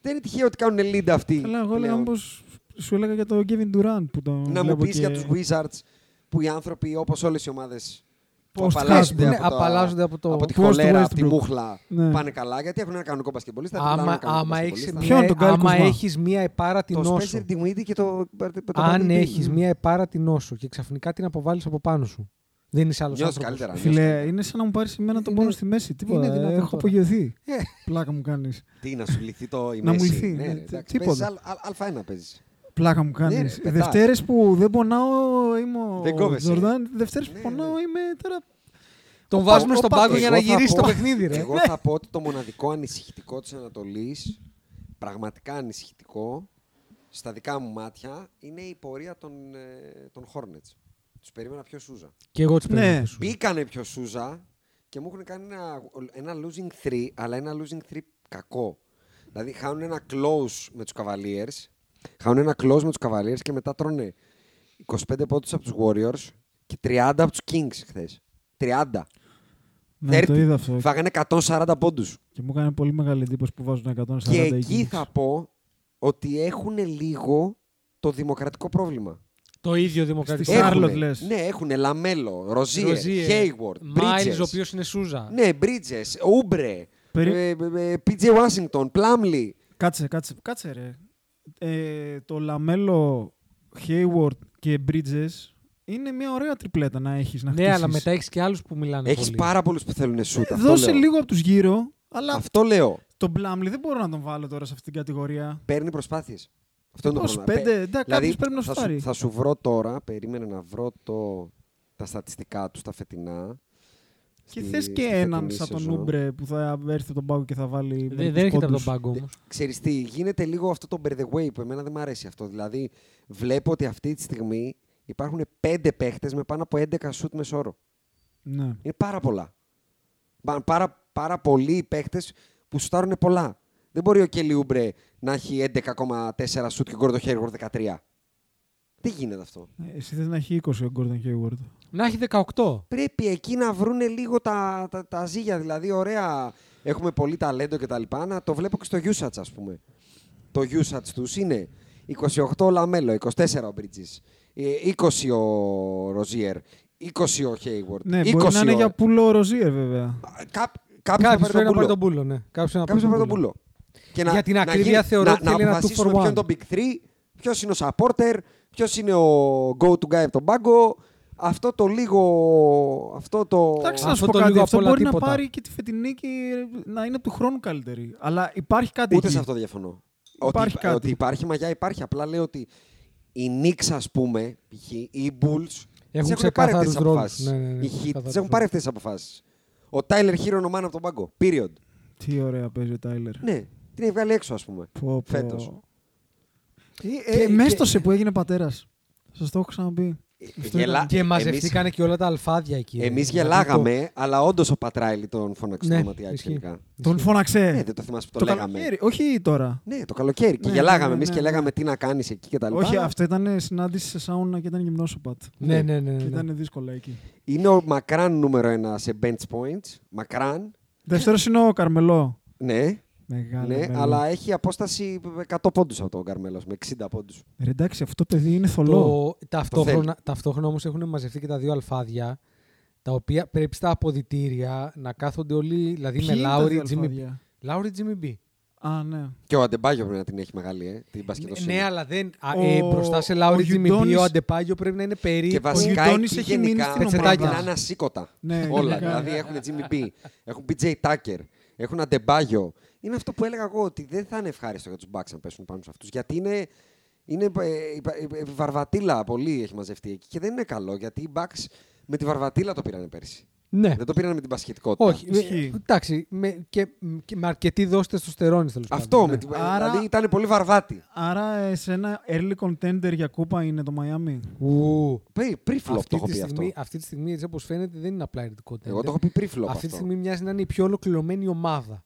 Δεν είναι τυχαίο ότι κάνουν lead αυτοί. Αλλά εγώ πλέον. λέγαμε πως σου έλεγα για τον Kevin Durant που τον. Να μου βλέπω πεις και- για τους Wizards που οι άνθρωποι, όπως όλες οι ομάδες, που Post-cast, απαλλάσσονται, ναι, από, το- απαλλάσσονται από το- από τη Post χολέρα, Westbrook. από τη μούχλα, Ναι. πάνε καλά γιατί έχουν ένα κανονικό μπασκετμπολίστα. πουλάνε Άμα, ένα κανονικό άμα έχεις μπασκετμπολίστα. Ποιον, μια, τον Kyle άμα Kuzma? έχεις μια επάρατη Το νόσο, Spencer Dinwiddie και το. το αν Bradley Beal. έχεις μια επάρατη νόσο και ξαφνικά την αποβάλεις από πάνω σου, δεν είσαι άλλος Νιώθεις άνθρωπος. καλύτερα. νιώθεις Φιλέ, καλύτερα. είναι σαν να μου πάρεις εμένα τον Είναι- πόνο στη μέση. Τίποτα. είναι δυνατόν Έχω τώρα. απογειωθεί. Ε. Πλάκα μου κάνεις. Τι να σου λυθεί το η Να μου μέση. λυθεί, Ναι, ναι, ρε, τι- εντάξει, τίποτα. παίζεις α- α- Α1 παίζεις. Πλάκα μου κάνεις. Ναι, ρε, πετάς. Δευτέρες που δεν πονάω είμαι Δεν ο κόβεσαι. Τζορδάν. Δευτέρες που Ναι, πονάω ναι. είμαι τώρα. Τον Οπα, βάζουμε στον οπα, πάγκο εγώ για να θα γυρίσει πω- το παιχνίδι, ρε. Εγώ θα πω ότι το μοναδικό ανησυχητικό της Ανατολής, πραγματικά ανησυχητικό, στα δικά μου μάτια, είναι η πορεία των, ε, των Hornets. Τους περίμενα πιο Σούζα. Και εγώ τις Ναι. περιμένω. σου. Μπήκανε πιο Σούζα και μου έχουν κάνει ένα, ένα losing 3, αλλά ένα losing 3 κακό. Δηλαδή χάνουν ένα close με τους Cavaliers, χάνουν ένα close με τους Cavaliers και μετά τρώνε 25 πόντους από τους Warriors και 30 από τους Kings χθες. 30. Ναι, το 30. είδα αυτό. Φάγανε 140 πόντους. Και μου έκανε πολύ μεγάλη εντύπωση που βάζουν 140 Και οι εκεί Kings. θα πω ότι έχουν λίγο το δημοκρατικό πρόβλημα. Το ίδιο δημοκρατικό. Στη Έχουνε- Charlotte λες. Ναι, έχουν Λαμέλο, Ροζίε, Rozier, Miles, Hayward, Bridges. ο οποίος είναι Σούζα. Ναι, Bridges, Ούμπρε, ε, Περί- PJ Washington, Plumlee. Κάτσε, κάτσε, κάτσε ρε. Ε, το Λαμέλο, Hayward και Bridges είναι μια ωραία τριπλέτα να έχεις να Ναι, χτίσεις. Ε, αλλά μετά έχεις και άλλους που μιλάνε Έχεις πολύ. πάρα πολλούς που θέλουν σούτ. αυτό Δώσε λέω. λίγο από τους γύρω, αλλά Αυτό λέω. τον Blumley δεν μπορώ να τον βάλω τώρα σε αυτήν την κατηγορία. Παίρνει προσπάθειες. Αυτό είναι το Πώς, πρόβλημα. πέντε, Πε- εντάξει, κάποιος πρέπει να σου θα πάρει. Θα σου βρω τώρα, περίμενε να βρω το, τα στατιστικά του, τα φετινά. Και στη- θες στη και φετινή έναν σαν τον σεζόν. Ούμπρε που θα έρθει από τον πάγκο και θα βάλει Δε- μερικούς Δεν έρχεται από πόντους. τον πάγκο Ναι. όμω. Ξέρεις τι, γίνεται λίγο αυτό το by the way που εμένα δεν μου αρέσει αυτό. Δηλαδή, βλέπω ότι αυτή τη στιγμή υπάρχουν πέντε παίχτες με πάνω από 11 σουτ μεσόρο. Ναι. Είναι πάρα πολλά. Πα- Πάρα, πάρα πολλοί οι παίχτες που σουτάρουν πολλά. Δεν μπορεί ο Κέλι Ούμπρε να έχει 11,4 σουτ και ο Γκόρντο Χέργορ 13. Δεν γίνεται αυτό. Ε, Εσύ θες να έχει 20 ο Gordon Hayward. Να έχει 18. Πρέπει εκεί να βρούνε λίγο τα, τα, τα ζύγια. Δηλαδή, ωραία, έχουμε πολύ ταλέντο κτλ. Να το βλέπω και στο usage, ας πούμε. Το usage τους είναι 28 ο Λαμέλο, 24 ο Bridges, ε, 20 ο Ροζιέρ, 20 ο Hayward. Ναι, 20 μπορεί να είναι ο- για πουλό Ροζίερ βέβαια. Κά- Κάποιος θα Κάποιος πρέπει πάρει τον να πάρει πούλο. τον πούλο. Ναι. Κάποιος να Κάποιο πάρει θα πάρει τον τον πούλο. Και Για την ακρίβεια θεωρώ να, ότι να θέλει ένα αποφασίσουμε two for ποιο one. είναι το Big 3, ποιος είναι ο supporter, ποιος είναι ο go-to guy από τον πάγκο. Αυτό το λίγο. Αυτό το. Εντάξει, Αυτό να σου πω το λίγο κάτι. απ' Αυτό όλα μπορεί τίποτα. να πάρει και τη φετινή και να είναι του χρόνου καλύτερη. Αλλά υπάρχει κάτι Ούτε εκεί. σε αυτό διαφωνώ. Υπάρχει ότι, κάτι. ότι υπάρχει μαγιά, υπάρχει. Απλά λέω ότι οι Knicks, ας πούμε, π.χ. ή οι Bulls. τις έχουν πάρει αυτέ ξεκάθαρους τις ρόλους. αποφάσεις. Ναι, ναι, ναι, Οι Heat ξεκάθαρους τις έχουν πάρει αυτές τις αποφάσεις. Ο Tyler Hero ο man από τον πάγκο. Period. Τι ωραία παίζει ο Τάιλερ. Ναι, την έχει βγάλει έξω, ας πούμε. Φέτος. Ε, ε, και- μέστοσε που έγινε πατέρας. Σας το έχω ξαναπεί. Αυτό Γελά- ήταν. Και μαζευτήκανε και όλα τα αλφάδια εκεί. Εμεί Δηλαδή, γελάγαμε, αλλά όντως ο Πατράιλι τον φώναξε Ναι, το ματιάκι ισχύει. τελικά. Τον φώναξε. Ναι, δεν το θυμάσαι που το, το λέγαμε. καλοκαίρι. Όχι τώρα. Ναι, το καλοκαίρι. Και Ναι, γελάγαμε ναι, εμείς ναι, και ναι. λέγαμε τι να κάνεις εκεί και τα λοιπά. Όχι, αυτό ήταν συνάντηση σε σάουνα και ήταν γυμνόσοπατ. Ναι, ναι, ναι. ναι, Και ναι. ήταν δύσκολα εκεί. Είναι ο μακράν νούμερο ένα σε bench points. Μακράν. Δεύτερος είναι ο Καρμελό. Ναι, Μεγάλο. ναι μέλλον. αλλά έχει απόσταση 100 πόντους από τον Καρμέλος με 60 πόντους. Ρε, εντάξει, αυτό το παιδί είναι θολό. Το, ταυτόχρονα, ταυτόχρονα όμως έχουν μαζευτεί και τα δύο αλφάδια τα οποία πρέπει στα αποδητήρια να κάθονται όλοι. Δηλαδή Ποιοι με είναι τα Λάουρι, δύο Jimmy B. αλφάδια? Λάουρι, Jimmy B. Α, ναι. Και ο Αντεμπάγιο πρέπει να την έχει μεγάλη, ε, την πασκετοσύνη. Ναι, αλλά δεν. α, Ο- ε, μπροστά σε Λάουρι, ο Jimmy B. Γιουντόνης- Ο Αντεπάγιο πρέπει να είναι Και περίπου. βασικά Γιουντόνης εκεί έχει μείνει γενικά στην πρέπει ομάδα. να είναι ασήκωτα. Ναι, Όλα. γενικά, δηλαδή ναι. έχουν Jimmy B, έχουν PJ Tucker, έχουν Αντεμπάγιο. Είναι αυτό που έλεγα εγώ ότι δεν θα είναι ευχάριστο για τους Bucks να πέσουν πάνω σε αυτούς. Γιατί είναι, είναι ε, ε, ε, βαρβατήλα πολύ έχει μαζευτεί εκεί και δεν είναι καλό γιατί οι Bucks με τη βαρβατήλα το πήρανε πέρσι. Ναι. Δεν το πήρανε με την πασχετικότητα. Όχι. ε, Ισχύει. Εντάξει. με- Και και με αρκετή δόση τεστοστερόνη τέλος πάντων. Αυτό. ναι. Με την, Άρα- Δηλαδή ήταν πολύ βαρβάτη. Άρα ε, σε ένα early contender για κούπα είναι το Miami. Ου. Πριν flop το Αυτή έχω τη, πει στιγμή, αυτό. αυτή τη στιγμή, έτσι όπως φαίνεται, δεν είναι απλά ερετικό Εγώ το έχω πει πριν flop Αυτή τη αυτό. στιγμή μοιάζει να είναι η πιο ολοκληρωμένη ομάδα.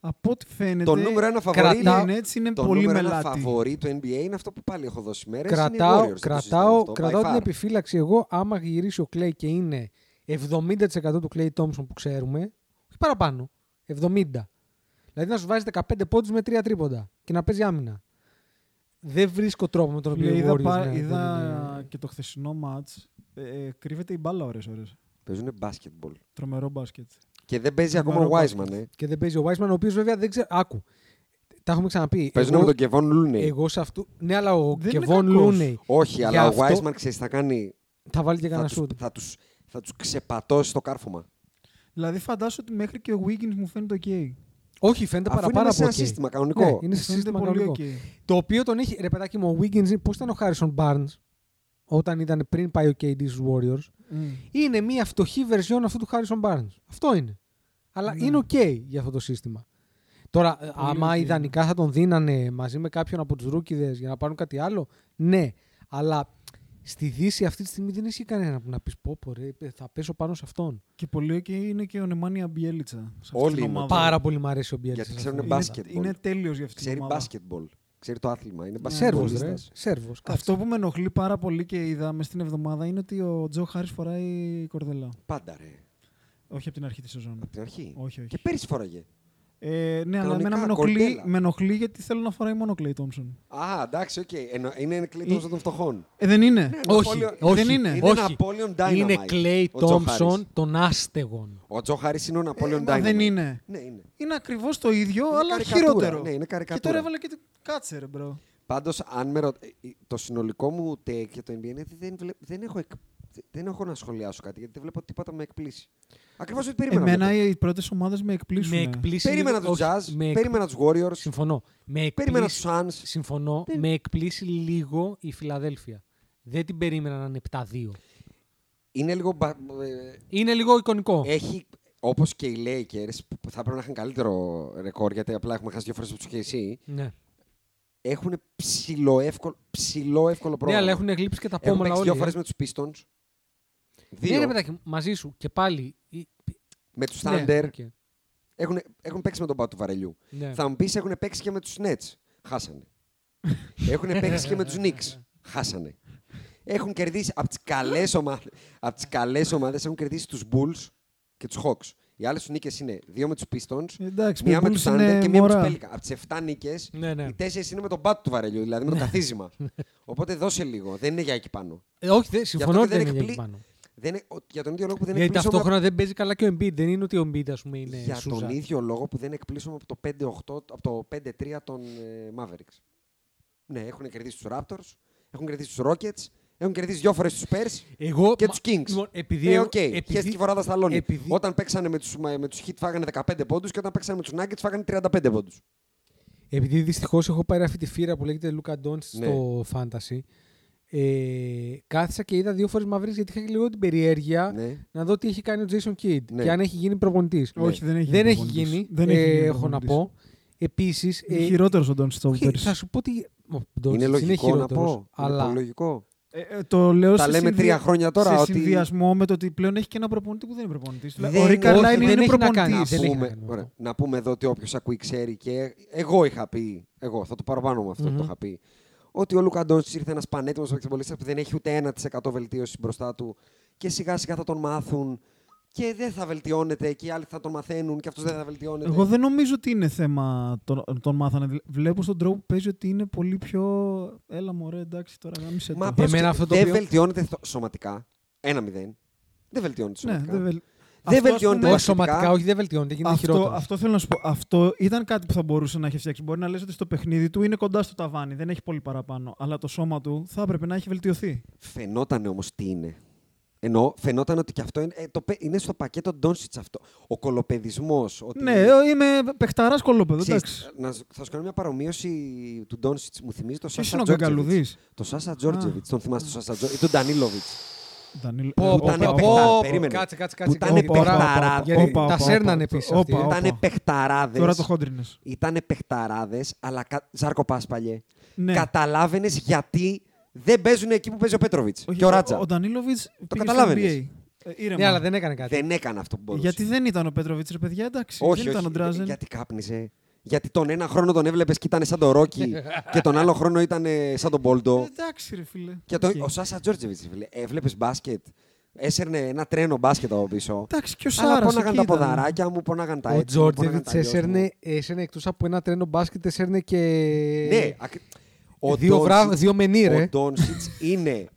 Από ό,τι φαίνεται. Το νούμερο ένα φαβορή κρατάω- είναι- είναι Ναι, έτσι, είναι το πολύ νούμερο ένα μελάτη. φαβορί του NBA είναι αυτό που πάλι έχω δώσει μέρες. είναι οι Warriors, κρατάω, δεν το συζητάμε κρατάω, αυτό, by κρατάω την far. επιφύλαξη εγώ άμα γυρίσει ο Clay και είναι 70% του Clay Thompson που ξέρουμε, όχι παραπάνω, 70. Δηλαδή να σου βάζει 15 πόντους με 3 τρίποντα και να παίζει άμυνα. Δεν βρίσκω τρόπο με τον οποίο Φίλε, οι είδα, Warriors, πα- ναι, είδα δεν είναι- και το χθεσινό μάτς. Ε, ε, κρύβεται η μπάλα ώρες ώρες. Παίζουν basketball. Τρομερό μπάσκετ. Και δεν παίζει ακόμα ο Σοβαρό Wiseman. Ε. Και δεν παίζει ο Wiseman, ο οποίος βέβαια δεν ξέρω... Άκου, τα έχουμε ξαναπεί. Παίζουν με τον Κεβόν Λούνεϊ. εγώ σε αυτού... Ναι, αλλά ο Δεν είναι Κεβόν κακός. Λούνεϊ Όχι, Για αλλά ο αυτό- Wiseman ξέρεις θα κάνει. θα βάλει και Θα κανένα τους, σούτ. θα, τους, θα τους ξεπατώσει το κάρφωμα. Δηλαδή φαντάσου ότι μέχρι και ο Wiggins μου φαίνεται ok. Όχι, φαίνεται Αφού παραπάνω είναι από σε ένα OK. σύστημα κανονικό. Ναι, είναι Μου σε φαίνεται σύστημα πολύ κανονικό. ok. Το οποίο τον έχει. Ρε παιδάκι μου, ο Wiggins, πώς ήταν ο Harrison Barnes όταν ήταν πριν πάει ο KD στους Warriors. Μμ. Είναι μια φτωχή βερζιόν αυτού του Harrison Barnes. Αυτό είναι. Αλλά Ναι. είναι OK για αυτό το σύστημα. Τώρα, ε, άμα ναι. ok. ιδανικά θα τον δίνανε μαζί με κάποιον από τους ρούκιδε για να πάρουν κάτι άλλο, ναι. Αλλά στη Δύση αυτή τη στιγμή δεν έχει κανένα που να πεις πω, πω ρε, ε, θα πέσω πάνω σε αυτόν. Και πολύ ok είναι και ο Νεμάνια Μπιέλιτσα. σε αυτή Όλοι την είναι. ομάδα. Πάρα πολύ μου αρέσει ο Μπιέλ. Ναι. Γιατί ξέρουν Είναι- μπάσκετ. basketball. Είναι τέλειος για αυτή την Ξέρει ομάδα. Ναι, basketball. Ξέρει το άθλημα. Είναι Σέρβο, basketball. ρε. Σέρβο. Αυτό που με ενοχλεί πάρα πολύ και είδαμε στην εβδομάδα είναι ότι ο Τζο Χάρις φοράει κορδελά. Πάντα ρε. Όχι από την αρχή της σεζόν. Από την αρχή. Όχι, όχι. Και πέρυσι φοράγε. Ε, ναι, Κανονικά, αλλά εμένα με ενοχλεί, κορδέλα. με ενοχλεί γιατί θέλω να φοράει μόνο ο Κλέι Τόμψον. Α, εντάξει, οκ. Εννο- Είναι κλείτο των φτωχών. Ε, δεν Ναι, είναι. Όχι, Napoleon- όχι, δεν είναι. Είναι όχι. Napoleon Dynamite. Είναι Clay ο Τζο Thompson Χάρις. των άστεγων. Ο Τζο Χάρις είναι ο Ναπόλεον Ε, μα Ντάιναμ. δεν είναι. Ναι, είναι. Είναι ακριβώς το ίδιο, Είναι αλλά καρικατούρα. χειρότερο. Ναι, είναι και καρικατούρα. τώρα έβαλε και την κάτσερ, μπρο. Πάντως, αν με ρω- ε, το συνολικό μου take για το NBA είναι ότι δεν, βλέπ- δεν, έχω εκ- δεν έχω να σχολιάσω κάτι γιατί δεν βλέπω τίποτα που με εκπλήσει. Ακριβώς ότι περίμενα. Εμένα βλέπω. οι πρώτες ομάδες με εκπλήσουν. Με εκπλήσει. Περίμενα λίγο- του Jazz, όχι, με εκ- περίμενα τους Warriors, Συμφωνώ. Με περίμενα τους εκπλήσει, Suns. συμφωνώ. Με εκπλήσει λίγο η Φιλαδέλφια. Δεν την περίμενα να είναι 7-2. Είναι λίγο. μπα- ε, Είναι λίγο εικονικό. Έχει, όπως και οι Lakers, που θα πρέπει να είχαν καλύτερο ρεκόρ γιατί απλά έχουμε χάσει δύο φορές από τους KC. ναι. Έχουν ψηλό εύκολο, ψηλό εύκολο ναι, πρόγραμμα. αλλά έχουν γλύψει και τα Έχουν πόμολα παίξει όλοι. δύο ε. φορές με τους Pistons. Δύο. Ναι, ρε παιδάκι, μου, μαζί σου και πάλι. η- με τους ναι, Thunder. οκ. Έχουν, έχουν παίξει με τον Πάτου Βαρελιού. Ναι. Θα μου πεις έχουν παίξει και με τους Νέτ. Χάσανε. έχουν παίξει και με τους Νίξ. Χάσανε. Έχουν κερδίσει από τις καλές ομάδε. Από τις καλές ομάδες έχουν κερδίσει τους Bulls και τους Hawks. Οι άλλες τους νίκες είναι δύο με τους Pistons, Ε, Εντάξει, μία με Bulls του είναι Thunder και μία με τους μωρά. Pelicans. Από τι 7 νίκες, Ναι, ναι. οι 4 είναι με τον πάτο του βαρελιού, δηλαδή με το καθίζημα. Οπότε δώσε λίγο. Δεν είναι για εκεί πάνω. Ε, όχι, δεν- Γι' αυτό συμφωνώ και ότι δεν είναι εκπλή- εκεί πάνω. Δεν είναι- ο- Για τον ίδιο λόγο που δεν Γιατί εκπλήσωμαι από- ταυτόχρονα δεν παίζει καλά και ο Embiid. Δεν είναι ότι ο Embiid, ας πούμε, είναι για σούζα. τον ίδιο λόγο που δεν εκπλήσωμαι από το 5-8, από το 5-3 των ε, Mavericks. Ναι, έχουν κερδίσει τους Raptors, έχουν κερδίσει τους Rockets, έχουν κερδίσει δύο φορές τους Spurs Εγώ, και μα- τους Kings. Λοιπόν, επειδή, Ε, εγώ- οκ, okay. επειδή, τη φοράδα σταλόνι. επειδή- Όταν παίξανε με τους με τους Heat φάγανε 15 πόντους και όταν παίξανε με τους Nuggets φάγανε 35 πόντους. επειδή δυστυχώς έχω πάρει αυτή τη φύρα που λέγεται Luca Doncic Ναι. στο Fantasy, ε, κάθισα και είδα δύο φορές μαύρες γιατί είχα και λίγο την περιέργεια Ναι. να δω τι έχει κάνει ο Jason Kidd Ναι. και αν έχει γίνει προπονητής. Όχι, δεν έχει Δεν γίνει έχει προπονητής. γίνει, Δεν ε, έχει γίνει έχω να προπονητής. πω. Επίσης, Είναι ε, χειρότερος ο Ντόνι όχι, Στόμπερ. θα σου πω ότι ο Doncic Είναι λογικό να χειρότερος, πω. αλλά Είναι πολύ λογικό. Ε, το λέω Τα σε λέμε συνδυα- τρία χρόνια τώρα Σε ότι- συνδυασμό με το ότι πλέον έχει και ένα προπονητή που δεν είναι προπονητής. Δεν- Ο Ρίκα όχι, Λάιν δεν είναι έχει να κάνει. προπονητής. Δεν να, έχει να πούμε, κάνει με ωραία, αυτό. να πούμε εδώ ότι όποιος ακούει ξέρει και εγώ είχα πει, εγώ θα το παραπάνω με αυτο Μμμ. που το είχα πει, ότι ο Λούκα Ντόνσιτ ήρθε ένας πανέτοιμος εξεμπολίστα που δεν έχει ούτε 1% βελτίωση μπροστά του και σιγά σιγά θα τον μάθουν και δεν θα βελτιώνεται και οι άλλοι θα τον μαθαίνουν και αυτός δεν θα βελτιώνεται. Εγώ δεν νομίζω ότι είναι θέμα τον, τον μάθανε. Βλέπω στον τρόπο που παίζει ότι είναι πολύ πιο. Έλα μωρέ, εντάξει τώρα γάμισε το. Μα Εμένα πρόσεξε, αυτό το δεν οποίο- βελτιώνεται θο- σωματικά. Ένα-0. Δεν βελτιώνεται Ναι, σωματικά. δεν βελ- Δεν Αυτός, ας βελτιώνεται πούμε, όχι βασικά- σωματικά, όχι δεν βελτιώνεται, γίνεται Αυτό, χειρότερο. αυτό θέλω να σου πω. Αυτό ήταν κάτι που θα μπορούσε να έχει φτιάξει. Μπορεί να λες ότι στο παιχνίδι του είναι κοντά στο ταβάνι, δεν έχει πολύ παραπάνω. Αλλά το σώμα του θα έπρεπε να έχει βελτιωθεί. Φαινόταν όμως τι είναι. Ενώ φαινόταν ότι και αυτό είναι, ε, το, πε- είναι στο πακέτο Ντόνσιτ αυτό. Ο κολοπεδισμό. Ναι, ε, είμαι παιχταράς κολόπεδο. Εντάξει. να, σου- θα σου κάνω μια παρομοίωση του Ντόνσιτ. Μου θυμίζει το Ποιος Σάσα είναι ο Τζόρτζεβιτ. Καγκαλουδής? Το Σάσα Τζόρτζεβιτ. Τον θυμάσαι το Σάσα Τζόρτζεβιτ. Τον Ντανίλοβιτ. Ντανίλ- Πω, Ε, πω, Ήταν πω, όπα, πω, παιχταρά, πω, περίμενε. Κάτσε, κάτσε, κάτσε. Που ήταν γιατί τώρα- παιχταρά, γιατί όπα, Τα όπα, σέρνανε όπα, επίση. όπα, αυτοί, ε. όπα. Ήταν παιχταράδες. Τώρα το χόντρινε. Ήτανε παιχταράδες, αλλά κα... Ζάρκο Πάσπαλιε. Ναι. Καταλάβαινες γιατί δεν παίζουν εκεί που παίζει ο Πέτροβιτ και ο Ράτζα. Ο Ντανίλοβιτ πήγε στο καταλάβαινες. NBA. Ε, ήρεμα. Ναι, αλλά δεν έκανε κάτι. Δεν έκανε αυτό που μπορούσε. Γιατί δεν ήταν ο Πέτροβιτ, ρε παιδιά, εντάξει. Όχι, δεν ήταν όχι, ε, ο Ντράζεν. γιατί κάπνιζε. Γιατί τον ένα χρόνο τον έβλεπες και ήταν σαν τον [laughs] Ρόκι και τον άλλο χρόνο ήταν ε, σαν τον Ε, Μπόλτο. Εντάξει, ρε φίλε. και το, Οκ. ο Σάσα Τζόρτζεβιτ, φίλε, έβλεπες μπάσκετ. Έσαιρνε ένα τρένο μπάσκετ από πίσω. Εντάξει, και ο Αλλά Σάρα. πόναγαν τα ποδαράκια μου, πόναγαν τα Ο έτσι. μου, πόναγαν Τζόρτζεβιτ τα αλλιώς μου. έσαιρνε, έσαιρνε εκτός από ένα τρένο μπάσκετ, έσαιρνε και. Ναι, ακρι- ο Ε, δύο, Ντόνσιτς- βρα... δύο μενή, ρε. Ο Ντόνσιτ είναι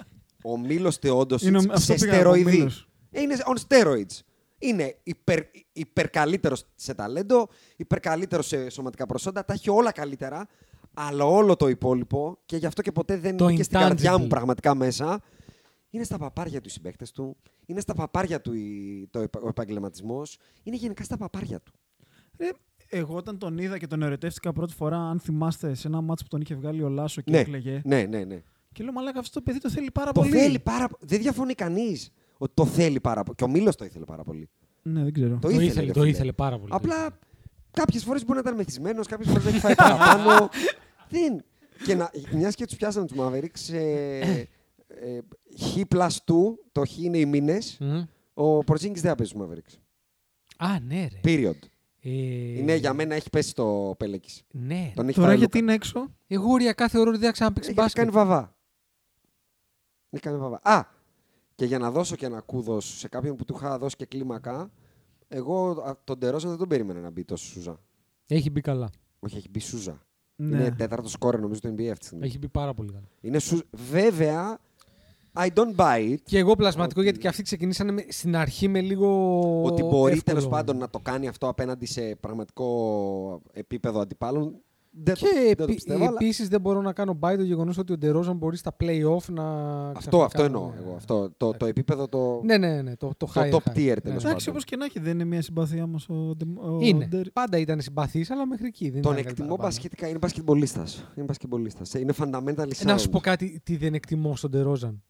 ο Μίλο Είναι Θεόντοσιτ ο- αυτό σε πήγα να πω, στεροειδή. Μίλος. Ε, Είναι on steroids. Είναι υπερ, υπερκαλύτερος σε ταλέντο, υπερκαλύτερος σε σωματικά προσόντα. Τα έχει όλα καλύτερα. Αλλά όλο το υπόλοιπο και γι' αυτό και ποτέ δεν Το είναι και στην καρδιά μου intangible. πραγματικά μέσα. Είναι στα παπάρια του οι συμπαίκτες του. Είναι στα παπάρια του η- το επα- ο επαγγελματισμός. Είναι γενικά στα παπάρια του. Ε, Εγώ όταν τον είδα και τον ερωτεύτηκα πρώτη φορά, αν θυμάστε, σε ένα μάτσο που τον είχε βγάλει ο Λάσο και Ναι, έκλαιγε. ναι, ναι. ναι. Και λέω, Μαλάκα, αυτό το παιδί το θέλει πάρα Το πολύ. θέλει πάρα πολύ. Δεν διαφωνεί κανείς ότι το θέλει πάρα πολύ. Και ο Μήλο το ήθελε πάρα πολύ. Ναι, δεν ξέρω. Το, Το ήθελε, ήθελε, ρε το φίλε. ήθελε πάρα πολύ. Απλά κάποιες φορές μπορεί να ήταν μεθυσμένος, κάποιες φορές δεν έχει φάει [laughs] παραπάνω. δεν. Και να, μιας και τους πιάσαμε τους Mavericks, ε, ε, χ plus 2, το χ είναι οι μήνες. Μμμ. Ο Πορτζίνγκη δεν θα παίζει του Mavericks. Α, ναι, ρε. Period. Ε, Είναι για μένα έχει πέσει το Πέλεκη. Ναι. Τον έχει Τώρα πάρει Λούκα. γιατί είναι έξω. Εγώ οριακά θεωρώ ότι δεν θα ξαναπέξει Έχει κάνει μπάσκετ. βαβά. Έχει κάνει βαβά. Α! Και για να δώσω και ένα κούδος σε κάποιον που του είχα δώσει και κλίμακα, εγώ α, τον Τερόζα δεν τον περίμενα να μπει τόσο Σούζα. Έχει μπει καλά. Όχι, έχει μπει Σούζα. Ναι. Είναι τέταρτο σκόρε νομίζω του NBA αυτή τη στιγμή. Έχει μπει πάρα πολύ καλά. Είναι σου... Βέβαια, I don't buy it. Και εγώ πλασματικό Ότι- γιατί και αυτοί ξεκινήσανε με- στην αρχή με λίγο. Ότι μπορεί εύκολο. τέλος πάντων να το κάνει αυτό απέναντι σε πραγματικό επίπεδο αντιπάλων. Δεν, το, Και δεν το επί... πιστεύω, αλλά επίσης δεν μπορώ να κάνω μπάι το γεγονός ότι ο Ντερόζαν μπορεί στα playoff να. αυτό, ξαφνικά αυτό να- εννοώ εγώ. Αυτό, το, το επίπεδο το. Ναι, ναι, ναι. Το, το, Το high, top high. tier, τέλος Ναι. πάντων. Εντάξει, όπως και να έχει, δεν είναι μια συμπαθία μας ο Ντε- ο Είναι. Ντερ- Πάντα ήταν συμπαθής, αλλά μέχρι εκεί. Δεν Τον ήταν κάτι εκτιμώ παραπάνω. μπασκετικά. Είναι μπασκετμπολίστας. Είναι μπασκετμπολίστας. Είναι fundamental Ε, Να σου πω κάτι τι δεν εκτιμώ στον Τερόζαν.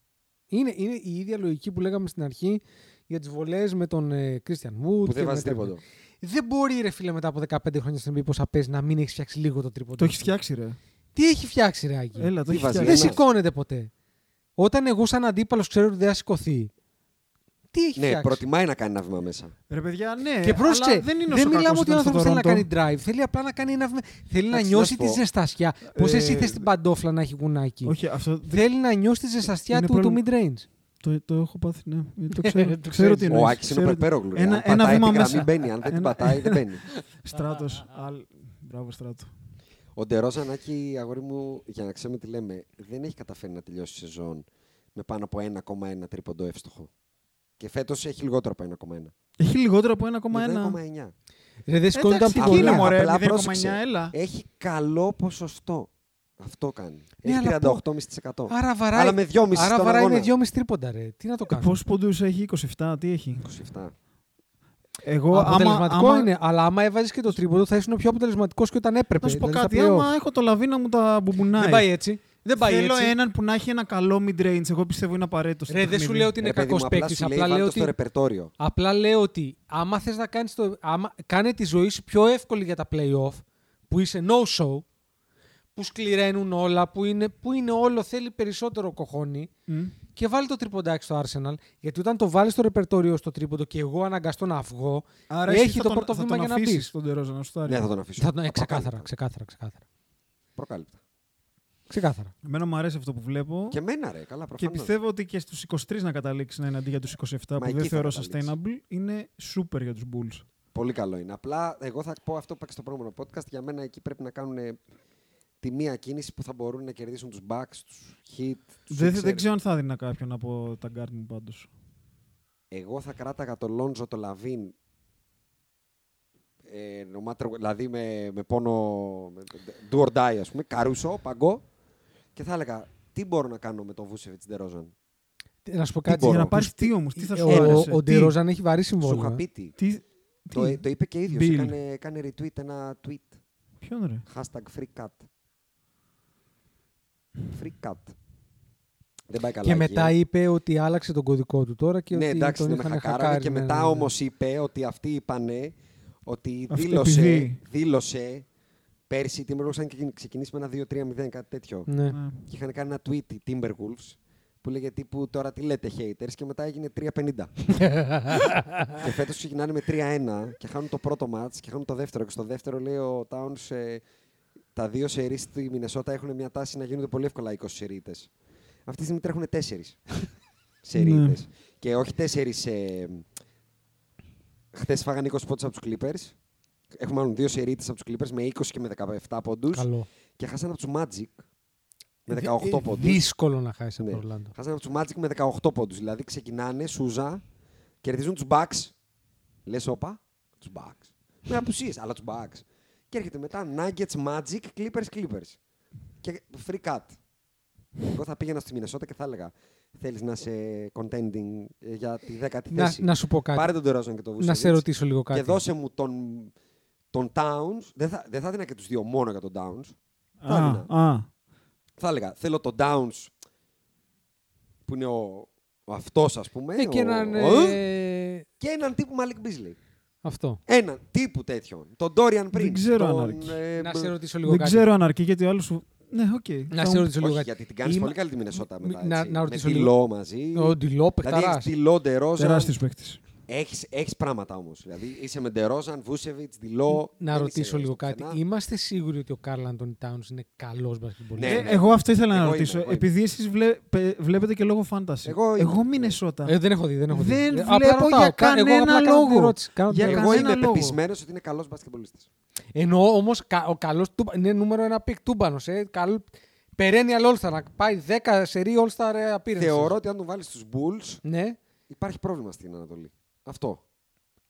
Είναι, είναι η ίδια λογική που λέγαμε στην αρχή για τις βολές με τον ε, Christian Wood. Που και δεν βάζεις με τα- τίποτα. Δεν μπορεί, ρε φίλε, μετά από 15 χρόνια στην NBA πόσα παίζει να μην έχεις φτιάξει λίγο το τρίποντο. Το έχεις φτιάξει, ρε. Τι έχει φτιάξει, ρε Άγγι. Έλα, το Τι έχεις βάζει, Δεν Ένας. φτιάξει. σηκώνεται ποτέ. Όταν εγώ σαν αντίπαλος ξέρω ότι δεν θα σηκωθεί. Τι έχει Ναι, φτιάξει. προτιμάει να κάνει ένα βήμα μέσα. Ρε παιδιά, ναι. Και πρόσεξε, αλλά δεν, δεν είναι μιλάμε ότι ο άνθρωπος θέλει να κάνει drive. Θέλει απλά να κάνει ένα. βήμα. Θέλει να Εντάξει, νιώσει να σου τη πω. ζεστασιά. Πώς Ε, εσύ θες την παντόφλα να έχει γουνάκι. Όχι, αυτό. δεν- Θέλει να νιώσει τη ζεστασιά Είναι του, του πρόβλημα. mid-range. Το, το έχω πάθει, ναι. Το ξέρω, το ξέρω τι εννοείς. Ο Άκης είναι Ξέρω τι- υπερπέρογλου. Ένα- Αν ένα πατάει βήμα την γραμμή μέσα. μπαίνει. Αν δεν την Ένα- πατάει, [laughs] δεν μπαίνει. Στράτος. Αλ- Μπράβο, Στράτο. Ο Ντερό Ανάκη, αγόρι μου, για να ξέρουμε τι λέμε, δεν έχει καταφέρει να τελειώσει η σεζόν με πάνω από 1,1 τρίποντο εύστοχο. Και φέτος έχει λιγότερο από 1,1. Έχει λιγότερο από 1,1. 0,9. Ε, Δηλαδή δεν σηκώνονταν τι Εντάξει, εκείνα, Απλά- πολλά. γίνεται. μωρέ, απλά 0,9, πρόσεξε. έλα. Έχει καλό ποσοστό. Αυτό κάνει. Ναι, έχει αλλά 38,5%. Άρα βαράει, Αλλά με 2,5% άρα στον βαράει αγώνα. με 2,5 τρίποντα, ρε. Τι να Ε, το κάνω. Πόσους πόντους έχει, 27, τι έχει. 27. Εγώ, άμα, αποτελεσματικό άμα, είναι, αλλά άμα έβαζες και το τρίποντο θα ήσουν πιο αποτελεσματικός και όταν έπρεπε. Να σου πω δηλαδή, κάτι, στα play-off. άμα έχω το λαβί να μου τα μπουμπουνάει. Δεν πάει έτσι. Δεν πάει Θέλω έτσι. έναν που να έχει ένα καλό mid-range. Εγώ πιστεύω είναι απαραίτητο. στο Ρε, δεν σου παιχνίδι. λέω ότι είναι Ρε, Ε, παιδί κακός μου, απλά παίκτης. σου λέει, Απλά, βάλ' λέω το στο ότι. ρεπερτόριο. Απλά λέω ότι άμα θες να κάνεις το. Άμα, κάνε τη ζωή σου πιο εύκολη για τα playoff που είσαι no-show, που σκληραίνουν όλα, που είναι, που είναι όλο θέλει περισσότερο κοχώνι Μμ. και βάλει το τρίποντάκι στο Arsenal. Γιατί όταν το βάλεις στο ρεπερτόριο στο τρίποντο και εγώ αναγκαστώ να βγω, Άρα εσύ έχει το θα τον- πρώτο θα βήμα τον για να αφήσεις μπεις. Τον Τερόζα να σου Ναι, θα τον αφήσω. Θα τον- ε, Απροκάλυπτα. Ξεκάθαρα, ξεκάθαρα, ξεκάθαρα. Προκάλυπτα. ξεκάθαρα. Εμένα μου αρέσει αυτό που βλέπω. Και εμένα, ρε, καλά, Και προφανώς. πιστεύω ότι και στους 23 να καταλήξεις να είναι αντί για τους 27 Μα που εκεί δεν θα θεωρώ καταλήξεις. sustainable είναι super για τους Bulls. Πολύ καλό είναι. Απλά εγώ θα πω αυτό που είπα και στο προηγούμενο podcast. Για μένα εκεί πρέπει να κάνουν ε, τη μία κίνηση που θα μπορούν να κερδίσουν τους Bucks, τους Heat, τους Δεν, Sixers. δεν ξέρω αν θα έδινα κάποιον από τα guard μου πάντως. Εγώ θα κράταγα το Λόντζο, το Λαβίν. Ε, no matter what- δηλαδή με, με πόνο με, do or die, ας πούμε. Καρούσο, παγκό. Και θα έλεγα, τι μπορώ να κάνω με τον Βούσεβιτς Ντερόζαν. Να σου πω κάτι. μπορώ. Ε, Για Ε, να Τους- πάρεις τι όμως, τι θα σου Ο- άρεσε. Ο τι- Ντερόζαν έχει βαρύ Σου συμβόλαιο. είχα ε. πει τι. Τι, Το, τι, το είπε και ίδιος. Bill. Έκανε, έκανε retweet ένα tweet. ποιον ρε. Hashtag free cut. Free cut. Δεν πάει καλά. Και εκεί, μετά ε. είπε ότι άλλαξε τον κωδικό του τώρα και ναι, ότι εντάξει, τον δεν με είχαν χακάρανε. χακάρει. και ναι, μετά ναι, ναι. όμως είπε ότι αυτοί είπανε ότι Αυτοί δήλωσε, επειδή. δήλωσε πέρσι οι Timberwolves είχαν ξεκι- ξεκινήσει με ένα 2-3-0, κάτι τέτοιο. Ναι. Ναι. Και είχαν κάνει ένα tweet οι Timberwolves που λέγε τύπου τώρα τι λέτε haters και μετά έγινε 3-50. και φέτος ξεκινάνε με 3-1 και χάνουν το πρώτο μάτς και χάνουν το δεύτερο. Και στο δεύτερο λέει ο Towns ε, τα δύο σερί στη Μινεσότα έχουν μια τάση να γίνονται πολύ εύκολα 20 σερίτες. Αυτή τη στιγμή τρέχουν 4 σερίτες. και όχι 4 ε, Χθες φάγανε 20 πόντους από τους Clippers. Έχουμε μάλλον δύο σερίτες από τους Clippers με 20 και με 17 πόντους. Καλό. Και χάσανε από τους Magic με Δι- 18 ε, πόντους. Δύσκολο να χάσεις από Ναι. το Ορλάντο. Χάσανε από τους Magic με 18 πόντους. Δηλαδή ξεκινάνε, Σούζα, κερδίζουν τους Bucks. Λες, όπα, τους Bucks. Με απουσίες, αλλά τους Bucks. Και έρχεται μετά Nuggets, Magic, Clippers, Clippers. Και free cut. Εγώ θα πήγαινα στη Μινεσότα και θα έλεγα Θέλεις να είσαι contending ε, για τη δέκατη Να, θέση. να σου πω κάτι. Πάρε τον Τερόζαν και τον Βούσεβιτ. να σε ρωτήσω λίγο κάτι. Και δώσε μου τον, τον Towns. Δεν θα, δεν θα έδινα και τους δύο μόνο για τον Towns. ναι. Α, Τάβινα. α, θα έλεγα, θέλω τον Downs που είναι ο, ο αυτός ας πούμε. Ε, και ο- έναν. ο- ε, και έναν τύπου Malik Beasley. Αυτό. Έναν τύπου τέτοιον. Τον Dorian Prince. ξέρω αν τον, ε, αρκεί. Να σε ρωτήσω λίγο Δεν κάτι. ξέρω αν αρκεί γιατί ο άλλος σου... Ναι, οκ. Να θα σε μου- ρωτήσω λίγο Όχι, κάτι. γιατί την κάνεις Είμα- πολύ καλή τη Μινεσότα Μ- μετά, να- έτσι. να ρωτήσω Με λίγο. Τιλό μαζί. Ο Ντιλό, Δηλαδή έχεις παιχταράς. Τιλό, Ντερόζαν. Τεράστιος παίκτης. Έχεις, έχεις πράγματα όμως. Δηλαδή είσαι με Ντερόζαν, Βούσεβιτς, Τιλό. Να δεν ρωτήσω είσαι λίγο στο κάτι. πουθενά. Είμαστε σίγουροι ότι ο Καρλ Αντώνι Τάουν είναι καλός μπασκετμπολιστή. Ναι, Ε, ναι. Εγώ αυτό ήθελα να Εγώ ρωτήσω. είμαι, εγώ Επειδή εσεί βλέπετε και λόγω φάνταση. Εγώ είμαι, ναι. Μινεσότα. Ε, δεν έχω δει. Δεν, έχω δει. Δεν Ε, απλά βλέπω ρωτάω. για Κα- εγώ κανένα απλά κάνω την λόγο. ερώτηση, κάνω την Για ερώτηση. Εγώ κανένα είμαι λόγο. πεπισμένος ότι είναι καλός μπασκετμπολίστης. Εννοώ όμως ο καλός είναι νούμερο ένα πικ τούμπανος. Ε, καλό, perennial All-Star. Να πάει 10 σερή All-Star ε, appearances. Θεωρώ ότι αν τον βάλεις στους Bulls Ναι. υπάρχει πρόβλημα στην Ανατολή. Αυτό.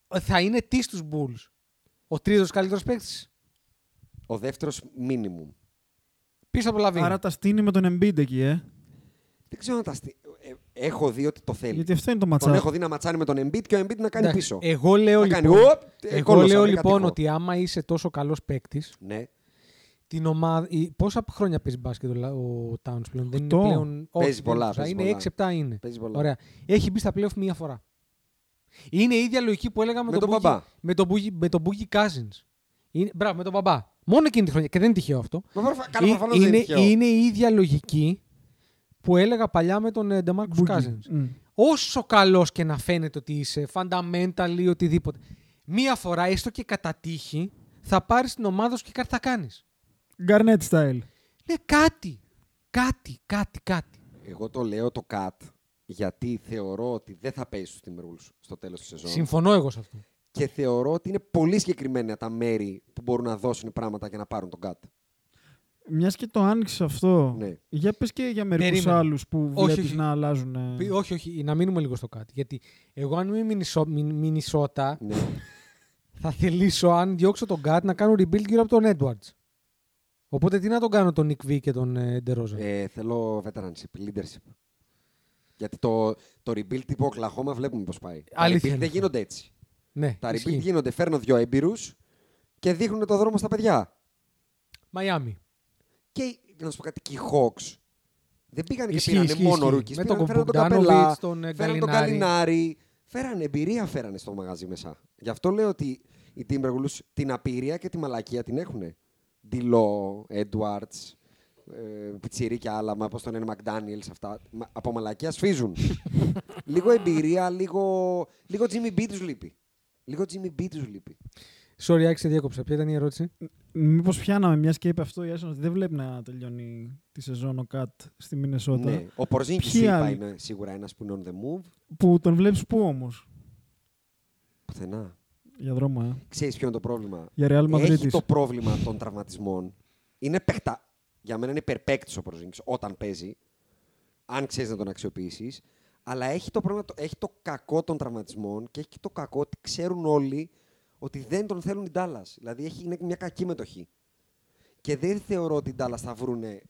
Θα είναι τι στους Bulls. Ο τρίτος καλύτερος παίκτης. Ο δεύτερος minimum. Πίσω από το Λαβίν. Άρα τα στείνει με τον Embiid εκεί, ε. Δεν ξέρω αν τα στι... ε, Έχω δει ότι το θέλει. Γιατί αυτό είναι το Ε, Τον ματσάκι. έχω δει να ματσάρει με τον Embiid και ο Embiid να Εντάξει, κάνει ε, πίσω. Εγώ λέω Να κάνει, λοιπόν, οπ, ε, εγώ κόλλωσα, λέω, βρήκα λοιπόν τείχο. ότι άμα είσαι τόσο καλός παίκτης, Ναι. την ομάδα. η- Πόσα χρόνια παίζει μπάσκετ ο Λα- ο Towns πλέον. Δεν είναι Οκτώ. πλέον. όχι, Παίζει δεν πολλά, είναι τόσα, παίζει Είναι πολλά. 6-7 είναι. Παίζει πολλά. Ωραία. Έχει μπει στα playoff μία φορά. Είναι η ίδια λογική που έλεγα με, Με τον, τον Boogie- Μπαμπά. με τον Boogie- με τον Boogie Cousins. Είναι, μπράβο, με τον μπαμπά. Μόνο εκείνη τη χρονιά. Και δεν είναι τυχαίο αυτό. Μα προφα- Καλά, Ε, προφανώς δεν είναι, τυχαίο. είναι η ίδια λογική που έλεγα παλιά με τον ε, DeMarcus Cousins. Μμ. Όσο καλός και να φαίνεται ότι είσαι, fundamental ή οτιδήποτε, μία φορά, έστω και κατά τύχη, θα πάρεις την ομάδα σου και κάτι θα κάνεις. Garnett style. Ναι, κάτι. Κάτι, κάτι, κάτι. Εγώ το λέω το cut γιατί θεωρώ ότι δεν θα πέσει στους Timberwolves στο τέλος της σεζόν. Συμφωνώ εγώ σε αυτό. Και θεωρώ ότι είναι πολύ συγκεκριμένα τα μέρη που μπορούν να δώσουν πράγματα για να πάρουν τον ΚΑΤ. Μιας και το άνοιξες αυτό. Ναι. Για πες και για μερικούς Περίμενε. άλλους που Όχι, βλέπεις όχι. να αλλάζουν. ε. Πει- Όχι, όχι, να μείνουμε λίγο στο κάτι. Γιατί εγώ, αν είμαι Μινισό- Μιν- Μινισότα, Ναι. θα θελήσω, αν διώξω τον Γκάτ, να κάνω rebuild γύρω από τον Edwards. Οπότε τι να τον κάνω τον Nick V και τον ε, Ντερόζα. ε, θέλω veteranship, leadership. Γιατί το, το rebuild τύπου Οκλαχώμα βλέπουμε πώς πάει. Αλήθεια τα rebuild είναι δεν αυτό. γίνονται έτσι. ναι, Τα rebuild ισχύει. γίνονται, φέρνω δύο έμπειρους και δείχνουν το δρόμο στα παιδιά. Μαϊάμι. Και οι- να σου πω κάτι, και οι Hawks δεν πήγαν και Ισχύει, πήρανε ισχύει, μόνο ισχύει. ρούκι. Με Πήγαν, τον φέραν τον Bogdanovic, Καπελά, τον, ε, φέραν τον Gallinari. Καλινάρη. Φέραν εμπειρία, φέρανε στο μαγαζί μέσα. Γι' αυτό λέω ότι οι Timberwolves την απειρία και τη μαλακία την έχουν. Ντιλό, Edwards, ε, Πιτσιρί και άλλα, μα πώς τον λένε, McDaniels, αυτά. Μα- Από [laughs] μαλακία σφίζουν. λίγο εμπειρία, λίγο, λίγο Jimmy B τους λείπει. Λίγο Jimmy B τους λείπει. Sorry, Άκη, σε διέκοψα. Ποια ήταν η ερώτηση. Μήπως πιάναμε, μιας και είπε αυτό η Άσον, ότι δεν βλέπει να τελειώνει τη σεζόν ο Κατ στη Μινεσότα. Ναι. Ο Πορζίνκης Ποιοι σου είπα άλλοι? είναι σίγουρα ένας που είναι on the move. Που τον βλέπεις πού όμως. Πουθενά. Για δρόμο, ε. Ξέρεις ποιο είναι το πρόβλημα. Για Real Έχει Madrid. το πρόβλημα των τραυματισμών. Είναι παιχτά. Για μένα είναι υπερπαίκτης ο Πορζίνκη όταν παίζει. Αν ξέρεις να τον αξιοποιήσεις. Αλλά έχει το, πρόβλημα, το- έχει το κακό των τραυματισμών και έχει και το κακό ότι ξέρουν όλοι ότι δεν τον θέλουν οι Ντάλλας. Δηλαδή έχει, είναι μια κακή μετοχή. Και δεν θεωρώ ότι οι Ντάλλας θα βρούνε.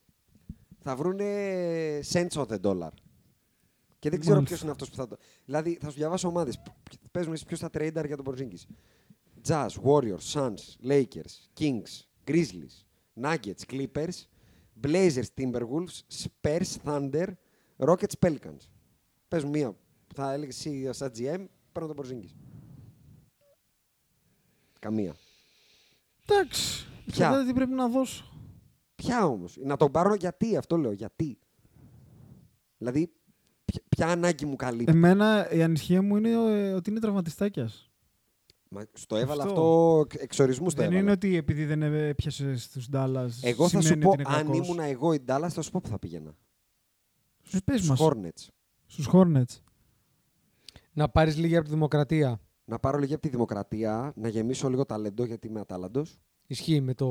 Θα βρούνε cents on the dollar. Και δεν ξέρω ποιο Μάλιστα. είναι αυτός που θα το. Δηλαδή θα σου διαβάσω ομάδες. Παίζουν ποιος θα τρέινταρ για τον Πορζίνκη. Jazz, Warriors, Suns, Lakers, Kings, Grizzlies, Nuggets, Clippers, Blazers, Timberwolves, Spurs, Thunder, Rockets, Pelicans. Πες μου μία που θα έλεγες εσύ ως AGM, παίρνω τον Πορζίνγκης. Καμία. Εντάξει. Ποια? Ξέρετε τι πρέπει να δώσω. Ποια όμως. Να τον πάρω γιατί, αυτό λέω, γιατί. Δηλαδή, ποια, ποια ανάγκη μου καλύπτει. Ε, Εμένα η ανησυχία μου είναι ε, ότι είναι τραυματιστάκιας. Μα Στο έβαλα αυτό. αυτό, εξορισμού στο Δεν έβαλα. είναι ότι επειδή δεν ε, έπιασε στους Ντάλλας. Εγώ θα σου πω, αν ήμουν εγώ η Ντάλλας, θα σου πω που θα πήγαινα. Πες Στους μας. Hornets. Στους Hornets. Να πάρεις λίγη από τη δημοκρατία. να πάρω λίγη από τη δημοκρατία, να γεμίσω λίγο ταλέντο γιατί είμαι ατάλαντο. Ισχύει με το.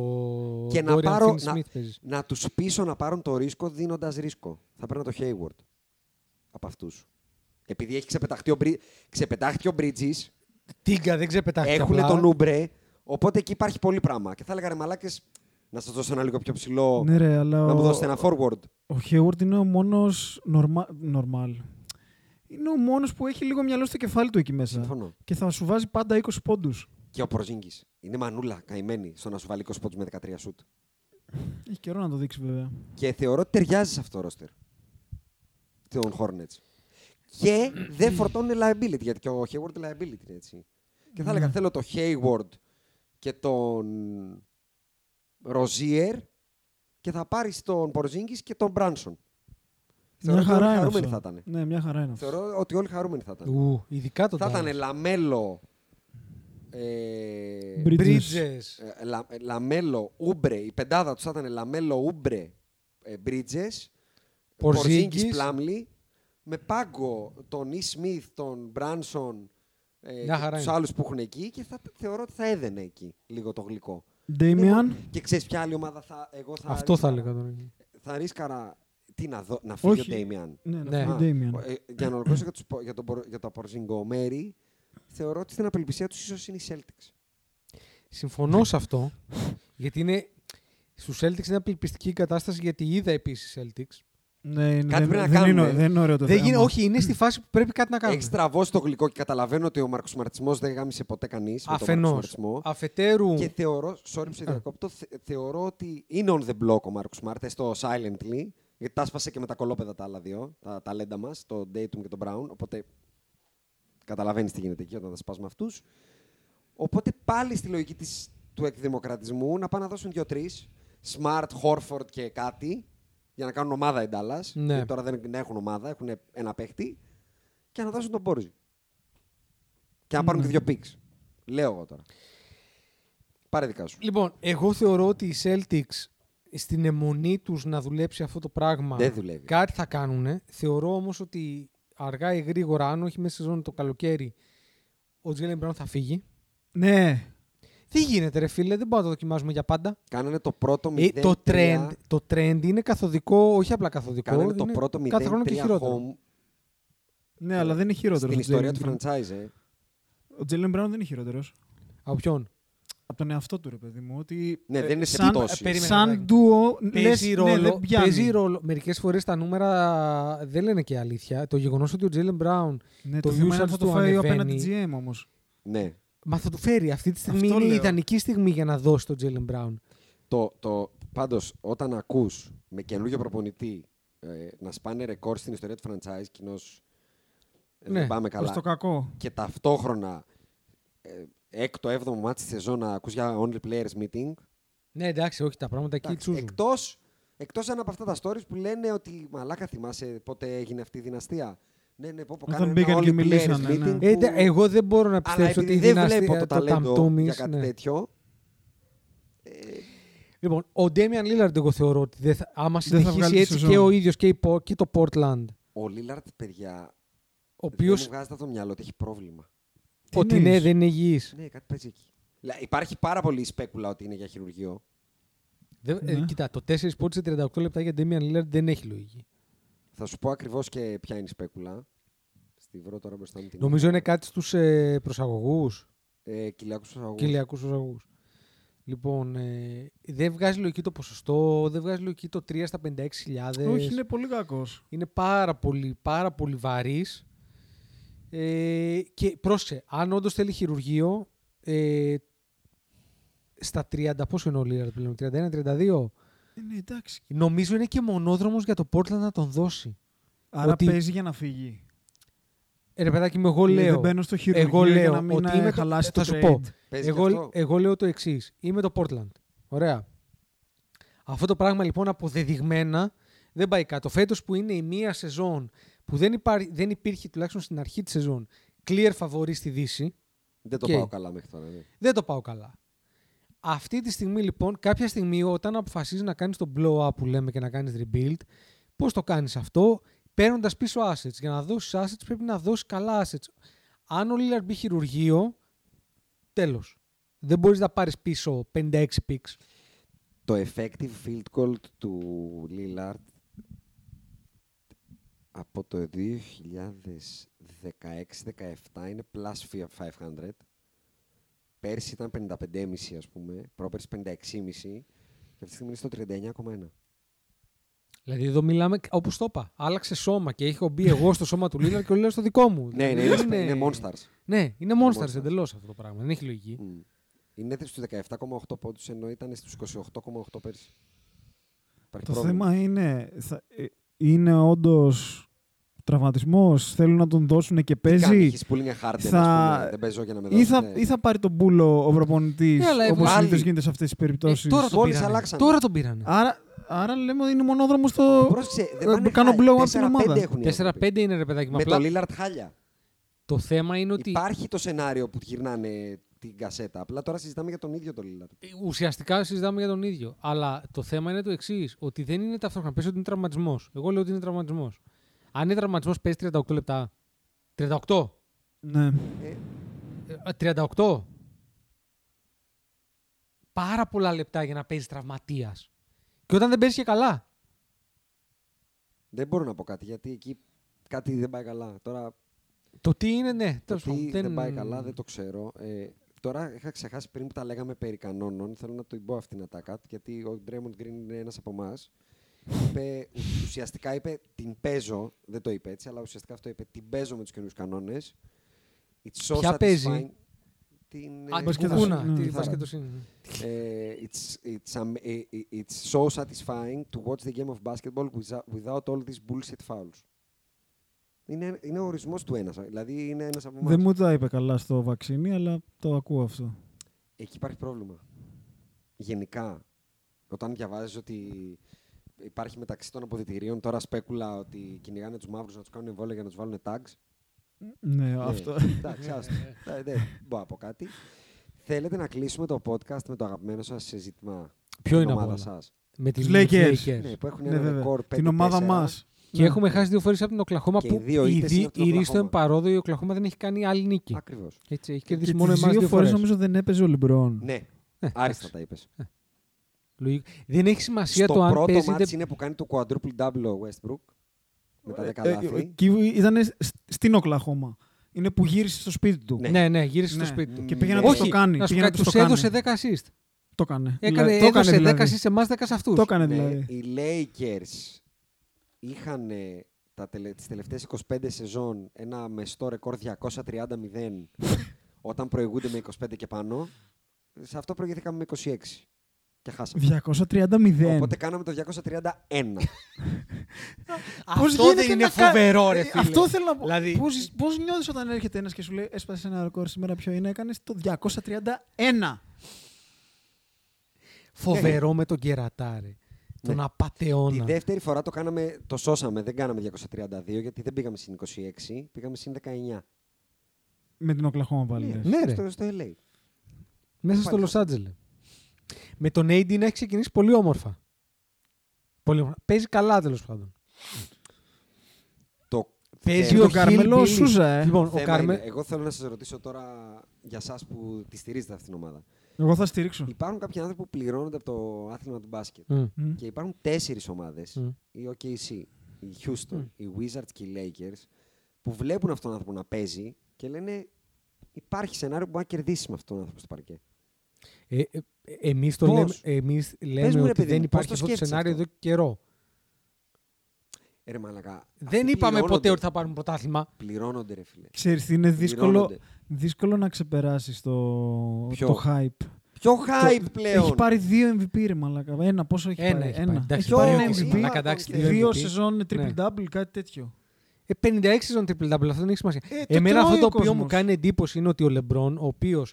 Και να πάρω- να- Σμιθ παίζεις. Να τους πείσω να πάρουν το ρίσκο δίνοντας ρίσκο. Θα παίρνω το Hayward από αυτούς. Επειδή έχει ξεπεταχτεί ο, Μπρι... ξεπετάχτηκε ο Bridges, Τίγκα, δεν ξεπετάχτηκε. έχουν απλά. τον Ούμπρε, οπότε εκεί υπάρχει πολύ πράγμα. Και θα έλεγα ρε μαλάκες, να σας δώσω ένα λίγο πιο ψηλό, Ναι, ρε, αλλά. να μου ο- Ναι. δώσετε ένα forward. Ο Χέουαρντ είναι ο μόνος. Νορμάλ. Είναι ο μόνος που έχει λίγο μυαλό στο κεφάλι του εκεί μέσα. Συμφωνώ. Και θα σου βάζει πάντα 20 πόντους. Και ο Προζίνγκη. Είναι μανούλα καημένη στο να σου βάλει 20 πόντους με 13 σουτ. Έχει καιρό να το δείξει βέβαια. Και θεωρώ ότι ταιριάζει σε αυτό το ρόστερ. Των Hornets. Και δεν φορτώνουν liability, γιατί και ο Hayward liability είναι έτσι. Και θα έλεγα, Ναι. θέλω το Hayward και τον Rozier και θα πάρεις τον Porzingis και τον Branson. Θεωρώ μια ότι όλοι χαρά είναι. χαρούμενοι αυτό. θα ήταν. Ναι, μια χαρά είναι. αυτό. Θεωρώ ότι όλοι χαρούμενοι θα ήταν. Ου, ειδικά τον Θα Dallas. ήταν Λαμέλο, ε, Bridges. Bridges. ε, Λα- ε, Λαμέλο, Ούμπρε, η πεντάδα τους θα ήταν Λαμέλο, Ούμπρε, ε, Μπρίτζε, Πορζίνγκη, Πορζίνγκης. Πλάμλι, με πάγκο τον Ι Σμιθ, τον Μπράνσον ε, Μια χαρά και τους είναι. άλλους που έχουν εκεί και θα, θεωρώ ότι θα έδαινε εκεί λίγο το γλυκό. Ντέιμιαν. Εγώ- Και ξέρεις ποια άλλη ομάδα θα. Εγώ θα Αυτό θα ρίσκαρα- έλεγα τώρα. Θα ρίσκαρα. Τι να, δω, να φύγει Όχι. ο Ντέιμιαν. Ναι, Ναι. ναι. Α, Ντέιμιαν. ε, για να ολοκληρώσω για, τους πο- για, τον, Πορ- για τα Πορζιγκομέρι, θεωρώ ότι στην απελπισία τους ίσως είναι οι Celtics. Συμφωνώ σε αυτό. Γιατί είναι. Στους Celtics είναι απελπιστική η κατάσταση γιατί είδα επίσης Celtics. Ναι, είναι- Κάτι δεν, πρέπει να δεν κάνουμε. Είναι, δεν είναι ωραίο το Δεν θέμα. γίνε- όχι, είναι στη φάση που πρέπει κάτι να κάνουμε. Έχεις τραβώσει το γλυκό και καταλαβαίνω ότι ο Μαρκοσμαρτισμό δεν γάμισε ποτέ κανείς. Αφενό. Αφετέρου. Και θεωρώ, sorry που σε διακόπτω, θε- θεωρώ ότι είναι on the block ο Μάρκος Σμαρτ, έστω silently, γιατί τα σπάσε και με τα κολόπεδα τα άλλα δύο, τα ταλέντα μας, το Dayton και τον Brown. Οπότε καταλαβαίνεις τι γίνεται εκεί όταν τα σπάς με αυτούς. Οπότε πάλι στη λογική της, του εκδημοκρατισμού να πάνε να δώσουν δύο-τρει, Smart, Horford και κάτι, για να κάνουν ομάδα οι Dallas. Ναι. γιατί Τώρα δεν έχουν ομάδα, έχουν ένα παίχτη, και να δώσουν τον Πόρζι. Και να πάρουν και δύο picks. Λέω εγώ τώρα. Πάρε δικά σου. Λοιπόν, εγώ θεωρώ ότι οι Celtics στην αιμονή τους να δουλέψει αυτό το πράγμα. Δεν δουλεύει. Κάτι θα κάνουν. Θεωρώ όμως ότι αργά ή γρήγορα, αν όχι μέσα στη ζώνη το καλοκαίρι, ο Τζέλεν Μπράουν θα φύγει. Ναι. Δεν γίνεται, ρε φίλε, δεν μπορούμε να το δοκιμάζουμε για πάντα. Κάνανε το πρώτο 0 Ε, το, trend, το trend είναι καθοδικό, όχι απλά καθοδικό. Κάνανε το είναι πρώτο 0 κάθε χρόνο και χειρότερο. home Ναι, αλλά δεν είναι χειρότερος. στην ιστορία του Brown. franchise. ε. Ο Τζέλεν Μπράουν δεν είναι χειρότερος. Από ποιον. Από τον εαυτό του, ρε παιδί μου. Ότι Ναι, ε, δεν είναι σε σαν, πτώση. περίμενε, σαν παιδάκι. ντουο, λες, Παίζει, ναι, ρόλο, δεν πιάνει. παίζει ρόλο. Μερικές φορές τα νούμερα δεν λένε και αλήθεια. Το γεγονός ότι ο Τζέλεν Μπράουν Ναι, Το το, θέμα είναι usage αν θα το του φάει ο ανεβαίνει. απέναντι GM όμως. Ναι. Μα θα του φέρει. Αυτή τη στιγμή Αυτό είναι η λέω. ιδανική στιγμή για να δώσει τον Τζέλεν Μπράουν. Το, το, πάντως, όταν ακούς με καινούργιο προπονητή ε, να σπάνε ρεκόρ στην ιστορία του franchise, κοινώς ε, Ναι, δεν πάμε Προς καλά. το κακό. Και ταυτόχρονα ε, έκτο, έβδομο μάτι στη σεζόν να ακούς για only players meeting. Ναι, εντάξει, όχι τα πράγματα εκεί Εντάξει, τσούζουν. εκτός, εκτός αν από αυτά τα stories που λένε ότι μαλάκα θυμάσαι πότε έγινε αυτή η δυναστεία. Ναι, ναι, πω, πω, Όταν κάνανε μπήκαν ένα και all players μιλήσανε, meeting ναι. που- Ε, εντά- εγώ δεν μπορώ να Αλλά πιστέψω ότι επειδή η δεν δυναστεία βλέπω το ταλέντο Ταμτόμις, για κάτι ναι. τέτοιο, Λοιπόν, ο Ντέμιαν Λίλαρντ, εγώ θεωρώ ότι δεν θα, άμα Δεν θα βγάλει συνεχίσει τη έτσι σεζόν. και ο ίδιος και, η Πο- και το Portland, ο Λίλαρτ, παιδιά, ο οποίο δεν μου βγάζεται από το μυαλό ότι έχει πρόβλημα. Τι ότι ναι, εννοείς? δεν είναι υγιής. Ναι, κάτι παίζει εκεί. Λα- Υπάρχει πάρα πολύ σπέκουλα ότι είναι για χειρουργείο. Ναι. ε, κοίτα, το 4 πόντους σε 38 λεπτά για Ντέμιαν Λίλαρντ δεν έχει λογική. Ναι. Θα σου πω ακριβώς και ποια είναι η σπέκουλα. Στη βρω τώρα μπροστά μου την. Νομίζω είναι κάτι στους ε, προσαγωγούς. Ε, Κυλιάκου Σαγωγού. Κυλιακού προσαγωγούς. Λοιπόν, ε, δεν βγάζει λογική το ποσοστό, δεν βγάζει λογική το 3 στα 56.000. Όχι, είναι πολύ κακός. Είναι πάρα πολύ, πάρα πολύ βαρύς. Ε, και πρόσεξε, αν όντως θέλει χειρουργείο, ε, στα 30, πόσο είναι ο Λίραρτ πλέον, 31-32, Ε, Ναι, εντάξει. νομίζω είναι και μονόδρομος για το Portland να τον δώσει. Άρα Ότι- παίζει για να φύγει. Ε, ρε παιδάκι μου, εγώ Δηλαδή λέω, Δεν μπαίνω στο χειρουργείο εγώ για λέω να μην ότι ε, είμαι το- χαλάσει θα το σου trade. πω, Παίζει και εγώ, αυτό. εγώ λέω το εξής. Είμαι το Portland. Ωραία. Αυτό το πράγμα λοιπόν αποδεδειγμένα δεν πάει κάτω. Φέτος που είναι η μία σεζόν που δεν, υπάρ- δεν υπήρχε τουλάχιστον στην αρχή της σεζόν clear φαβορή στη Δύση, Δεν το Οκ. πάω καλά μέχρι τώρα. ναι. δεν το πάω καλά. Αυτή τη στιγμή λοιπόν, κάποια στιγμή όταν αποφασίζεις να κάνεις το blow up που λέμε και να κάνεις rebuild, πώς το κάνεις αυτό, παίρνοντας πίσω assets. Για να δώσεις assets πρέπει να δώσεις καλά assets. Αν ο Lillard μπει χειρουργείο, τέλος. Δεν μπορείς να πάρεις πίσω 56 picks. Το effective field goal του Lillard από το 2016-17 είναι plus 500. Πέρσι ήταν 55,5 ας πούμε, πρόπερσι 56,5 και αυτή τη στιγμή είναι στο 39,1. Δηλαδή εδώ μιλάμε, όπως το είπα, άλλαξε σώμα και έχω μπει εγώ στο σώμα του Lillard και ο Lillard στο δικό μου. Ναι, ναι, Δεν είναι, είναι Monstars. Ναι, είναι Monsters. monsters εντελώς αυτό το πράγμα. Δεν έχει λογική. Μμ. Είναι στους 17,8 πόντους ενώ ήταν στους 28,8 πέρσι. Υπάρχει Το πρόβλημα. θέμα είναι, θα, ε, είναι όντως τραυματισμός. Θέλουν να τον δώσουν και Τι κάνεις, παίζει. έχεις pulling a Harden, θα- ας πούμε, δεν παίζω για να με Ή δώσεις. θα, ναι. ή θα πάρει τον μπούλο ο προπονητής Ναι, αλλά όπως πάλι- συνήθως γίνεται σε αυτές τις Ε, περιπτώσεις. τώρα, τον Μόλις ναι, πήρανε. αλλάξανε. τώρα τον πήρανε. άρα, άρα λέμε ότι είναι μονόδρομος στο. Πρόσεξε, δεν Ε, πάνε κάνω χάλια. blow up 4-5 την ομάδα. έχουν οι άνθρωποι. 4-5 είναι ρε παιδάκι. μου. Με Απλά το Lillard χάλια. το θέμα είναι ότι Υπάρχει το σενάριο που γυρνάνε την κασέτα. Απλά τώρα συζητάμε για τον ίδιο τον Lillard. ουσιαστικά συζητάμε για τον ίδιο. Αλλά το θέμα είναι το εξής: Ότι δεν είναι ταυτόχρονα. Πες ότι είναι τραυματισμός. Εγώ λέω ότι είναι τραυματισμός. Αν είναι τραυματισμός, παίζεις 38 λεπτά. 38. Ναι. Ε, 38. Πάρα πολλά λεπτά για να παίζεις τραυματίας. Και όταν δεν παίζεις και καλά. Δεν μπορώ να πω κάτι γιατί εκεί κάτι δεν πάει καλά. Τώρα Το τι είναι, ναι. το τέλος πάντων, τι δεν πάει καλά δεν το ξέρω. Ε, τώρα είχα ξεχάσει πριν που τα λέγαμε περί κανόνων. Θέλω να το πω αυτήν την ατάκα γιατί ο Ντρέμοντ Γκριν είναι ένας από εμάς. Είπε, ουσιαστικά είπε την παίζω. Δεν το είπε έτσι, αλλά ουσιαστικά αυτό είπε την παίζω με τους καινούριου κανόνες. It's so Ποια satisfying. παίζει? Την, Α, ε, την Μπασκετάς. κουκούνα, Mm. Ναι, τη κιθάρα. βασκετοσύνη. Ε, it's, it's, am- ε, ε, it's so satisfying to watch the game of basketball without, without all these bullshit fouls. Είναι, είναι ο ορισμός του ένας. Δηλαδή είναι ένας από Δεν εμάς. μου τα είπε καλά στο βαξίνι, αλλά το ακούω αυτό. Εκεί υπάρχει πρόβλημα. Γενικά, όταν διαβάζεις ότι υπάρχει μεταξύ των αποδητηρίων τώρα σπέκουλα ότι κυνηγάνε τους μαύρους να τους κάνουν εμβόλια για να τους βάλουν tags. Ναι, Ναι, αυτό. Εντάξει, άστο. Ε, Δεν μπορώ να πω κάτι. Θέλετε να κλείσουμε το podcast με το αγαπημένο σας συζήτημα. Ποιο την είναι από ομάδα όλα? σας. Με τη Τους Lakers. Lakers. Lakers. Ναι, που έχουν Ναι, ένα βέβαια. ρεκόρ Την ομάδα 5-4. μας. Και έχουμε χάσει δύο φορές από την Οκλαχώμα Ναι. Και οι που δύο ήττες είναι ήδη από την η Οκλαχώμα. Ρίστο εμπαρόδο η Οκλαχώμα δεν έχει κάνει άλλη νίκη. Ακριβώς. Έτσι, έχει Και κερδίσει τις μόνο εμάς δύο δύο φορές φορές. νομίζω δεν έπαιζε ο Λεμπρόν. Ναι, Ε, άριστα εντάξει. τα είπες. Δεν έχει σημασία Στο το αν πρώτο παίζει. μάτς δεν- είναι που κάνει το quadruple double ο Westbrook με τα 10 ε, λάθη. Ήταν στην Οκλαχώμα. Είναι που γύρισε στο σπίτι του. Ναι. Ναι, ναι, γύρισε στο Ναι. σπίτι του. Και πήγε να Ναι. τους το Όχι, κάνει. να σου πήγε να πω, τους το του κάνει. έδωσε 10 assist. Το έκανε. Έκανε, Δηλαδή, το έδωσε 10 δηλαδή. σε εμάς, 10 σε αυτούς. Το έκανε Ναι, δηλαδή. οι Lakers είχαν ε, τα τελε... τις τελευταίες 25 σεζόν ένα μεστό ρεκόρ [laughs] 230-0 όταν προηγούνται με 25 και πάνω. Σε αυτό προηγήθηκαμε με 26 και χάσαμε. 230-0. Οπότε κάναμε το 231. Πώς Αυτό δεν γίνεται είναι να κα- φοβερό, ρε Ε, φίλε. Αυτό θέλω να πω. Δηλαδή- Πώς, πώς νιώθεις όταν έρχεται ένας και σου λέει έσπασε ένα ρεκόρ σήμερα ποιο είναι, έκανες το 231. Ναι. Φοβερό με τον κερατάρι. Τον Ναι. Τη απαταιώνα. δεύτερη φορά το, κάναμε, το σώσαμε, δεν κάναμε 232 γιατί δεν πήγαμε συν 26, πήγαμε συν 19. Με την Οκλαχώμα πάλι. λες. Ναι, ρε. στο, στο LA. Μέσα στο Πάλι Λος Άντζελες. Με τον AD να έχει ξεκινήσει πολύ όμορφα. Πολύ όμορφα. Παίζει καλά τέλος πάντων. Το Παίζει Και ο τον Καρμελό Carmelo Σούζα, ε. Λοιπόν, ο θέμα Καρμε... είναι- εγώ θέλω να σας ρωτήσω τώρα για σας που τη στηρίζετε αυτήν την ομάδα. Εγώ θα στηρίξω. Υπάρχουν κάποιοι άνθρωποι που πληρώνονται από το άθλημα του μπάσκετ. Μμ. Μμ. Και υπάρχουν τέσσερις ομάδες, Μμ. η OKC, η Houston, οι Wizards και οι Lakers, που βλέπουν αυτόν τον άνθρωπο να παίζει και λένε υπάρχει σενάριο που μπορεί να κερδίσει με αυτόν τον άνθρωπο στο παρκέ. Ε, ε, ε, εμείς το Πώς? λέμε, εμείς μου, λέμε ρε ότι παιδί δεν μου, υπάρχει πώς το αυτό το σκέφτεσαι σενάριο αυτό? εδώ και καιρό. Ε, ρε μαλακά, αυτοί δεν είπαμε ποτέ πληρώνονται. ότι θα πάρουμε πρωτάθλημα. Πληρώνονται ρε φίλε. Ξέρεις, τι, είναι δύσκολο, Πληρώνονται. δύσκολο να ξεπεράσεις το, Ποιο? το hype. Πιο hype Το- πλέον. Έχει πάρει δύο MVP, ρε μαλάκα. Ένα, πόσο έχει Ένα πάρει. έχει πάρει. Εντάξει, Έχει πάρει δύο ένα και MVP. σήμερα. μαλάκα, εντάξει, Δύο MVP. σεζόν triple-double, κάτι τέτοιο. Ε, 56 σεζόν triple double, αυτό δεν έχει σημασία. Ε, το Εμένα τρώει αυτό το οποίο ο μου κόσμος. κάνει εντύπωση είναι ότι ο Λεμπρόν, ο οποίος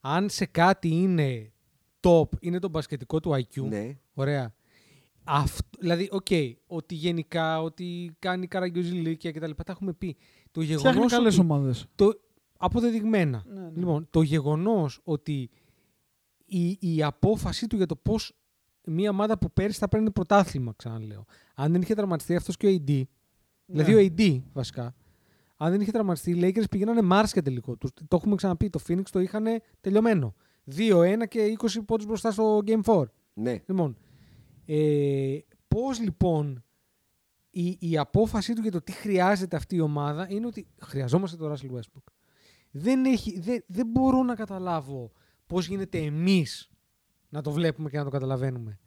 αν σε κάτι είναι top, είναι το μπασκετικό του IQ. Ναι. Ωραία. Αυτό, δηλαδή, οκ, ότι γενικά, ότι κάνει καραγκιόζηλίκια κτλ. Τα έχουμε πει. Το Φτιάχνει γεγονός. καλές ομάδες. Το, αποδεδειγμένα. Ναι, ναι. Λοιπόν, το γεγονός ότι η, η απόφαση του για το πώς μια ομάδα που πέρυσι θα παίρνει πρωτάθλημα, ξαναλέω. Αν δεν είχε τραυματιστεί αυτός και ο AD, Ναι. δηλαδή ο AD βασικά, αν δεν είχε τραυματιστεί, οι Lakers πηγαίνανε Mars και τελικό. Τους, το έχουμε ξαναπεί, το Phoenix το είχαν τελειωμένο. 2-1 και 20 πόντους μπροστά στο Game 4. Ναι. Λοιπόν, ε, πώς λοιπόν η, η απόφαση του για το τι χρειάζεται αυτή η ομάδα είναι ότι χρειαζόμαστε τον Russell Westbrook. Δεν, έχει, δεν, δεν μπορώ να καταλάβω πώς γίνεται εμείς να το βλέπουμε και να το καταλαβαίνουμε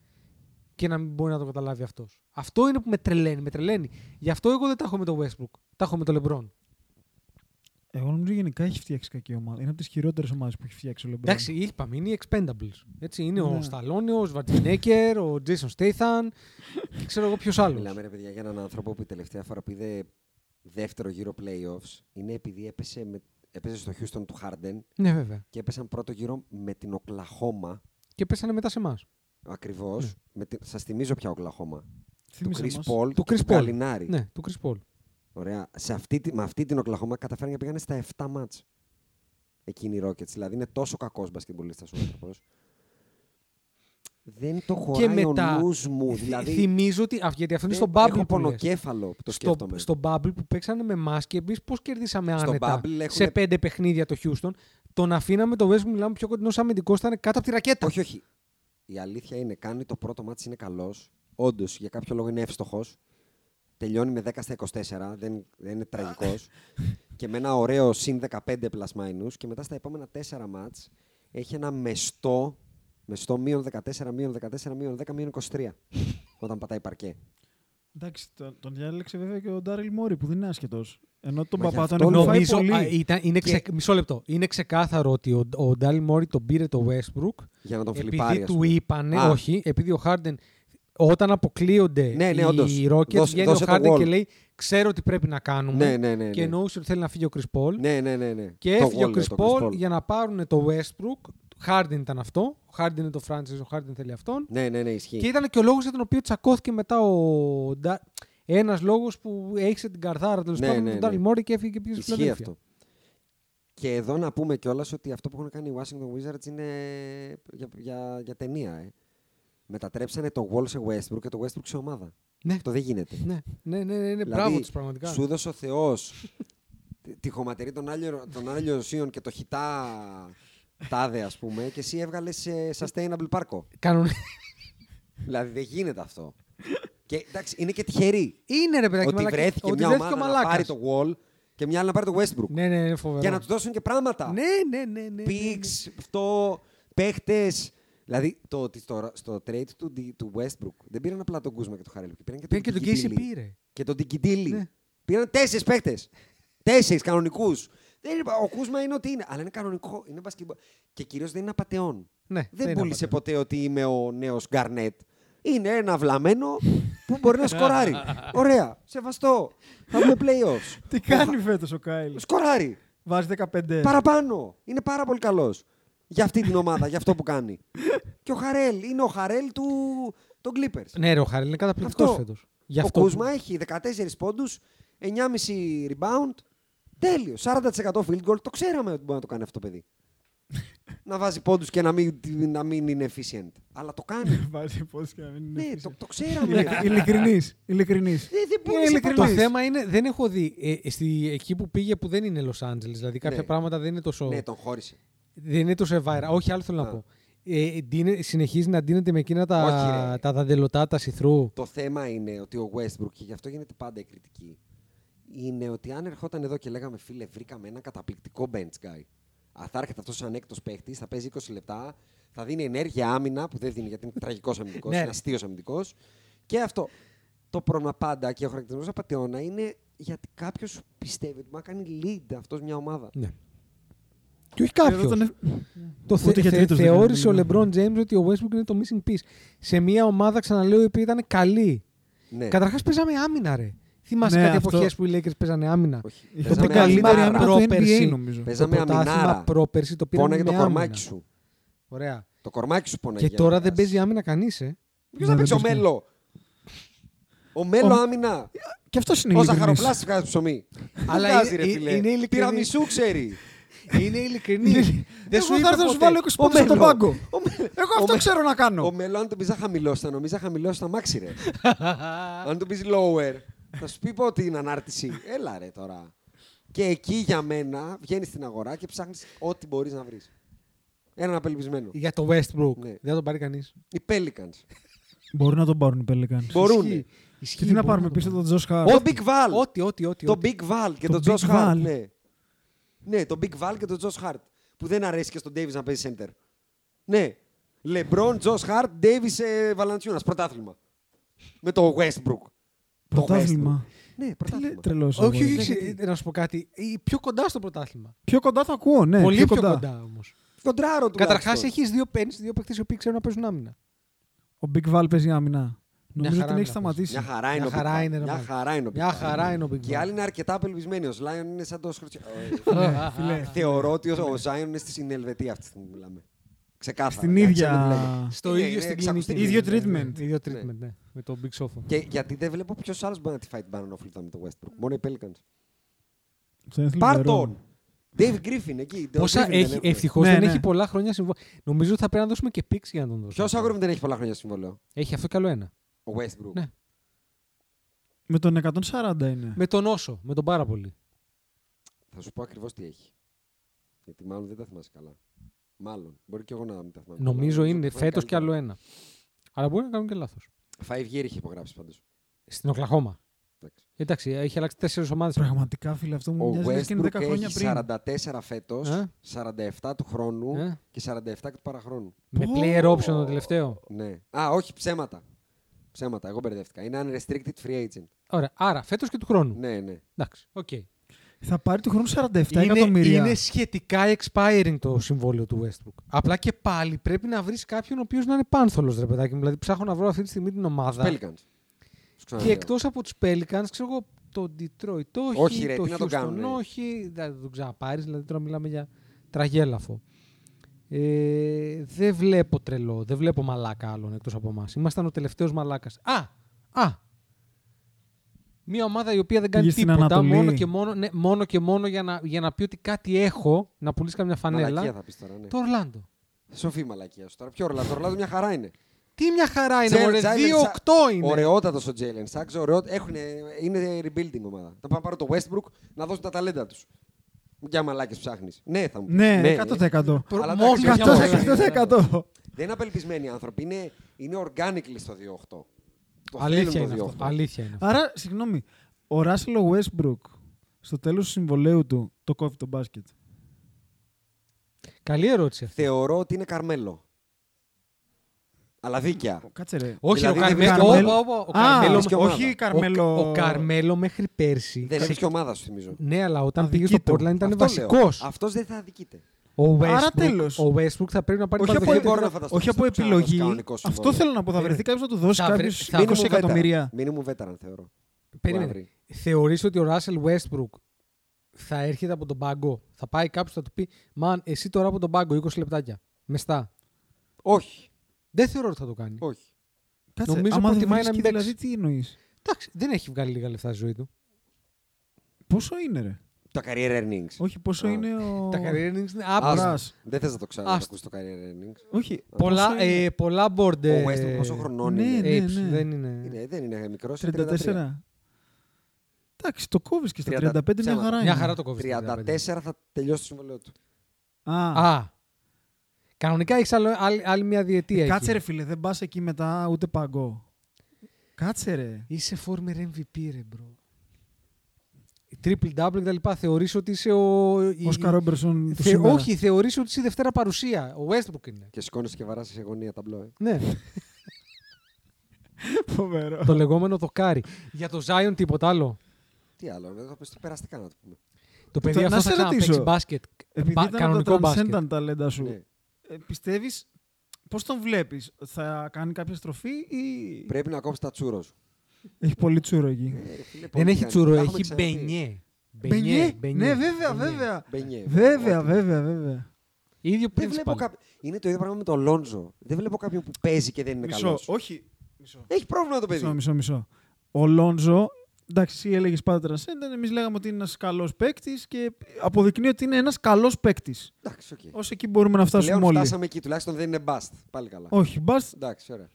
και να μην μπορεί να το καταλάβει αυτός. Αυτό είναι που με τρελαίνει, με τρελαίνει. Γι' αυτό εγώ δεν τα έχω με τον Westbrook, τα έχω με τον LeBron. Εγώ νομίζω γενικά έχει φτιάξει κακή ομάδα. Είναι από τις χειρότερες ομάδες που έχει φτιάξει ο Λεμπρόν. Εντάξει, είπαμε, είναι οι Expendables. Έτσι, είναι ο Ναι. Σταλόνι, ο Σβαρτζινέκερ, ο Jason Statham και ξέρω εγώ ποιος άλλος. Μιλάμε ρε παιδιά για έναν άνθρωπο που η τελευταία φορά που είδε δεύτερο γύρο playoffs είναι επειδή έπεσε, με, έπεσε στο Houston του Harden Ναι, βέβαια. και έπεσαν πρώτο γύρο με την Οκλαχώμα και πέσανε μετά σε εμάς. ακριβώς. Ναι. Σας θυμίζω πια Οκλαχώμα. Του Θύμισε Chris μας. Paul Του και Chris του Paul. Καλινάρη. Ναι, του Chris Paul. Ωραία. Σε αυτή, τη- με αυτή την Οκλαχώμα καταφέραν και πήγανε στα 7 μάτς. Εκείνη η Rockets. Δηλαδή είναι τόσο κακός μπασκετμπολίστας ο άνθρωπος. Δεν το χωράει μετά, ο νους μου. Ε, Θυ- Δηλαδή, Θυμίζω ότι. αυ- Γιατί αυτό είναι δεν- στον Bubble. Έχω που λες. πονοκέφαλο που το στο, σκέφτομαι. στο Bubble που παίξανε με εμάς και εμείς πώς κερδίσαμε Στο άνετα Bubble έχουνε- σε πέντε παιχνίδια το Houston. Τον αφήναμε το Westbrook μιλάμε πιο κοντινό αμυντικός ήταν κάτω από τη ρακέτα. Όχι, όχι. Η αλήθεια είναι, κάνει το πρώτο μάτς, είναι καλός. Όντως, για κάποιο λόγο είναι εύστοχος. Τελειώνει με 10 στα 24, δεν, δεν είναι [laughs] τραγικός. και με ένα ωραίο συν 15 plus minus. Και μετά στα επόμενα 4 μάτς έχει ένα μεστό, μεστό μείον 14, μείον 14, μείον 10, μείον 23. [laughs] όταν πατάει παρκέ. Εντάξει, τον, τον διάλεξε βέβαια και ο Ντάριλ Μόρι που δεν είναι άσχετος. Ενώ τον Μα γι' παπά τον αυτό έχουν φάει Νομίζω. πολύ. α, ήταν, είναι ξε- Μισό λεπτό. Είναι ξεκάθαρο ότι ο, ο Ντάλι Μόρι τον πήρε το Westbrook Για να τον φιλιπάρει. επειδή ας του πούμε. είπανε. Α. Όχι, επειδή ο Χάρντεν. Όταν αποκλείονται Ναι, ναι, οι όντως. Rockets, Δώσε- βγαίνει δώσε ο το Χάρντεν wall. και λέει: Ξέρω τι πρέπει να κάνουμε. Ναι, ναι, ναι. και ναι. εννοούσε ότι θέλει να φύγει ο Chris Paul. Ναι, ναι, ναι, ναι. Και Το έφυγε ο goal, Chris το Paul για να πάρουν το Westbrook. Harden ήταν αυτό. Ο Harden είναι το franchise, ο Harden θέλει αυτόν. Ναι, ναι, ναι, ισχύει. Και ήταν και ο λόγος για τον οποίο τσακώθηκε μετά ο. Ένας λόγος που έχισε την καρδάρα τέλος Ναι, πάντων ναι, με τον ναι. Daryl Morey και έφυγε και πήγε στην Ισχύει Φιλαδέλφια. αυτό. Και εδώ να πούμε κιόλας ότι αυτό που έχουν κάνει οι Washington Wizards είναι για, για, για ταινία. Ε. Μετατρέψανε το Wall σε Westbrook και το Westbrook σε ομάδα. Ναι. Αυτό δεν γίνεται. Ναι, ναι, ναι, ναι, ναι Δηλαδή, μπράβο τους πραγματικά. Σου δώσε ο Θεός τη χωματερή των άλλων, των άλλων οσίων και το χιτά τάδε, ας πούμε, και εσύ έβγαλες σε sustainable πάρκο. Κάνουν... Δηλαδή δεν γίνεται αυτό. και εντάξει, είναι και τυχερή. [laughs] Είναι ρε παιδάκι, ότι μαλάκα, βρέθηκε ότι μια βρέθηκε ομάδα ο να μαλάκας. πάρει το Wall και μια άλλη να πάρει το Westbrook. Ναι, ναι, είναι φοβερό. Για να τους δώσουν και πράγματα. Ναι, ναι, ναι. ναι, ναι, ναι. Picks, αυτό, παίχτες. Δηλαδή το, ότι στο, στο trade του, Ντι- του Westbrook δεν πήραν απλά τον Κούσμα και τον Χαρέλ. Πήραν και Πήρε τον, και τον Γκικιντίλη. KCP, ρε. Και τον Τικιντήλη. Ναι. Πήραν τέσσερις παίχτε. Τέσσερις κανονικούς. Ο Κούσμα είναι ότι είναι. Αλλά είναι κανονικό. Είναι μπασκετμπο- Και κυρίως δεν είναι απαταιών. Ναι, δεν είναι πούλησε απαταιών. ποτέ ότι είμαι ο νέος Γκαρνέτ. Είναι ένα βλαμένο που μπορεί να σκοράρει. [laughs] Ωραία. Σεβαστό. Θα βγούμε playoffs. Τι κάνει φέτος ο Κάιλ. Σκοράρει. Βάζει 15. Παραπάνω. Είναι πάρα πολύ καλός. Για αυτή την ομάδα, για αυτό που [laughs] κάνει. και ο Χαρέλ είναι ο Χαρέλ του των Clippers. Ναι, ρε, ο Χαρέλ είναι καταπληκτικός Αυτό. φέτος. ο Κούσμα έχει 14 πόντου, 9,5 rebound. Τέλειο. 40% field goal. Το ξέραμε ότι μπορεί να το κάνει αυτό το [laughs] παιδί. να βάζει πόντους και να μην, να μην είναι efficient. Αλλά το [laughs] κάνει. [laughs] Βάζει πώ και να μην είναι. ναι, πίσω. το, [laughs] Ε, το ξέραμε. Ειλικρινής, ειλικρινής, ειλικρινής. δεν δεν Είναι μπορεί ειλικρινής. Το θέμα είναι, δεν έχω δει ε, στη, εκεί που πήγε που δεν είναι Λο Άντζελε. Δηλαδή κάποια Ναι. πράγματα δεν είναι τόσο. Ναι, τον χώρισε. Δεν είναι τόσο ευάερα. Όχι, άλλο θέλω να Α. πω. Ε, ντύνε- συνεχίζει να ντύνεται με εκείνα Όχι, τα, ρε. τα δαντελωτά, τα σιθρού. Το θέμα είναι ότι ο Westbrook, και γι' αυτό γίνεται πάντα η κριτική, είναι ότι αν ερχόταν εδώ και λέγαμε φίλε, βρήκαμε ένα καταπληκτικό bench guy. Α, θα έρχεται αυτός σαν έκτος παίχτης, θα παίζει 20 λεπτά, θα δίνει ενέργεια άμυνα που δεν δίνει γιατί είναι τραγικός αμυντικός, Ναι, είναι ρε. αστείος αμυντικός. Και αυτό. Το πρόβλημα πάντα και ο χαρακτηρισμός απαταιώνα είναι γιατί κάποιος πιστεύει ότι μπορεί να κάνει lead αυτός μια ομάδα. Ναι. Και όχι Εδώ κάποιο. τον ε- Το θε, Ούτε για θε- τρίτος δεν θεώρησε ο είναι. LeBron James ότι ο Westbrook είναι το missing piece. Σε μια ομάδα, ξαναλέω, η οποία ήταν καλή. Ναι. Καταρχάς, παίζαμε άμυνα, ρε. Θυμάσαι Ναι, κάτι αυτό. εποχές που οι Lakers παίζανε άμυνα. Όχι. Είχε Παίζαμε την καλύτερη αμυνάρα. άμυνα του Πρόπερση. NBA, νομίζω. Παίζαμε το πρωτάθλημα αμυνάρα. πρόπερση το πήραμε Πόναγε το με κορμάκι άμυνα. σου. Ωραία. Το κορμάκι σου πόναγε. Και τώρα δεν παίζει άμυνα κανείς, ε. Ποιος Ναι, θα δεν παίξει ο παίζει. Μέλο. Ο Μέλο Ο- άμυνα. Και αυτό είναι Ο ειλικρινής. ζαχαροπλάστης βγάζει ψωμί. Αλλά Αλλά βγάζει, είναι- ρε φίλε. είναι ειλικρινής. Πυραμισού ξέρει. Είναι [laughs] ειλικρινή. Δεν σου Ναι. θα έρθω να σου βάλω 20 Ο πόντους στον Μέλο. πάγκο. Ο Μέλο- Εγώ ο αυτό Μέλο- ξέρω να Ο κάνω. Μέλο, αν τον πεις θα χαμηλώσει, θα νομίζει θα χαμηλώσει τα μάξι, ρε. Αν τον πεις lower, θα σου πει πω ότι είναι ανάρτηση. Έλα ρε τώρα. Και εκεί για μένα βγαίνεις στην αγορά και ψάχνεις ό,τι μπορείς να βρεις. Έναν απελπισμένο. Για το Westbrook. Ναι. Δεν θα τον πάρει κανείς. Οι Pelicans. Μπορούν να τον πάρουν οι Pelicans. Μπορούν. Και τι να πάρουμε πίσω τον Τζο Χάρ. Ο Big Val. Ό,τι, ό,τι, ό,τι. Το ό,τι. Big Val και Το τον Josh Big Hart. Val. Ναι. ναι, το Big Val και τον Josh Hart. Που δεν αρέσει και στον Davis να παίζει center. Ναι. LeBron, Josh Hart, Davis, ε, Valanciunas. Πρωτάθλημα. Με το Westbrook. Πρωτάθλημα. Το Westbrook. Ναι, Τι λέει πρωτάθλημα. τρελός. Όχι, όχι, εγώ. όχι. ε, Να σου πω κάτι. Ε, Πιο κοντά στο πρωτάθλημα. Πιο κοντά θα ακούω, ναι. Πολύ πιο πιο κοντά όμω. Κοντράρο του. Καταρχάς έχεις δύο παίρνει, δύο παίχτε οι οποίοι ξέρουν να παίζουν άμυνα. Ο Big Val παίζει άμυνα. Νομίζω χαρά ότι την έχει είναι αυτός. σταματήσει. Μια χαρά είναι Μια ο Big χαρά Val. είναι, ρε Μια μάλλον. χαρά είναι ο Big Μια Val. χαρά είναι ο Big Και Val. άλλη είναι αρκετά απελπισμένοι. Ο Zion είναι σαν το σκορτσί. Ναι, [laughs] Α, α, α. Θεωρώ ότι ο ο Zion είναι στην Ελβετία αυτή τη στιγμή που μιλάμε. Ξεκάθαρα. Στην εντάξει, ίδια- δεν Ναι, μιλάμε. Στο Είναι- ίδιο είναι στην εξακουστή. κλινική. Ίδιο Ναι, ναι, ναι. treatment. Ίδιο treatment, ναι. Με τον Big Sofa. Και γιατί δεν βλέπω ποιος άλλος μπορεί να τη φάει την Πανανόφλη με το Westbrook. Μόνο οι Pelicans. Αυτό είναι θλιβερό. Πάρ' τον! Dave Griffin εκεί. Πόσα έχει, ευτυχώς Ναι, δεν ναι. έχει πολλά χρόνια συμβόλαιο. Νομίζω ότι θα πρέπει να δώσουμε και πίξ για να τον δώσουμε. Ποιος αγόρι δεν έχει πολλά χρόνια συμβόλαιο. Έχει αυτό καλό ένα. Ο Westbrook. Ναι. Με τον 140 είναι. Με τον Όσο, με τον πάρα πολύ. Θα σου πω ακριβώς τι έχει. Γιατί μάλλον δεν τα θυμάσαι καλά. Μάλλον. Μπορεί και εγώ να μην τα θυμάμαι. καλά. Νομίζω είναι ότι θα φέτος κάνει και άλλο ένα. Αλλά μπορεί να κάνουν και λάθος. Five year είχε υπογράψει πάντως. Στην Οκλαχώμα. Εντάξει, έχει αλλάξει τέσσερις ομάδες. Πραγματικά, φίλε, αυτό μου Ο μοιάζει λες και είναι 10 Westbrook χρόνια έχει πριν. 44 φέτος, Ε? 47 του χρόνου Ε? και 47 και του παραχρόνου. Με Πω. player option το τελευταίο. Ναι. Α, όχι, ψέματα. Ψέματα, εγώ μπερδεύτηκα. Είναι unrestricted free agent. Ωραία. Άρα, φέτος και του χρόνου. Ναι, ναι. Εντάξει, οκ. Θα πάρει του χρόνου 47 Είναι, εκατομμύρια. Ναι, είναι σχετικά expiring το συμβόλαιο του Westbrook. Απλά και πάλι πρέπει να βρεις κάποιον ο οποίος να είναι πάνθολος, ρε παιδάκι μου. Δηλαδή, ψάχνω να βρω αυτή τη στιγμή την ομάδα. Pelicans. Σου Και ξαναλέω. εκτός από τους Pelicans, ξέρω εγώ, το Detroit το έχει, Όχι, ρε, το τι να τον Houston κάνουνε. όχι, δεν θα τον ξαναπάρεις, δηλαδή τώρα μιλάμε για τραγέλαφο. Ε, δεν βλέπω τρελό, δεν βλέπω μαλάκα άλλον εκτός από εμάς. Ήμασταν ο τελευταίος μαλάκας. Α! Α! Μια ομάδα η οποία δεν κάνει Πήγες στην τίποτα, Ανατολή. μόνο και μόνο, ναι, μόνο και μόνο για να, για να πει ότι κάτι έχω, να πουλήσει καμιά φανέλα. Μαλακία θα πεις τώρα, ναι. Το Ορλάντο. Σοφή μαλακία σου τώρα. Ποιο Ορλάντο, το Ορλάντο μια χαρά είναι. Τι μια χαρά είναι, Τζέιλεν μωρέ. 2-8 Τζάιλεν Σα- είναι. Ωραιότατος ο Τζέιλεν Σάξ. ωραιό- έχουνε- Είναι rebuilding ομάδα. Θα πάνε πάρω το Westbrook να δώσουν τα ταλέντα τους. Για μαλάκες ψάχνεις. Ναι, θα μου πεις. Ναι, 100%. Προ- Αλλά μόνο εντάξει, για όλα. Ναι, 100%. Δεν είναι απελπισμένοι άνθρωποι. Είναι, είναι organically στο 2-8. Το Αλήθεια θέλουν είναι το 2-8. αυτό. Αλήθεια είναι αυτό. Άρα, συγγνώμη, ο Ράσελ Westbrook στο τέλος του συμβολέου του το κόβει το μπάσκετ. Καλή ερώτηση αυτή. Θεωρώ ότι είναι Καρμέλο. Αλλά δίκαια. Κάτσε ρε. Όχι, Δηλαδή, ο δεν βρίσκει Καρμέλο. ομάδα. όπα, όπα, ο Α, Καρμέλο- βρίσκει ομάδα. όχι Καρμέλο. Ο, ο Καρμέλο μέχρι πέρσι. Δεν ξε- έχει και ομάδα σου, θυμίζω. Ναι, αλλά όταν πήγε στο Αδικήτω. Portland ήταν Αυτό βασικός. Αυτός δεν θα αδικείται. Ο Άρα Westbrook, τέλος. ο Westbrook θα πρέπει να πάρει Όχι τα δεν από, δεκαετία. μπορώ να φανταστώ όχι πως από θα ξαναδώσει επιλογή. κανονικό συμβόλαιο. Αυτό θέλω να πω. Θα βρεθεί κάποιος να του δώσει Θα βρε- κάποιου θα 20 βρει- εκατομμύρια. Μήνυμου veteran, θεωρώ. Περίμενε. Μπορεί να βρει. Θεωρείς ότι ο Ράσελ Westbrook θα έρχεται από τον πάγκο, θα πάει κάποιος θα του πει «Μαν, εσύ τώρα από τον πάγκο 20 λεπτάκια, μεστά». Όχι. Δεν θεωρώ ότι θα το κάνει. Όχι. Κάτσε, Νομίζω άμα δεν προτιμάει να βρίσκει, μην Δηλαδή, τι εννοείς. Εντάξει, δεν έχει βγάλει λίγα λεφτά στη ζωή του. Πόσο είναι, ρε. Τα career earnings. Όχι, πόσο Α. είναι ο. Τα career earnings είναι Άστο. άπειρα. Άστο. Δεν θες να το Άστο. ξανακούσει το career earnings. Όχι. Πολλά, πόσο είναι. ε, πολλά board. ε, Ο Westbrook πόσο χρονών ναι, είναι. ναι. apes, Δεν είναι. Είναι- Δεν είναι μικρό. 34. Εντάξει, το κόβεις και στα 30, 35 μια ψέματα. χαρά. Μια είναι. χαρά το κόβεις. 34 θα τελειώσει το συμβολέο του. Α, Α. Κανονικά έχεις άλλη, άλλη μια διετία. Ε, κάτσε εκεί. ρε φίλε, δεν πας εκεί μετά ούτε παγκό. Κάτσε ρε. Είσαι former MVP, ρε μπρο. Triple double κτλ. Θεωρείς ότι είσαι ο. η- Ο Σκαρόμπερσον του Θε- σήμερα. όχι, θεωρείς ότι είσαι η δευτέρα παρουσία. Ο Westbrook είναι. Και σηκώνει και βαράσει σε γωνία ταμπλό. Ε. Ναι, Φοβερό. το λεγόμενο δοκάρι. Για το Zion τίποτα άλλο. Τι άλλο, δεν θα πεις τι περαστικά να το πούμε. Το παιδί Ε, να αυτό σε θα ξαναπαίξει ρωτήσω. μπάσκετ. Επειδή Μπα- ήταν ε, κανονικό τα μπάσκετ. transcendent ταλέντα σου, Ναι. ε, πιστεύεις, πώς τον βλέπεις, θα κάνει κάποια στροφή ή Πρέπει να κόψει τα τσούρο σου. έχει πολύ τσούρο εκεί. Ε, φίλε, πολύ Δεν έχει κάνει. τσουρό, Τα έχουμε έχει ξαναπεί. μπενιέ. μπενιέ, μπενιέ. Ναι, βέβαια, βέβαια. Μπενιέ. Βέβαια, Ότι- βέβαια, βέβαια. Ίδιο Δεν βλέπω principle. κάποιον. Είναι το ίδιο πράγμα με τον Λόντζο. Δεν βλέπω κάποιον που παίζει και δεν είναι Μισό, καλός. όχι. Μισό, Έχει πρόβλημα το μισό, παιδί. μισό. μισό. Ο Λόντζο, εντάξει, εσύ έλεγες πάντα transcendent, εμείς λέγαμε ότι είναι ένας καλός παίκτης και αποδεικνύει ότι είναι ένας καλός παίκτης. Εντάξει, οκ. Ως εκεί μπορούμε να φτάσουμε Πλέον όλοι. φτάσαμε εκεί, τουλάχιστον δεν είναι bust. Πάλι καλά. Όχι, μπας, Εντάξει, ωραία.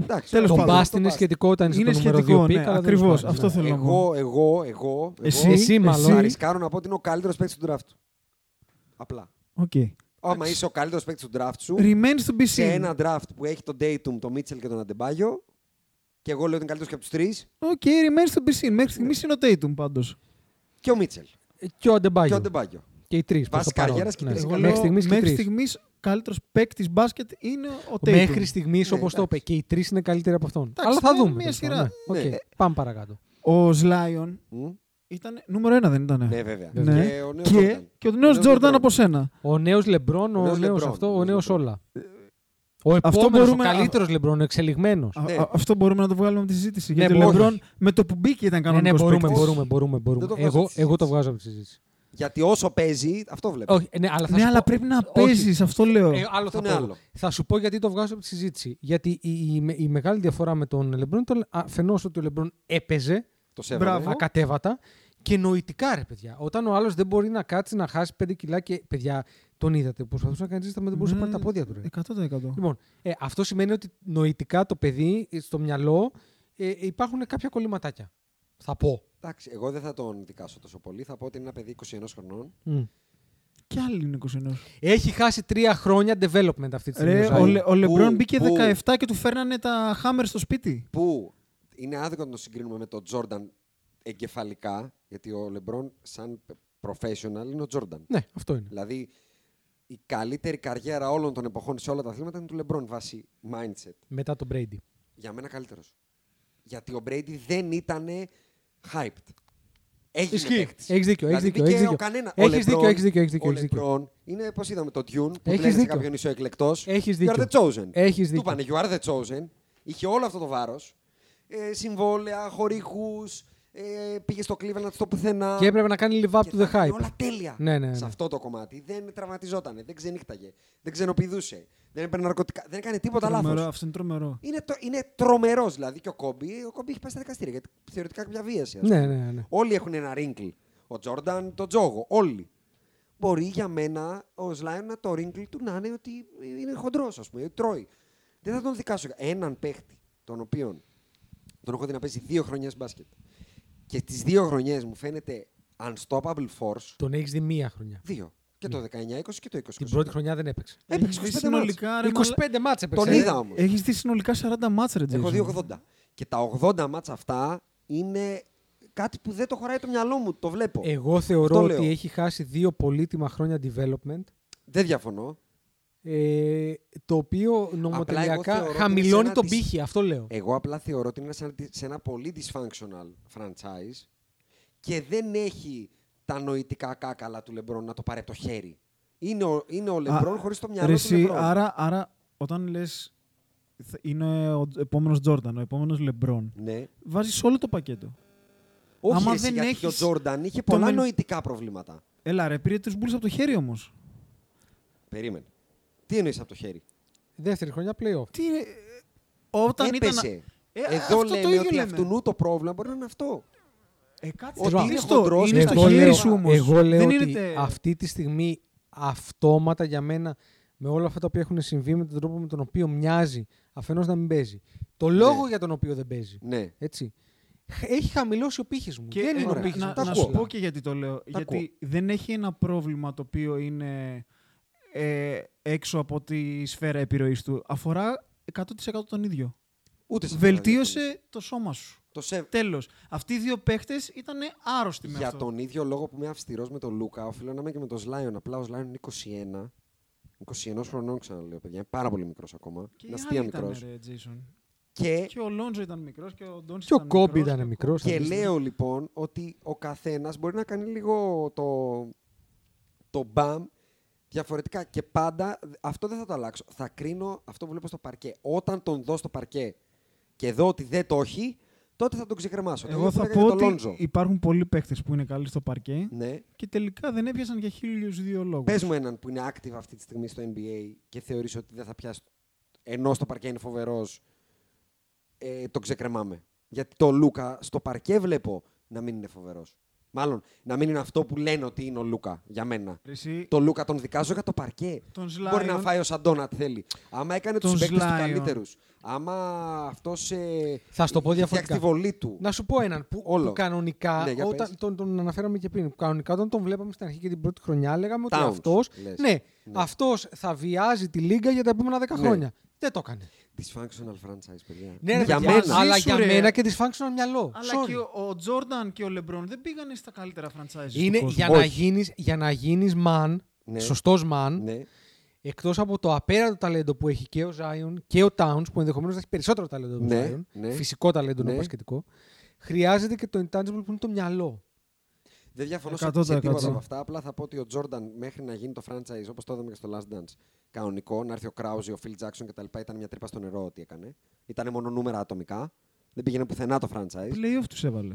Εντάξει, Τέλος ωραία. Το πάντων, μπάστ Το είναι bust. σχετικό όταν είσαι Είναι το νούμερο σχετικό, 2 ναι, πικ. αλλά δεν ακριβώς, υπάρχει, αυτό ναι. θέλω. να πω. Εγώ, εγώ, εγώ. Εσύ, εγώ, εσύ μάλλον. Θα ρισκάρω να πω ότι είναι ο καλύτερος παίκτης του draft του. Απλά. Οκ. Άμα είσαι ο καλύτερος παίκτης του draft σου, Remains to be σε seen. ένα draft που έχει τον Daytum, τον Mitchell και τον Αντεμπάγιο, και εγώ λέω ότι είναι καλύτερος και από τους τρεις, Οκ, remains to be seen. Μέχρι στιγμής είναι ο Tatum πάντως. και ο Mitchell. Και ο Και ο Αντεμπάγιο. Αντεμπάγιο. Και οι τρεις. Βάση καριέρας και οι τρεις. Εγώ Ναι. Μέχρι στιγμής και οι μέχρι τρεις. στιγμής καλύτερος παίκτης μπάσκετ είναι ο Tatum. Μέχρι στιγμής, Ναι, όπως το είπε, εντάξει. και οι τρεις είναι καλύτεροι από αυτόν. Εντάξει, Αλλά θα είναι δούμε. μια τέλος σειρά. πάντων, ναι. Ναι. Οκ, Πάμε παρακάτω. Ο Σλάιον Μμ. ήταν νούμερο ένα, δεν ήταν. Ναι, βέβαια. Ναι. Και ο νέος και, Jordan. και ο νέος Ο νέος Τζόρνταν Jordan. από σένα. Ο νέος Λεμπρόν, Ο ο νέος νέος LeBron, αυτό, ο ο νέο νέος LeBron. όλα. Ο επόμενος, ο μπορούμε να- καλύτερος Λεμπρόν, ο εξελιγμένος. Α- Ναι. α- αυτό μπορούμε να το βγάλουμε από τη συζήτηση. Ναι, γιατί ο μπορούμε. Λεμπρόν με το που μπήκε ήταν Ναι, ναι, κανονικός μπορούμε, παίκτης. μπορούμε, μπορούμε. μπορούμε. Δεν το βγάζω Εγώ, από τη εγώ το συζήτηση. βγάζω από τη συζήτηση. Γιατί όσο παίζει, αυτό βλέπω. Όχι, ναι, αλλά, θα Ναι, σου αλλά πω- πρέπει να όχι. παίζεις, αυτό λέω. Ε, άλλο Αυτό θα, είναι πω. άλλο. θα σου πω γιατί το βγάζω από τη συζήτηση. Γιατί η, η, η- η μεγάλη διαφορά με τον Λεμπρόν ήταν αφενός ότι ο Λεμπρόν έπαιζε Το σέβομαι. Μπράβο. ακατέβατα και νοητικά ρε παιδιά. Όταν ο άλλος δεν μπορεί να κάτσει να χάσει 5 κιλά και παιδιά τον είδατε. Προσπαθούσε να κάνει ζήστα με δεν μπορούσε να Ναι, πάρει τα πόδια του. Ρε. 100%. Λοιπόν, ε, αυτό σημαίνει ότι νοητικά το παιδί ε, στο μυαλό ε, υπάρχουν κάποια κολληματάκια. Θα πω. Εντάξει, εγώ δεν θα τον δικάσω τόσο πολύ. Θα πω ότι είναι ένα παιδί 21 χρονών. Και άλλοι είναι 21. Έχει χάσει τρία χρόνια development αυτή τη στιγμή. Ρε, Ζάι. ο, Λε, ο Λεμπρόν Πού, μπήκε πού. 17 και του φέρνανε τα χάμερ στο σπίτι. Που είναι άδικο να τον συγκρίνουμε με τον Τζόρνταν εγκεφαλικά. Γιατί ο Λεμπρόν, σαν professional, είναι ο Τζόρνταν. Ναι, αυτό είναι. Δηλαδή, η καλύτερη καριέρα όλων των εποχών σε όλα τα αθλήματα είναι του Λεμπρόν βάσει mindset. Μετά τον Brady. Για μένα καλύτερος. Γιατί ο Μπρέιντι δεν ήταν hyped. Έγινε Ισχύει. παίκτης. Έχεις δίκιο, έχεις Δηλαδή, δίκιο, μπήκε έχεις ο δίκιο. κανένα- ο Έχεις δίκιο, LeBron- έχεις δίκιο, έχεις δίκιο, Ο έχεις δίκιο. LeBron είναι, πώς είδαμε το Dune, που Έχεις λέγανε σε δίκιο. κάποιον είσαι ο εκλεκτό. Έχεις You δίκιο. are the chosen. Έχεις Του δίκιο. είπανε You are the chosen. Είχε όλο αυτό το βάρος. Ε, συμβόλαια, χορηγούς. Ε, πήγε στο Cleveland να το πουθενά. Και έπρεπε να κάνει live up Και to the τα έκανε hype. Όλα τέλεια. Ναι, ναι, ναι. Σε αυτό το κομμάτι. Δεν τραυματιζότανε, δεν ξενύχταγε, δεν ξενοπηδούσε, δεν έπαιρνε ναρκωτικά, δεν έκανε τίποτα Τρομερό, λάθος. αυτό είναι τρομερό. Είναι, το, είναι τρομερός δηλαδή και ο Κόμπι. Ο Κόμπι έχει πάει στα δικαστήρια γιατί θεωρητικά κάποια βίαση. ας Ναι, πούμε. ναι, ναι. Όλοι έχουν ένα wrinkle. Ο Τζόρνταν, τον Τζόγο. Όλοι. Μπορεί για μένα ο Σλάιον να το wrinkle του να είναι ότι είναι χοντρός, ας πούμε, ότι τρώει. Δεν θα τον δικάσω. Έναν παίχτη, τον οποίον τον έχω δει να παίζει δύο χρονιές μπάσκετ. Και τις δύο χρονιές μου φαίνεται unstoppable force. Τον έχεις δει μία χρονιά. Δύο. Και το 19-20 και το 20. Ναι. Την πρώτη χρονιά δεν έπαιξε. Έπαιξε Έχεις δει 25 μάτς. συνολικά, ρε, 25 μάτσε έπαιξε. Τον ε. είδα όμως. Έχεις δει συνολικά 40 μάτσε, ρε Έχω Jason. δει 80. Και τα 80 μάτσα αυτά είναι κάτι που δεν το χωράει το μυαλό μου. Το βλέπω. Ε, Εγώ θεωρώ Αυτό ότι λέω. έχει χάσει δύο πολύτιμα χρόνια development. Δεν διαφωνώ. Ε, το οποίο θεωρώ ότι νομοτελειακά είναι χαμηλώνει σαν τον της- πύχη. Αυτό λέω. Εγώ απλά θεωρώ ότι είναι σαν- σε ένα πολύ dysfunctional franchise και δεν έχει τα νοητικά κάκαλα του Λεμπρόν να το πάρει από το χέρι. Είναι ο, είναι ο Λεμπρόν Α, χωρίς το Ρε μυαλό του εσύ, Λεμπρόν. άρα, άρα όταν λες είναι ο επόμενος Τζόρνταν, ο επόμενος Λεμπρόν, Ναι. βάζεις όλο το πακέτο. Όχι, Άμα ρε, εσύ, δεν γιατί έχεις ο Τζόρνταν είχε το πολλά μεν- νοητικά προβλήματα. Έλα, ρε, πήρε τους Μπούλ από το χέρι όμως. Περίμενε. Τι εννοείς από το χέρι. Δεύτερη χρονιά playoff. Τι ρε, Όταν Έπεσε. ήταν. Ε, Εδώ λέμε ίδιο ότι λέμε. αυτού νου το πρόβλημα μπορεί να είναι αυτό. Ε, κάτσε, Ότι ρε, είναι Χρήστο, χοντρός, είναι ναι, στο εγώ χέρι λέω- σου όμως. εγώ λέω Δεν ότι είναι τε- αυτή τη στιγμή αυτόματα για μένα με όλα αυτά τα οποία έχουν συμβεί με τον τρόπο με τον οποίο μοιάζει αφενός να μην παίζει. Το λόγο για τον οποίο δεν παίζει. Ναι. Έτσι. Έχει χαμηλώσει ο πύχης μου. ε, δεν είναι ωραία, ο πύχη να- μου. τα τόσο ακούω. σου απλά. πω και γιατί το λέω. γιατί ακούω. δεν έχει ένα πρόβλημα το οποίο είναι ε, έξω από τη σφαίρα επιρροής του. Αφορά 100% τον ίδιο. Ούτε σε αυτό δεν διαφωνείς. Βελτίωσε το σώμα σου. Το σε... Τέλος. Αυτοί οι δύο παίχτες ήταν άρρωστοι με Για αυτό. τον ίδιο λόγο που είμαι αυστηρός με τον Λούκα, οφείλω να είμαι και με τον Σλάιον. Απλά ο Σλάιον είναι 21. 21 χρονών, ξαναλέω, παιδιά. Είναι πάρα πολύ μικρός ακόμα. Και οι Είναι άλλοι αστεία ήταν, μικρό. ρε, Jason. Και, Και ο Λόντζο ήταν μικρός και ο Ντόνσι Και ο ήταν μικρός. Κόμπι ήταν μικρός. και λέω λοιπόν ότι ο καθένας μπορεί να κάνει λίγο το, το μπαμ διαφορετικά. Και πάντα αυτό δεν θα το αλλάξω. Θα κρίνω αυτό που βλέπω στο παρκέ. Όταν τον δω στο παρκέ και δω ότι δεν το έχει, τότε θα τον ξεκρεμάσω. Το Εγώ ίδιο που θα έλεγα πω για τον ότι Λόντζο. υπάρχουν πολλοί παίχτε που είναι καλοί στο παρκέ Ναι. και τελικά δεν έπιασαν για χίλιους δύο λόγους. Πες μου έναν που είναι active αυτή τη στιγμή στο NBA και θεωρείς ότι δεν θα πιάσει. Ενώ στο παρκέ είναι φοβερός, ε, τον ξεκρεμάμε. Γιατί το Λούκα στο παρκέ βλέπω να μην είναι φοβερός. Μάλλον να μην είναι αυτό που λένε ότι είναι ο Λούκα για μένα. Εσύ, Το Λούκα τον δικάζω για το παρκέ. τον Μπορεί να Zion- φάει ο Σαντόνα, τι θέλει. Άμα έκανε τους Τον παίκτες τους Zion. καλύτερους. Άμα αυτός. Ε, Θα σου το πω είχε διαφορετικά. φτιάξει τη βολή του. Να σου πω έναν που, Όλο. που κανονικά, Ναι, για πες. όταν, τον, τον αναφέραμε και πριν, που κανονικά όταν τον βλέπαμε στην αρχή και την πρώτη χρονιά, λέγαμε ότι Towns, αυτός, λες. ναι, Ναι. αυτός θα βιάζει τη Λίγκα για τα επόμενα 10 Ναι. χρόνια. Δεν το έκανε. Dysfunctional franchise, παιδιά. Ναι, ρε, για παιδιά, μένα. Αλλά Ζήσου, για ρε. μένα και dysfunctional μυαλό. Αλλά Sorry. και ο Τζόρνταν και ο Λεμπρόν δεν πήγανε στα καλύτερα franchise. Είναι για Όχι. να, γίνεις, για να γίνεις man, Ναι. σωστός man, Ναι. εκτός από το απέραντο ταλέντο που έχει και ο Ζάιον και ο Τάουνς, που ενδεχομένως να έχει περισσότερο ταλέντο από τον Ναι, Zion, ναι. φυσικό ταλέντο Ναι. να πασχετικό, χρειάζεται και το intangible που είναι το μυαλό. Δεν διαφωνώ σε, 100% σε τίποτα έτσι. από αυτά. Απλά θα πω ότι ο Τζόρνταν μέχρι να γίνει το franchise, όπως το είδαμε και στο Last Dance, κανονικό, να έρθει ο Κράουζι, ο Φιλ Τζάξον κτλ. ήταν μια τρύπα στο νερό ό,τι έκανε. Ήταν μόνο νούμερα ατομικά. Δεν πήγαινε πουθενά το franchise. Playoff τους έβαλε.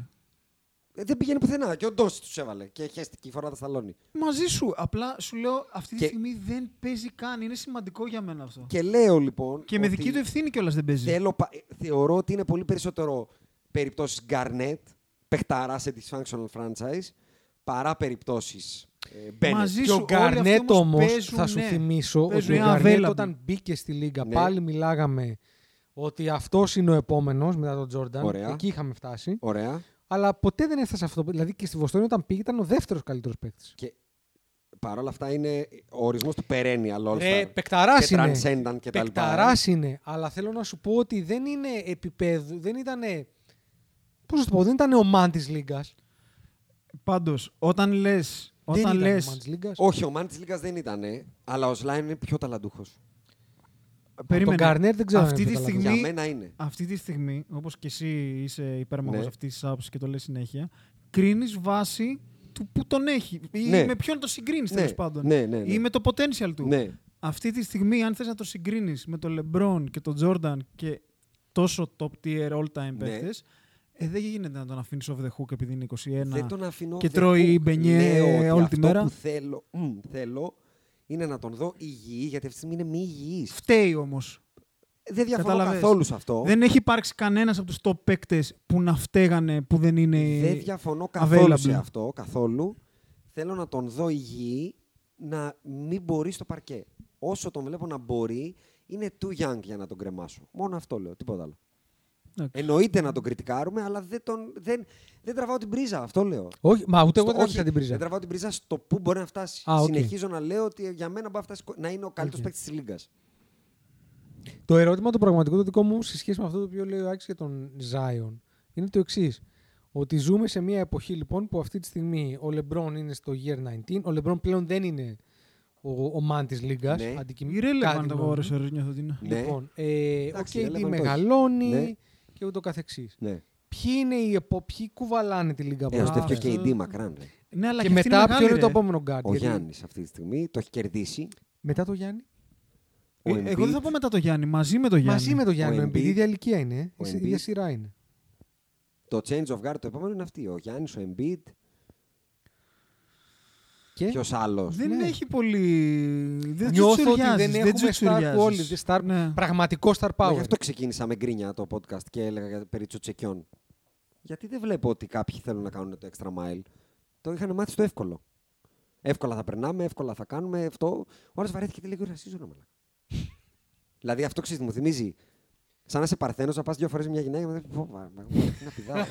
Ε, δεν πήγαινε πουθενά. Και ο Ντόσης τους έβαλε. Και χέστηκε η φορά τα σταλόνι. Μαζί σου. Απλά σου λέω αυτή τη Και- στιγμή δεν παίζει καν. Είναι σημαντικό για μένα αυτό. Και, Και λέω λοιπόν. με ότι δική του ευθύνη κιόλας δεν παίζει. θέλω πα- ε, Θεωρώ ότι είναι πολύ περισσότερο περιπτώσεις Γκαρνέτ, παιχταράς σε dysfunctional franchise, παρά ε, περιπτώσει. Μαζί Και ο σου, όλοι αυτοί Γκαρνέτ όμως όμω, παίζουν, θα σου ναι. θυμίσω Παίζουν, ότι ο είναι Γκαρνέτ available. όταν μπήκε στη Λίγκα Ναι. πάλι μιλάγαμε ότι αυτός είναι ο επόμενος μετά τον Τζόρνταν. Ωραία. Εκεί είχαμε φτάσει. Ωραία. Αλλά ποτέ δεν έφτασε αυτό. Δηλαδή και στη Βοστόνη όταν πήγε ήταν ο δεύτερος καλύτερος παίκτης. Και παρόλα αυτά είναι ο ορισμός του perennial Ρε, all και Ε, παικταράς είναι. transcendent και τα λοιπά. ε. Πεκταρά είναι. Αλλά θέλω να σου πω ότι δεν είναι επίπεδου. Δεν ήταν. Πώς να σου το πω, δεν ήταν ο μαν της Λίγκας. Πάντως, όταν λες. Όταν λε. Όχι, ο Μάν τη Λίγκας δεν ήταν, ε, αλλά ο Σλάιν είναι πιο ταλαντούχος. Τον Garnett δεν ξέρω αν Αυτή είναι τη πιο στιγμή. Για μένα είναι. Αυτή τη στιγμή, όπως και εσύ είσαι υπέρμαχος Ναι. αυτής της άποψης και το λες συνέχεια, κρίνεις βάση του που τον έχει. Ή Ναι. με ποιον το συγκρίνεις Ναι. τέλος πάντων. Ναι, ναι, ναι. Ή με το potential του. Ναι. Αυτή τη στιγμή, αν θες να το συγκρίνεις με τον LeBron και τον Jordan και τόσο top tier all time Ναι. παίχτες, ε, δεν γίνεται να τον αφήνεις off the hook επειδή είναι 21. Δεν τον αφήνω. Και δεν τρώει του μπενιέ λέω ότι όλη τη αυτό μέρα. που θέλω, μ, θέλω είναι να τον δω υγιή, γιατί αυτή τη στιγμή είναι μη υγιής. Φταίει όμως. Δεν διαφωνώ Καταλαβες. καθόλου σε αυτό. Δεν έχει υπάρξει κανένας από τους top παίκτες που να φταίγανε που δεν είναι... Δεν διαφωνώ καθόλου σε available. αυτό. Καθόλου. Θέλω να τον δω υγιή να μην μπορεί στο παρκέ. Όσο τον βλέπω να μπορεί, είναι too young για να τον κρεμάσω. Μόνο αυτό λέω, τίποτα άλλο. Εντάξει. Εννοείται να τον κριτικάρουμε, αλλά δεν, τον, δεν, δεν τραβάω την πρίζα. Αυτό λέω. Όχι, μα ούτε εγώ Στο- δεν είχα την πρίζα. Δεν τραβάω την πρίζα στο πού μπορεί να φτάσει. Α, οκ. Συνεχίζω να λέω ότι για μένα μπορεί να, φτάσει, κο- να είναι ο καλύτερος Οκ. παίκτης της Λίγκας. Το ερώτημα το πραγματικό το δικό μου σε σχέση με αυτό το οποίο λέει ο Άκης για τον Ζάιον είναι το εξής. Ότι ζούμε σε μια εποχή λοιπόν που αυτή τη στιγμή ο Λεμπρόν είναι στο year 19. Ο Λεμπρόν πλέον δεν είναι ο, ο man της Λίγκας. Ναι. Irrelevant αγόρασε, ρε, νιώθω ότι είναι. Ναι. Λοιπόν, ε, ο Εντάξει, irrelevant KD όχι. μεγαλώνει Ναι. και ούτω καθεξής. Ναι. Ποιοι είναι οι επο... ποιοι κουβαλάνε τη Λίγκα Ε, ο από Στεφ αυτά. και ο αυτό- KD μακράν. ρε. Ναι, αλλά Και αυτή είναι μετά ποιο μεγάλη, είναι το ρε. επόμενο guard. Ο γιατί- Γιάννης αυτή τη στιγμή το έχει κερδίσει. Μετά το Γιάννη. Ο Ε, Εγώ δεν Embiid- θα πω μετά το Γιάννη, μαζί με το Γιάννη. Μαζί με το Γιάννη. Ο Ο Embiid, η Embiid. ίδια ηλικία είναι. ε. Ο Η ίδια Embiid. σειρά είναι. Το change of guard το επόμενο είναι αυτή. Ο Γιάννης, ο Embiid. Και Ποιος άλλος. Ε, Δεν Ναι. έχει πολύ. Δεν νιώθω ότι τσουτσουριάζεις, δεν έχουμε star τσουτσουριάζεις. quality, star, Ναι. πραγματικό star Μα power. γι' αυτό ξεκίνησα με γκρίνια το podcast και έλεγα για- περί τσουτσεκιών. Γιατί δεν βλέπω ότι κάποιοι θέλουν να κάνουν το extra mile. Το είχαν μάθει στο εύκολο. Εύκολα θα περνάμε, εύκολα θα κάνουμε αυτό. Όλε βαρέθηκε και λέει «Ωραία, εσύ ζώνα, μαλάκα». δηλαδή αυτό ξέρεις, μου θυμίζει. Σαν να είσαι παρθένος, να πας δύο φορές μια γυναίκα και μετά. «Πω, μα- μα- μα- τι να [laughs] πηδάω».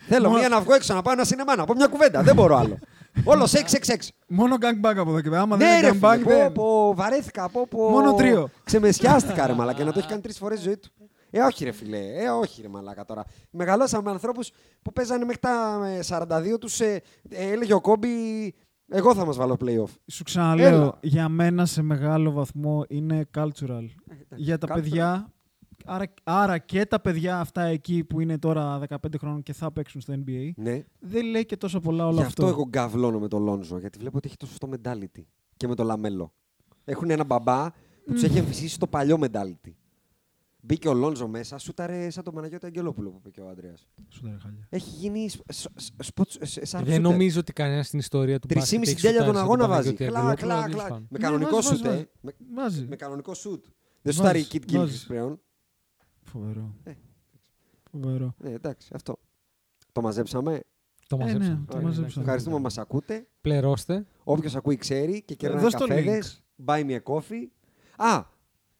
Θέλω μία να βγω έξω να πάω ένα σινεμά, να πω μια κουβέντα. δεν μπορώ [laughs] άλλο. Όλος 666. Μόνο gangbang από εδώ και πέρα. Άμα Ναι, δεν ρε είναι gangbang, φίλε, πω, δεν. πω, βαρέθηκα, πω, πω. Μόνο τρίο. Ξεμεσιάστηκα, ρε μαλάκα, να το έχει κάνει τρεις φορές ζωή του. Ε, όχι, ρε φιλέ, ε, όχι, ρε μαλάκα τώρα. Μεγαλώσαμε με ανθρώπους που παίζανε μέχρι τα ε, 42 τους. Ε, ε, έλεγε ο Κόμπι, εγώ θα μας βάλω playoff. Σου ξαναλέω, Έλα. για μένα σε μεγάλο βαθμό είναι cultural. για τα Ναι, cultural. παιδιά. Άρα, άρα και τα παιδιά αυτά εκεί που είναι τώρα 15 χρόνων και θα παίξουν στο NBA. Ναι. Δεν λέει και τόσο πολλά όλο Γι' αυτό, εγώ γκαβλώνω με τον Λόνζο, γιατί βλέπω ότι έχει το σωστό mentality. Και με τον Λαμέλο. Έχουν ένα μπαμπά που τους έχει εμφυσίσει το παλιό mentality. Μπήκε ο Λόνζο μέσα, σούταρε σαν τον Παναγιώτη Αγγελόπουλο που είπε και ο Άντρεα. Σου τα ρε χάλια. Έχει γίνει σ- σ- σ- σποτ- σ- σ- sharp shooter. Δεν νομίζω ότι κανένας στην ιστορία του μπάσκετ Τρεις έχει ή τέλεια σουτάρει τον σαν αγώνα βάζει. Παναγιώτη Κλά, Αγγελόπουλο, κλά, αλλά τέλος κλά. πάντων. Με Ναι, κανονικό βάζει, σουτ, ε. βάζει, βάζει. Με- Βάζει. Με κανονικό σουτ. Δεν σου τάρει η Kid Gilchrist βάζει. πλέον. Φοβερό. Ε. Φοβερό. Ναι, εντάξει, αυτό. Το μαζέψαμε. Το ναι, μαζέψαμε. το Ωραία, μαζέψαμε. εντάξει. Ευχαριστούμε που μας ακούτε. Πληρώστε. Όποιος ακούει ξέρει και κερνάει δώσ' το καφέδες. Buy me a coffee. Α,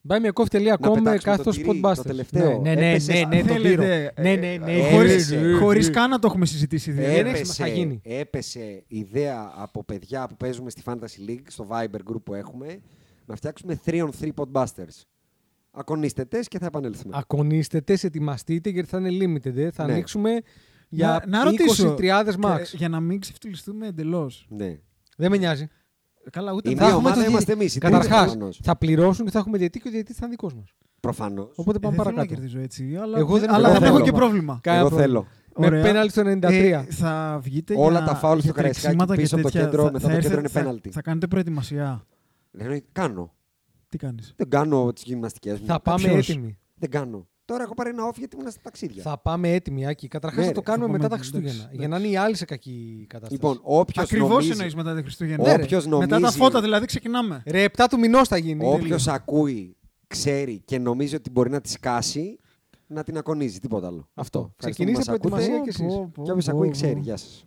Να Buymeacoffee.com πετάξουμε κάθετο το τυρί, podbusters. το τελευταίο. Ναι, ναι, Έπεσε ναι, ναι, στα- τον πήρω. Θέλετε, ε, Ναι, ναι, ναι. ε, χωρίς- ε, Χωρίς καν να το έχουμε συζητήσει δεν ιδιαίτερα. έχει, μα θα έπεσε, γίνει. έπεσε ιδέα από παιδιά που παίζουμε στη Fantasy League, στο Viber group που έχουμε, να φτιάξουμε 3 on 3 podbusters. Ακονίστε τες και θα επανέλθουμε. Ακονίστε, τες, ετοιμαστείτε γιατί θα είναι limited. ε. Θα Ναι. ανοίξουμε Για για 20-30 max. κα- Για να μην ξεφτυλιστούμε εντελώς. Ναι. Δεν με νοιάζει. Καλά, ούτε Η θα μία έχουμε ομάδα το είμαστε διαιτητή. εμεί. Καταρχά, θα πληρώσουν και θα έχουμε διαιτή και ο διαιτής θα είναι δικός μας. Προφανώς. Οπότε Ε, πάμε δεν θέλω να παρακάτω. κερδίζω έτσι. Αλλά, Εγώ δεν- αλλά εγώ δεν θέλω. έχω και πρόβλημα. Κανένα Εγώ πρόβλημα. θέλω. Με Ωραία. πέναλτι στο 93. Ε, θα βγείτε Όλα για, τα φάουλ στο για Καραϊσκάκι, τρεξίματα και πίσω από το τέτοια. κέντρο, μετά το έρθετε- κέντρο είναι θα- πέναλτι. Θα κάνετε προετοιμασία. Λέω, κάνω. Τι κάνεις. Δεν κάνω τις γυμναστικές μου. Θα πάμε Ποιος? έτοιμοι. Δεν κάνω. Τώρα έχω πάρει ένα off γιατί ήμουν στα ταξίδια. Θα πάμε έτοιμοι, Άκη. Καταρχάς Ναι, θα το ρε, κάνουμε θα μετά πάμε, τα εντάξει, Χριστούγεννα. Για να εντάξει. είναι οι άλλοι σε κακή κατάσταση. Λοιπόν, όποιος Ακριβώς νομίζει, εννοείς μετά τα Χριστούγεννα. όποιος Ναι, ρε. νομίζει, Μετά τα φώτα δηλαδή ξεκινάμε. Ρε, 7 του μηνός θα γίνει. όποιος ακούει, ξέρει και νομίζει ότι μπορεί να τη σκάσει, να την ακονίζει. Τίποτα άλλο. Αυτό. Ευχαριστούμε Ξεκινήστε που μας ακούτε. προετοιμασία και εσείς. Πω, πω, Και όποιο πω, ακούει, πω. ξέρει. Γεια σας.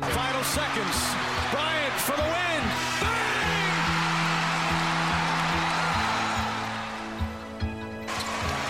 Final seconds. Bryant for the win. Bang!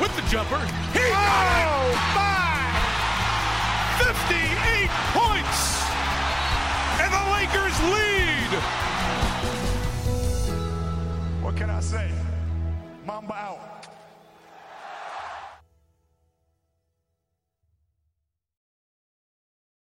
with the jumper. He got it! Oh, Five! 58 points! And the Lakers lead! What can I say? Mamba out.